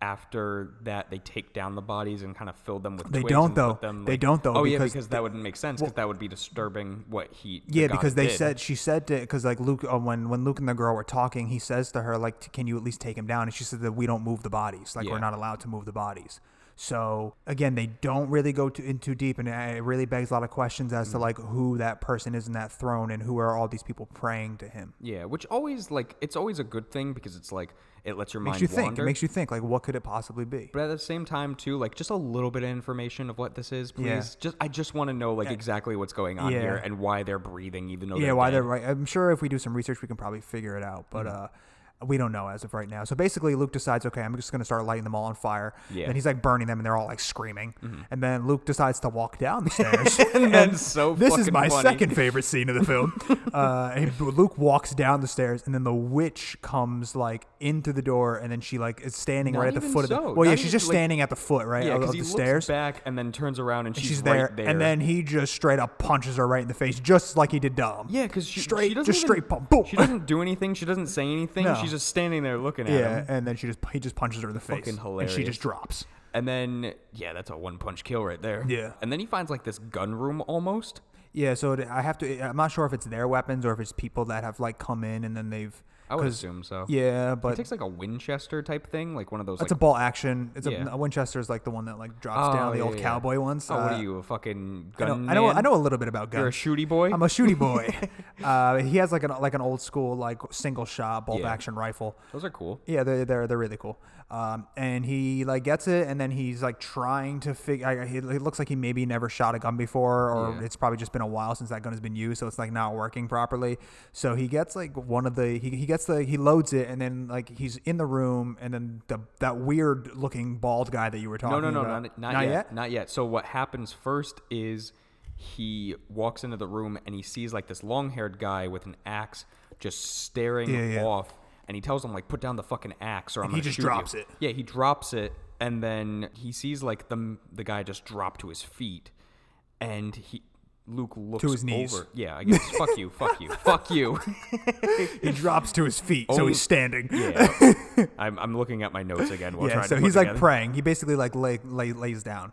Speaker 1: after that they take down the bodies and kind of fill them with.
Speaker 2: They
Speaker 1: twigs
Speaker 2: don't,
Speaker 1: and put
Speaker 2: though.
Speaker 1: them,
Speaker 2: They
Speaker 1: like-
Speaker 2: don't, though,
Speaker 1: Oh yeah,
Speaker 2: because
Speaker 1: because that wouldn't make sense because that would be disturbing what he. the
Speaker 2: yeah
Speaker 1: god
Speaker 2: because they
Speaker 1: did.
Speaker 2: said she said to because like luke uh, when when luke and the girl were talking he says to her like can you at least take him down and she said that we don't move the bodies like we're
Speaker 1: Yeah.
Speaker 2: not allowed to move the bodies so again they don't really go too, in too deep and it really begs a lot of questions
Speaker 1: Mm.
Speaker 2: as to like who that person is in that throne and who are all these people praying to him
Speaker 1: Yeah, which always like it's always a good thing because it's like it lets your
Speaker 2: makes
Speaker 1: mind
Speaker 2: you think
Speaker 1: wander.
Speaker 2: it makes you think like what could it possibly be
Speaker 1: but at the same time too, like just a little bit of information of what this is, please.
Speaker 2: Yeah.
Speaker 1: Just I just want to know like exactly what's going on
Speaker 2: Yeah.
Speaker 1: here and why they're breathing, even though
Speaker 2: yeah
Speaker 1: they're
Speaker 2: why
Speaker 1: dead. Mm-hmm.
Speaker 2: they're right i'm sure if we do some research we can probably figure it out but uh we don't know as of right now so basically luke decides okay i'm just going to start lighting them all on fire
Speaker 1: Yeah. Mm-hmm.
Speaker 2: and he's like burning them and they're all like screaming and then luke decides to walk
Speaker 1: [LAUGHS]
Speaker 2: down the stairs [LAUGHS]
Speaker 1: And then so
Speaker 2: this is
Speaker 1: fucking
Speaker 2: my
Speaker 1: funny.
Speaker 2: second favorite scene of the
Speaker 1: [LAUGHS]
Speaker 2: film uh, and luke walks down the stairs and then the witch comes like in through the door and then she like is standing
Speaker 1: Not
Speaker 2: right at the
Speaker 1: even
Speaker 2: foot of
Speaker 1: so.
Speaker 2: the well yeah
Speaker 1: Not
Speaker 2: she's
Speaker 1: even,
Speaker 2: just
Speaker 1: like-
Speaker 2: standing at the foot right
Speaker 1: Yeah,
Speaker 2: of,
Speaker 1: because
Speaker 2: of
Speaker 1: he
Speaker 2: the
Speaker 1: looks
Speaker 2: stairs
Speaker 1: back and then turns around and she's,
Speaker 2: she's,
Speaker 1: right
Speaker 2: there, and then he just straight up punches her right in the face, just like he did Dom.
Speaker 1: yeah, because she
Speaker 2: straight,
Speaker 1: she doesn't
Speaker 2: just
Speaker 1: even-
Speaker 2: straight pump, boom.
Speaker 1: She doesn't do anything. She doesn't say anything.
Speaker 2: No.
Speaker 1: She's just standing there looking at
Speaker 2: yeah,
Speaker 1: him.
Speaker 2: and then she just he just punches her in the face,
Speaker 1: Fucking
Speaker 2: and she
Speaker 1: hilarious.
Speaker 2: just drops.
Speaker 1: And then yeah, that's a one punch kill right there.
Speaker 2: Yeah.
Speaker 1: And then he finds like this gun room almost.
Speaker 2: Yeah, so it- I have to. I'm not sure if it's their weapons or if it's people that have like come in and then they've.
Speaker 1: I would
Speaker 2: 'cause-
Speaker 1: assume so.
Speaker 2: Yeah,
Speaker 1: He
Speaker 2: but
Speaker 1: takes like a Winchester type thing, like one of those.
Speaker 2: it's
Speaker 1: like,
Speaker 2: a ball action. It's
Speaker 1: Yeah. Oh,
Speaker 2: a, a Winchester is like the one that like drops down the
Speaker 1: yeah,
Speaker 2: old
Speaker 1: yeah.
Speaker 2: cowboy ones.
Speaker 1: Oh, what
Speaker 2: Uh,
Speaker 1: are you, a fucking
Speaker 2: I
Speaker 1: gun?
Speaker 2: know, I know. I
Speaker 1: man?
Speaker 2: know a little bit about guns.
Speaker 1: You're a shooty boy.
Speaker 2: I'm a shooty
Speaker 1: [LAUGHS]
Speaker 2: boy. uh, he has like an like an old school like single shot bolt
Speaker 1: Yeah.
Speaker 2: action rifle.
Speaker 1: Those are cool.
Speaker 2: Yeah, they're they're, they're really cool. Um, and he like gets it, and then he's like trying to figure. He, he looks like he maybe never shot a gun before, or
Speaker 1: Yeah.
Speaker 2: it's probably just been a while since that gun has been used, so it's like not working properly. So he gets like one of the he, he gets the he loads it, and then like he's in the room, and then the that weird looking bald guy that you were
Speaker 1: No,
Speaker 2: talking
Speaker 1: no,
Speaker 2: about.
Speaker 1: no, not, not, yet, Not yet. So what happens first is he walks into the room and he sees like this long-haired guy with an axe just staring
Speaker 2: Yeah, yeah.
Speaker 1: off, and he tells him like, "Put down the fucking axe, or I'm
Speaker 2: he
Speaker 1: gonna
Speaker 2: just
Speaker 1: shoot you."
Speaker 2: drops it.
Speaker 1: Yeah, he drops it, and then he sees like the the guy just drop to his feet, and he. Luke looks
Speaker 2: his knees.
Speaker 1: over. Yeah, I guess. fuck you.
Speaker 2: [LAUGHS]
Speaker 1: Fuck you. Fuck you.
Speaker 2: He drops to his feet, so
Speaker 1: Only-
Speaker 2: he's standing.
Speaker 1: Oh. Yeah. I'm, I'm looking at my notes again
Speaker 2: [LAUGHS]
Speaker 1: while
Speaker 2: Yeah,
Speaker 1: trying
Speaker 2: so
Speaker 1: to put
Speaker 2: he's like
Speaker 1: together.
Speaker 2: praying. He basically like lay, lay, lays down,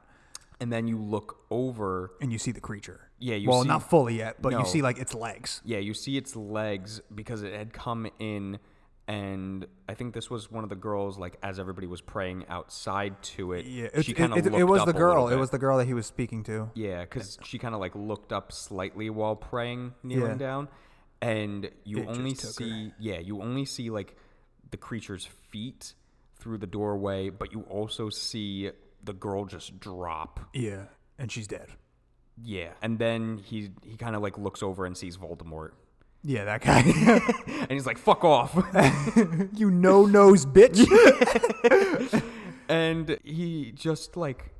Speaker 1: and then you look over
Speaker 2: and you see the creature.
Speaker 1: Yeah, you
Speaker 2: well,
Speaker 1: see-
Speaker 2: not fully yet, but
Speaker 1: No.
Speaker 2: you see like its legs.
Speaker 1: Yeah, you see its legs because it had come in, and I think this was one of the girls. Like as everybody was praying outside to it,
Speaker 2: Yeah,
Speaker 1: she
Speaker 2: it,
Speaker 1: kind of
Speaker 2: it, it,
Speaker 1: looked
Speaker 2: it was
Speaker 1: up
Speaker 2: the
Speaker 1: a little
Speaker 2: girl. It
Speaker 1: bit.
Speaker 2: was the girl that he was speaking to.
Speaker 1: yeah, because she kind of like looked up slightly while praying, kneeling
Speaker 2: Yeah.
Speaker 1: down, and you
Speaker 2: It just
Speaker 1: only
Speaker 2: took her.
Speaker 1: see yeah, you only see like the creature's feet through the doorway, but you also see the girl just drop.
Speaker 2: Yeah, and she's dead.
Speaker 1: Yeah, and then he he kind of like looks over and sees Voldemort, [LAUGHS]
Speaker 2: Yeah, that guy. [LAUGHS]
Speaker 1: and he's like, "Fuck off." [LAUGHS]
Speaker 2: you no nose bitch.
Speaker 1: and he just like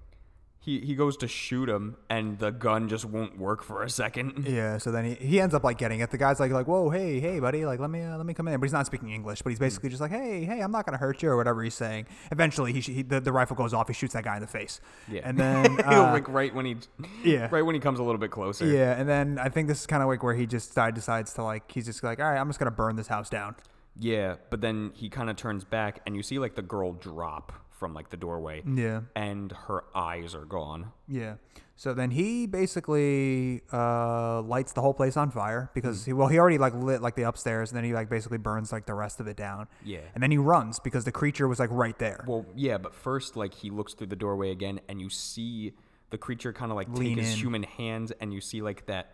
Speaker 1: he he goes to shoot him and the gun just won't work for a second
Speaker 2: [LAUGHS] yeah, so then he, he ends up like getting it. The guy's like like whoa hey hey buddy like let me uh, let me come in. But he's not speaking English. But he's basically just like hey hey I'm not gonna hurt you or whatever he's saying. Eventually he, sh- he the, the rifle goes off. He shoots that guy in the face.
Speaker 1: Yeah.
Speaker 2: and
Speaker 1: [LAUGHS]
Speaker 2: then
Speaker 1: He'll,
Speaker 2: uh,
Speaker 1: like right when he
Speaker 2: yeah.
Speaker 1: right when he comes a little bit closer
Speaker 2: yeah, and then I think this is kind of like where he just died, decides to like he's just like all right I'm just gonna burn this house down.
Speaker 1: Yeah, but then he kind of turns back and you see like the girl drop from like the doorway,
Speaker 2: Yeah.
Speaker 1: and her eyes are gone.
Speaker 2: Yeah. So then he basically uh, lights the whole place on fire because he well he already like lit like the upstairs and then he like basically burns like the rest of it down.
Speaker 1: Yeah.
Speaker 2: And then he runs because the creature was like right there.
Speaker 1: Well, yeah, but first, like he looks through the doorway again, and you see the creature kind of like
Speaker 2: Lean
Speaker 1: take his
Speaker 2: in.
Speaker 1: human hands, and you see like that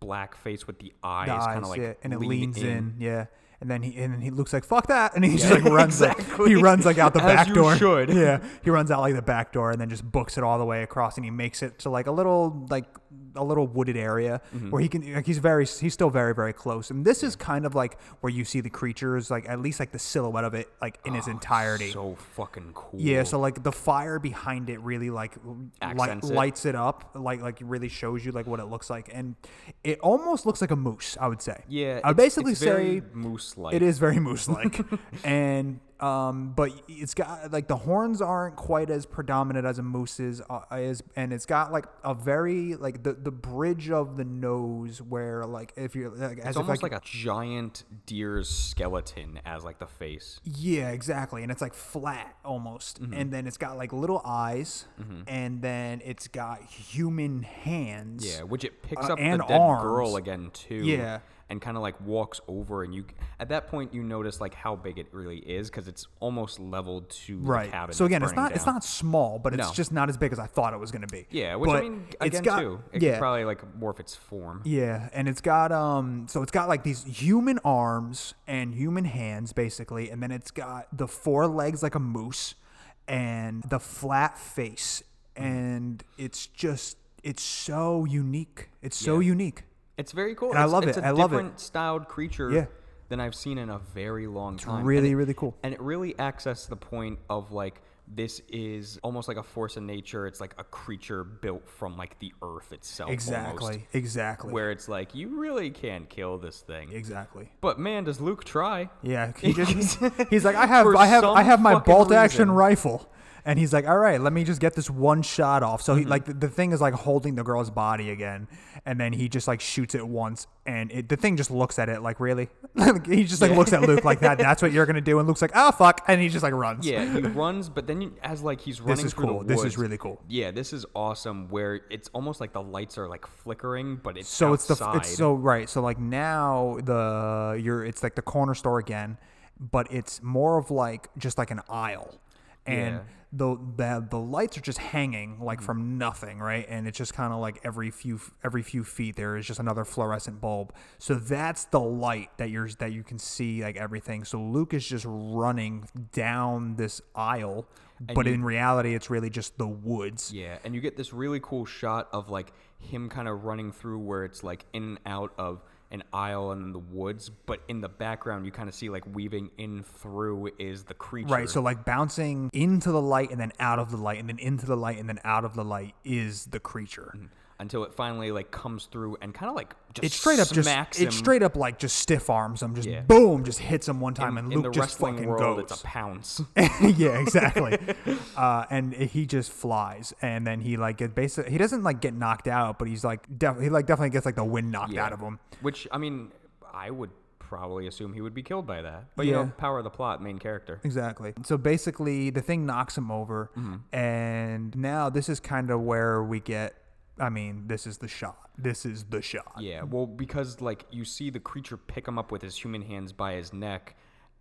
Speaker 1: black face with the eyes,
Speaker 2: The
Speaker 1: kind of
Speaker 2: eyes,
Speaker 1: like
Speaker 2: yeah, and it
Speaker 1: lean
Speaker 2: leans in.
Speaker 1: in.
Speaker 2: yeah. And then he and then he looks like fuck that, and he just like runs. like-
Speaker 1: exactly.
Speaker 2: he runs like out the
Speaker 1: [LAUGHS] As
Speaker 2: back
Speaker 1: you
Speaker 2: door.
Speaker 1: should.
Speaker 2: Yeah, he runs out like the back door, and then just books it all the way across, and he makes it to like a little like a little wooded area
Speaker 1: Mm-hmm.
Speaker 2: where he can. Like, he's very he's still very very close, and this is kind of like where you see the creatures like at least like the silhouette of it like in
Speaker 1: Oh,
Speaker 2: its entirety.
Speaker 1: So fucking cool.
Speaker 2: Yeah, so like the fire behind it really like light,
Speaker 1: Accents it.
Speaker 2: lights it up, like like really shows you like what it looks like, and it almost looks like a moose. I would say.
Speaker 1: yeah,
Speaker 2: I would basically say
Speaker 1: moose like
Speaker 2: it is very moose like,
Speaker 1: [LAUGHS]
Speaker 2: and um, but it's got like the horns aren't quite as predominant as a moose's uh, is, and it's got like a very like the the bridge of the nose where like if you're like, as
Speaker 1: It's
Speaker 2: if like,
Speaker 1: almost like a giant deer's skeleton as like the face.
Speaker 2: Yeah, exactly. And it's like flat almost.
Speaker 1: Mm-hmm.
Speaker 2: And then it's got like little eyes. And then it's got human hands.
Speaker 1: Yeah, which it picks
Speaker 2: Uh,
Speaker 1: up
Speaker 2: and
Speaker 1: the dead
Speaker 2: arms.
Speaker 1: girl again too.
Speaker 2: Yeah.
Speaker 1: and kind of like walks over, and you at that point you notice like how big it really is because it's almost level to the
Speaker 2: Right.
Speaker 1: cabin.
Speaker 2: So
Speaker 1: that's
Speaker 2: again, it's
Speaker 1: burning
Speaker 2: not it's
Speaker 1: down.
Speaker 2: not small, but it's
Speaker 1: No.
Speaker 2: just not as big as I thought it was going to be.
Speaker 1: Yeah, which
Speaker 2: But
Speaker 1: I mean
Speaker 2: it's
Speaker 1: again
Speaker 2: got-
Speaker 1: too, it
Speaker 2: yeah.
Speaker 1: could probably like morph its form.
Speaker 2: Yeah, and it's got um so it's got like these human arms and human hands basically, and then it's got the four legs like a moose and the flat face
Speaker 1: Mm-hmm.
Speaker 2: and it's just it's so unique. It's so unique.
Speaker 1: It's very cool.
Speaker 2: I
Speaker 1: It's-
Speaker 2: love
Speaker 1: it's
Speaker 2: it.
Speaker 1: a
Speaker 2: I love it.
Speaker 1: different styled creature
Speaker 2: Yeah.
Speaker 1: than I've seen in a very long time.
Speaker 2: really,
Speaker 1: and it,
Speaker 2: really cool.
Speaker 1: And it really accesses the point of like this is almost like a force of nature. It's like a creature built from like the earth itself. almost,
Speaker 2: Exactly. Exactly.
Speaker 1: where it's like you really can't kill this thing.
Speaker 2: Exactly.
Speaker 1: But man, does Luke try? [LAUGHS]
Speaker 2: Yeah, he just, he's like, I have,
Speaker 1: For
Speaker 2: I have, I
Speaker 1: some
Speaker 2: have my
Speaker 1: fucking
Speaker 2: bolt action
Speaker 1: reason.
Speaker 2: rifle, and he's like, all right, let me just get this one shot off. So he
Speaker 1: Mm-hmm.
Speaker 2: like the, the thing is like holding the girl's body again, and then he just like shoots it once, and it, the thing just looks at it like really, [LAUGHS] he just like looks at Luke like that. That's what you're gonna do, and Luke's like, ah, fuck, and he just like runs.
Speaker 1: Yeah, he runs, but then you, as like he's running
Speaker 2: this is
Speaker 1: through
Speaker 2: cool.
Speaker 1: the
Speaker 2: This is
Speaker 1: woods,
Speaker 2: really cool.
Speaker 1: Yeah, this is awesome. Where it's almost like the lights are like flickering, but it's
Speaker 2: So it's the
Speaker 1: outside.
Speaker 2: it's so right. So like now the you're it's like the corner store again, but it's more of like just like an aisle. And
Speaker 1: Yeah. Mm-hmm.
Speaker 2: the, the the lights are just hanging like from nothing, right? And it's just kind of like every few every few feet there is just another fluorescent bulb. So that's the light that you're that you can see like everything. So Luke is just running down this aisle, but in reality it's really just the woods.
Speaker 1: Yeah, and you get this really cool shot of like him kind of running through where it's like in and out of an aisle and the woods, but in the background you kind of see like weaving in through is the creature.
Speaker 2: Right. So like bouncing into the light and then out of the light and then into the light and then out of the light is the creature.
Speaker 1: Mm. until it finally like comes through and kind of like just
Speaker 2: It straight up just
Speaker 1: smacks him.
Speaker 2: it straight up like just stiff arms him, just
Speaker 1: Yeah.
Speaker 2: boom, just hits him one time and
Speaker 1: in
Speaker 2: Luke
Speaker 1: the
Speaker 2: just
Speaker 1: wrestling
Speaker 2: fucking
Speaker 1: world,
Speaker 2: goes.
Speaker 1: it's a pounce.
Speaker 2: [LAUGHS] yeah,
Speaker 1: [LAUGHS]
Speaker 2: exactly. uh, and he just flies, and then he like get basically he doesn't like get knocked out, but he's like definitely he like definitely gets like the wind knocked out of him.
Speaker 1: Which I mean, I would probably assume he would be killed by that. But you
Speaker 2: Yeah.
Speaker 1: know, power of the plot, main character.
Speaker 2: Exactly. So basically, the thing knocks him over,
Speaker 1: Mm-hmm.
Speaker 2: and now this is kind of where we get. I mean, this is the shot. This is the shot.
Speaker 1: Yeah, well, because like you see the creature pick him up with his human hands by his neck,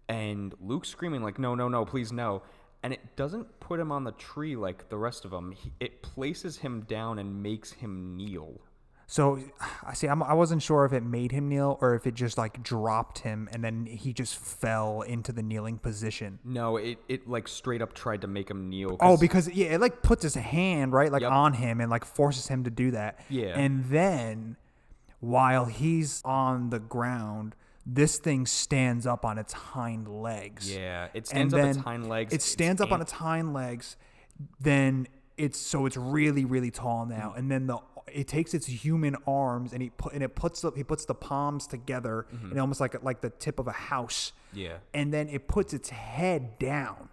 Speaker 1: and Luke screaming like, "No, no, no, please, no!" And it doesn't put him on the tree like the rest of them. He, it places him down and makes him kneel.
Speaker 2: So I see. I'm, I wasn't sure if it made him kneel or if it just like dropped him, and then he just fell into the kneeling position.
Speaker 1: No, it, it like straight up tried to make him kneel.
Speaker 2: Oh,
Speaker 1: 'cause-
Speaker 2: because yeah, it like puts his hand right like
Speaker 1: Yep.
Speaker 2: on him and like forces him to do that.
Speaker 1: Yeah.
Speaker 2: And then while he's on the ground, this thing stands up on its hind legs.
Speaker 1: yeah, it
Speaker 2: And
Speaker 1: stands up
Speaker 2: then
Speaker 1: its hind legs.
Speaker 2: It stands up on
Speaker 1: an-
Speaker 2: its hind legs. Then it's so it's really really tall now.
Speaker 1: Mm-hmm.
Speaker 2: And then the it takes its human arms and he put and it puts the, he puts the palms together and almost like like the tip of a house.
Speaker 1: Mm-hmm. Yeah. Mm-hmm.
Speaker 2: And then it puts its head down.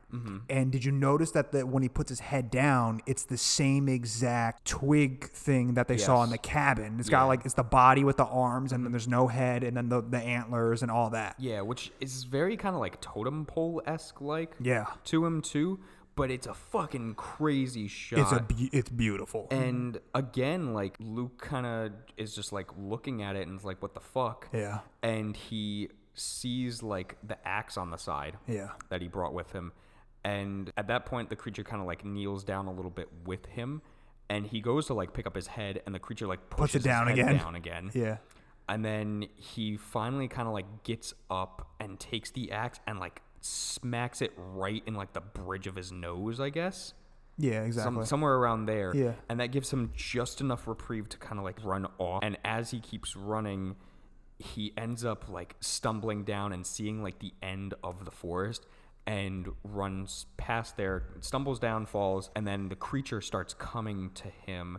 Speaker 2: And did you notice that the, when he puts his head down, it's the same exact twig thing that they saw in
Speaker 1: Yes.
Speaker 2: the cabin. It's got
Speaker 1: Yeah. Mm-hmm.
Speaker 2: like it's the body with the arms, and then there's no head, and then the, the antlers and all that.
Speaker 1: Yeah, which is very kind of like totem pole esque like
Speaker 2: Yeah.
Speaker 1: to him too. but it's a fucking crazy shot.
Speaker 2: It's a be- it's beautiful.
Speaker 1: and again, like Luke kind of is just like looking at it and is like, "What the fuck?"
Speaker 2: Yeah.
Speaker 1: And he sees like the axe on the side
Speaker 2: Yeah.
Speaker 1: that he brought with him, and at that point, the creature kind of like kneels down a little bit with him, and he goes to like pick up his head, and the creature like pushes
Speaker 2: it
Speaker 1: his
Speaker 2: down
Speaker 1: head
Speaker 2: again.
Speaker 1: down again.
Speaker 2: [LAUGHS] Yeah.
Speaker 1: And then he finally kind of like gets up and takes the axe and like smacks it right in like the bridge of his nose, I guess.
Speaker 2: Yeah,
Speaker 1: Some,
Speaker 2: exactly.
Speaker 1: somewhere around there.
Speaker 2: Yeah.
Speaker 1: And that gives him just enough reprieve to kind of like run off. And as he keeps running, he ends up like stumbling down and seeing like the end of the forest and runs past there, stumbles down, falls, and then the creature starts coming to him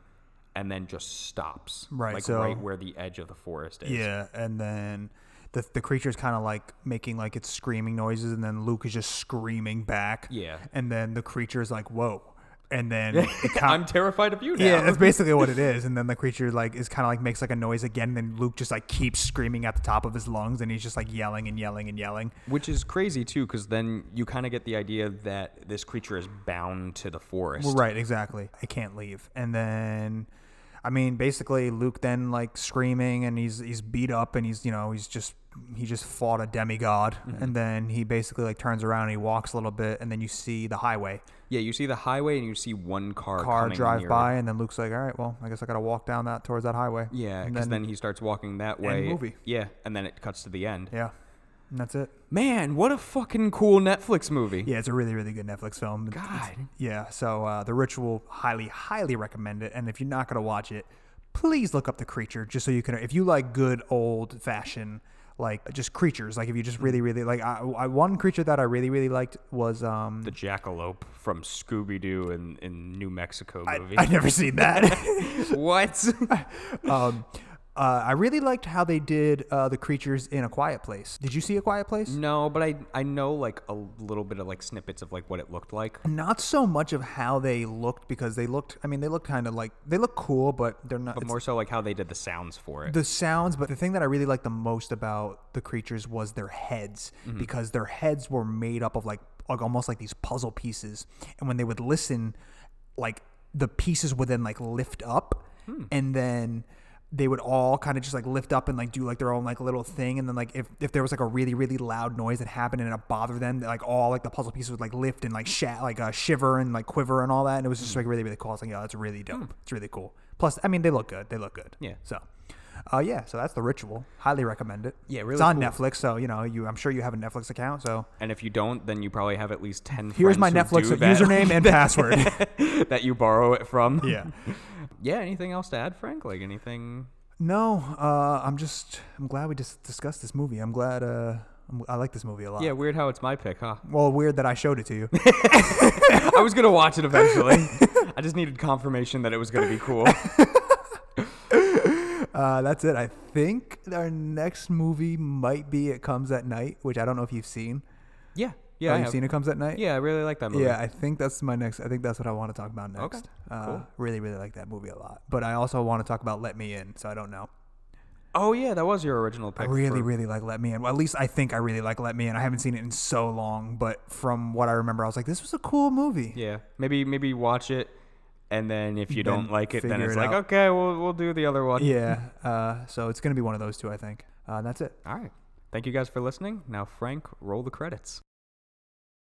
Speaker 1: and then just stops.
Speaker 2: Right,
Speaker 1: Like
Speaker 2: so-
Speaker 1: right where the edge of the forest is.
Speaker 2: yeah, and then the the creature's kind of like making like it's screaming noises and then Luke is just screaming back.
Speaker 1: Yeah.
Speaker 2: And then the creature's like, "Whoa." And
Speaker 1: [LAUGHS]
Speaker 2: then it kind
Speaker 1: I'm terrified of you now.
Speaker 2: Yeah, that's basically what it is. And then the creature like is kind of like makes like a noise again. And then Luke just like keeps screaming at the top of his lungs, and he's just like yelling and yelling and yelling.
Speaker 1: [LAUGHS] Which is crazy too, because then you kind of get the idea that this creature is bound to the forest.
Speaker 2: Right, exactly. I can't leave. And then, I mean, basically Luke then like screaming, and he's he's beat up, and he's you know he's just he just fought a demigod,
Speaker 1: Mm-hmm.
Speaker 2: and then he basically like turns around and he walks a little bit, and then you see the highway
Speaker 1: Yeah, you see the highway and you see one car
Speaker 2: car
Speaker 1: coming
Speaker 2: drive
Speaker 1: near-
Speaker 2: by, and then Luke's like, all right, well, I guess I gotta walk down that towards that highway.
Speaker 1: Yeah,
Speaker 2: and
Speaker 1: because
Speaker 2: then,
Speaker 1: then, he starts walking that way.
Speaker 2: movie.
Speaker 1: Yeah, and then it cuts to the end.
Speaker 2: yeah, and that's it.
Speaker 1: Man, what a fucking cool Netflix movie.
Speaker 2: Yeah, it's a really, really good Netflix film. It's- it's-
Speaker 1: God.
Speaker 2: Yeah, so uh, The Ritual, highly, highly recommend it. And if you're not going to watch it, please look up The Creature just so you can. If you like good old fashioned, like just creatures, like if you just really, really like. I, I, one creature that I really, really liked was. um
Speaker 1: The jackalope from Scooby Doo in, in New Mexico movie.
Speaker 2: I've never seen that. [LAUGHS]
Speaker 1: [LAUGHS] what?
Speaker 2: um, uh, I really liked how they did uh, the creatures in A Quiet Place. Did you see A Quiet Place?
Speaker 1: no, but I I know like a little bit of like snippets of like what it looked like.
Speaker 2: Not so much of how they looked because they looked. I mean, they look kind of like they look cool, but they're not.
Speaker 1: But
Speaker 2: it's-
Speaker 1: more so like how they did the sounds for it.
Speaker 2: the sounds but the thing that i really liked the most about the creatures was their heads
Speaker 1: Mm-hmm.
Speaker 2: because their heads were made up of like, like almost like these puzzle pieces and when they would listen like the pieces would then like lift up
Speaker 1: Hmm.
Speaker 2: and then they would all kind of just like lift up and like do like their own like little thing and then like if, if there was like a really really loud noise that happened and it bothered them like all like the puzzle pieces would like lift and like shat like uh, shiver and like quiver and all that and it was
Speaker 1: Hmm.
Speaker 2: just like really really cool I was like yeah that's really dope it's really cool plus I mean they look good they look good
Speaker 1: Yeah.
Speaker 2: so, uh, yeah, so that's the ritual. Highly recommend it.
Speaker 1: Yeah,
Speaker 2: It's
Speaker 1: really
Speaker 2: on
Speaker 1: cool.
Speaker 2: Netflix, so you know, you I'm sure you have a Netflix account. So
Speaker 1: And if you don't, then you probably have at least ten.
Speaker 2: here's
Speaker 1: friends
Speaker 2: my
Speaker 1: who
Speaker 2: Netflix
Speaker 1: do that,
Speaker 2: username [LAUGHS] and password.
Speaker 1: that [LAUGHS] you borrow it from.
Speaker 2: yeah.
Speaker 1: [LAUGHS] Yeah. Anything else to add, Frank? Like anything?
Speaker 2: No, uh, I'm just I'm glad we just discussed this movie. I'm glad uh, I'm, I like this movie a lot.
Speaker 1: Yeah. Weird how it's my pick, huh? [LAUGHS]
Speaker 2: Well, weird that I showed it to you.
Speaker 1: I was gonna watch
Speaker 2: [LAUGHS]
Speaker 1: it eventually. I just needed confirmation that it was gonna be cool.
Speaker 2: uh, that's it. I think our next movie might be It Comes at Night, which I don't know if you've seen.
Speaker 1: Yeah. Yeah.
Speaker 2: oh,
Speaker 1: I
Speaker 2: you've
Speaker 1: have.
Speaker 2: seen It Comes at Night.
Speaker 1: Yeah, I really like that movie.
Speaker 2: Yeah, I think that's my next. I think that's what I want to talk about next. Uh,
Speaker 1: cool.
Speaker 2: Really, really like that movie a lot. But I also want to talk about Let Me In. So I don't know.
Speaker 1: Oh yeah, that was your original
Speaker 2: I
Speaker 1: pick.
Speaker 2: really,
Speaker 1: for-
Speaker 2: really like Let Me In. Well, at least I think I really like Let Me In. I haven't seen it in so long, but from what I remember, I was like, this was a cool movie.
Speaker 1: Yeah. Maybe maybe watch it, and then if you
Speaker 2: Then
Speaker 1: don't like it, then
Speaker 2: figure
Speaker 1: it's
Speaker 2: it
Speaker 1: like
Speaker 2: out.
Speaker 1: okay, we'll we'll do the other one.
Speaker 2: Yeah. uh, so it's gonna be one of those two, I think. Uh, that's it.
Speaker 1: All right. Thank you guys for listening. Now Frank, roll the credits.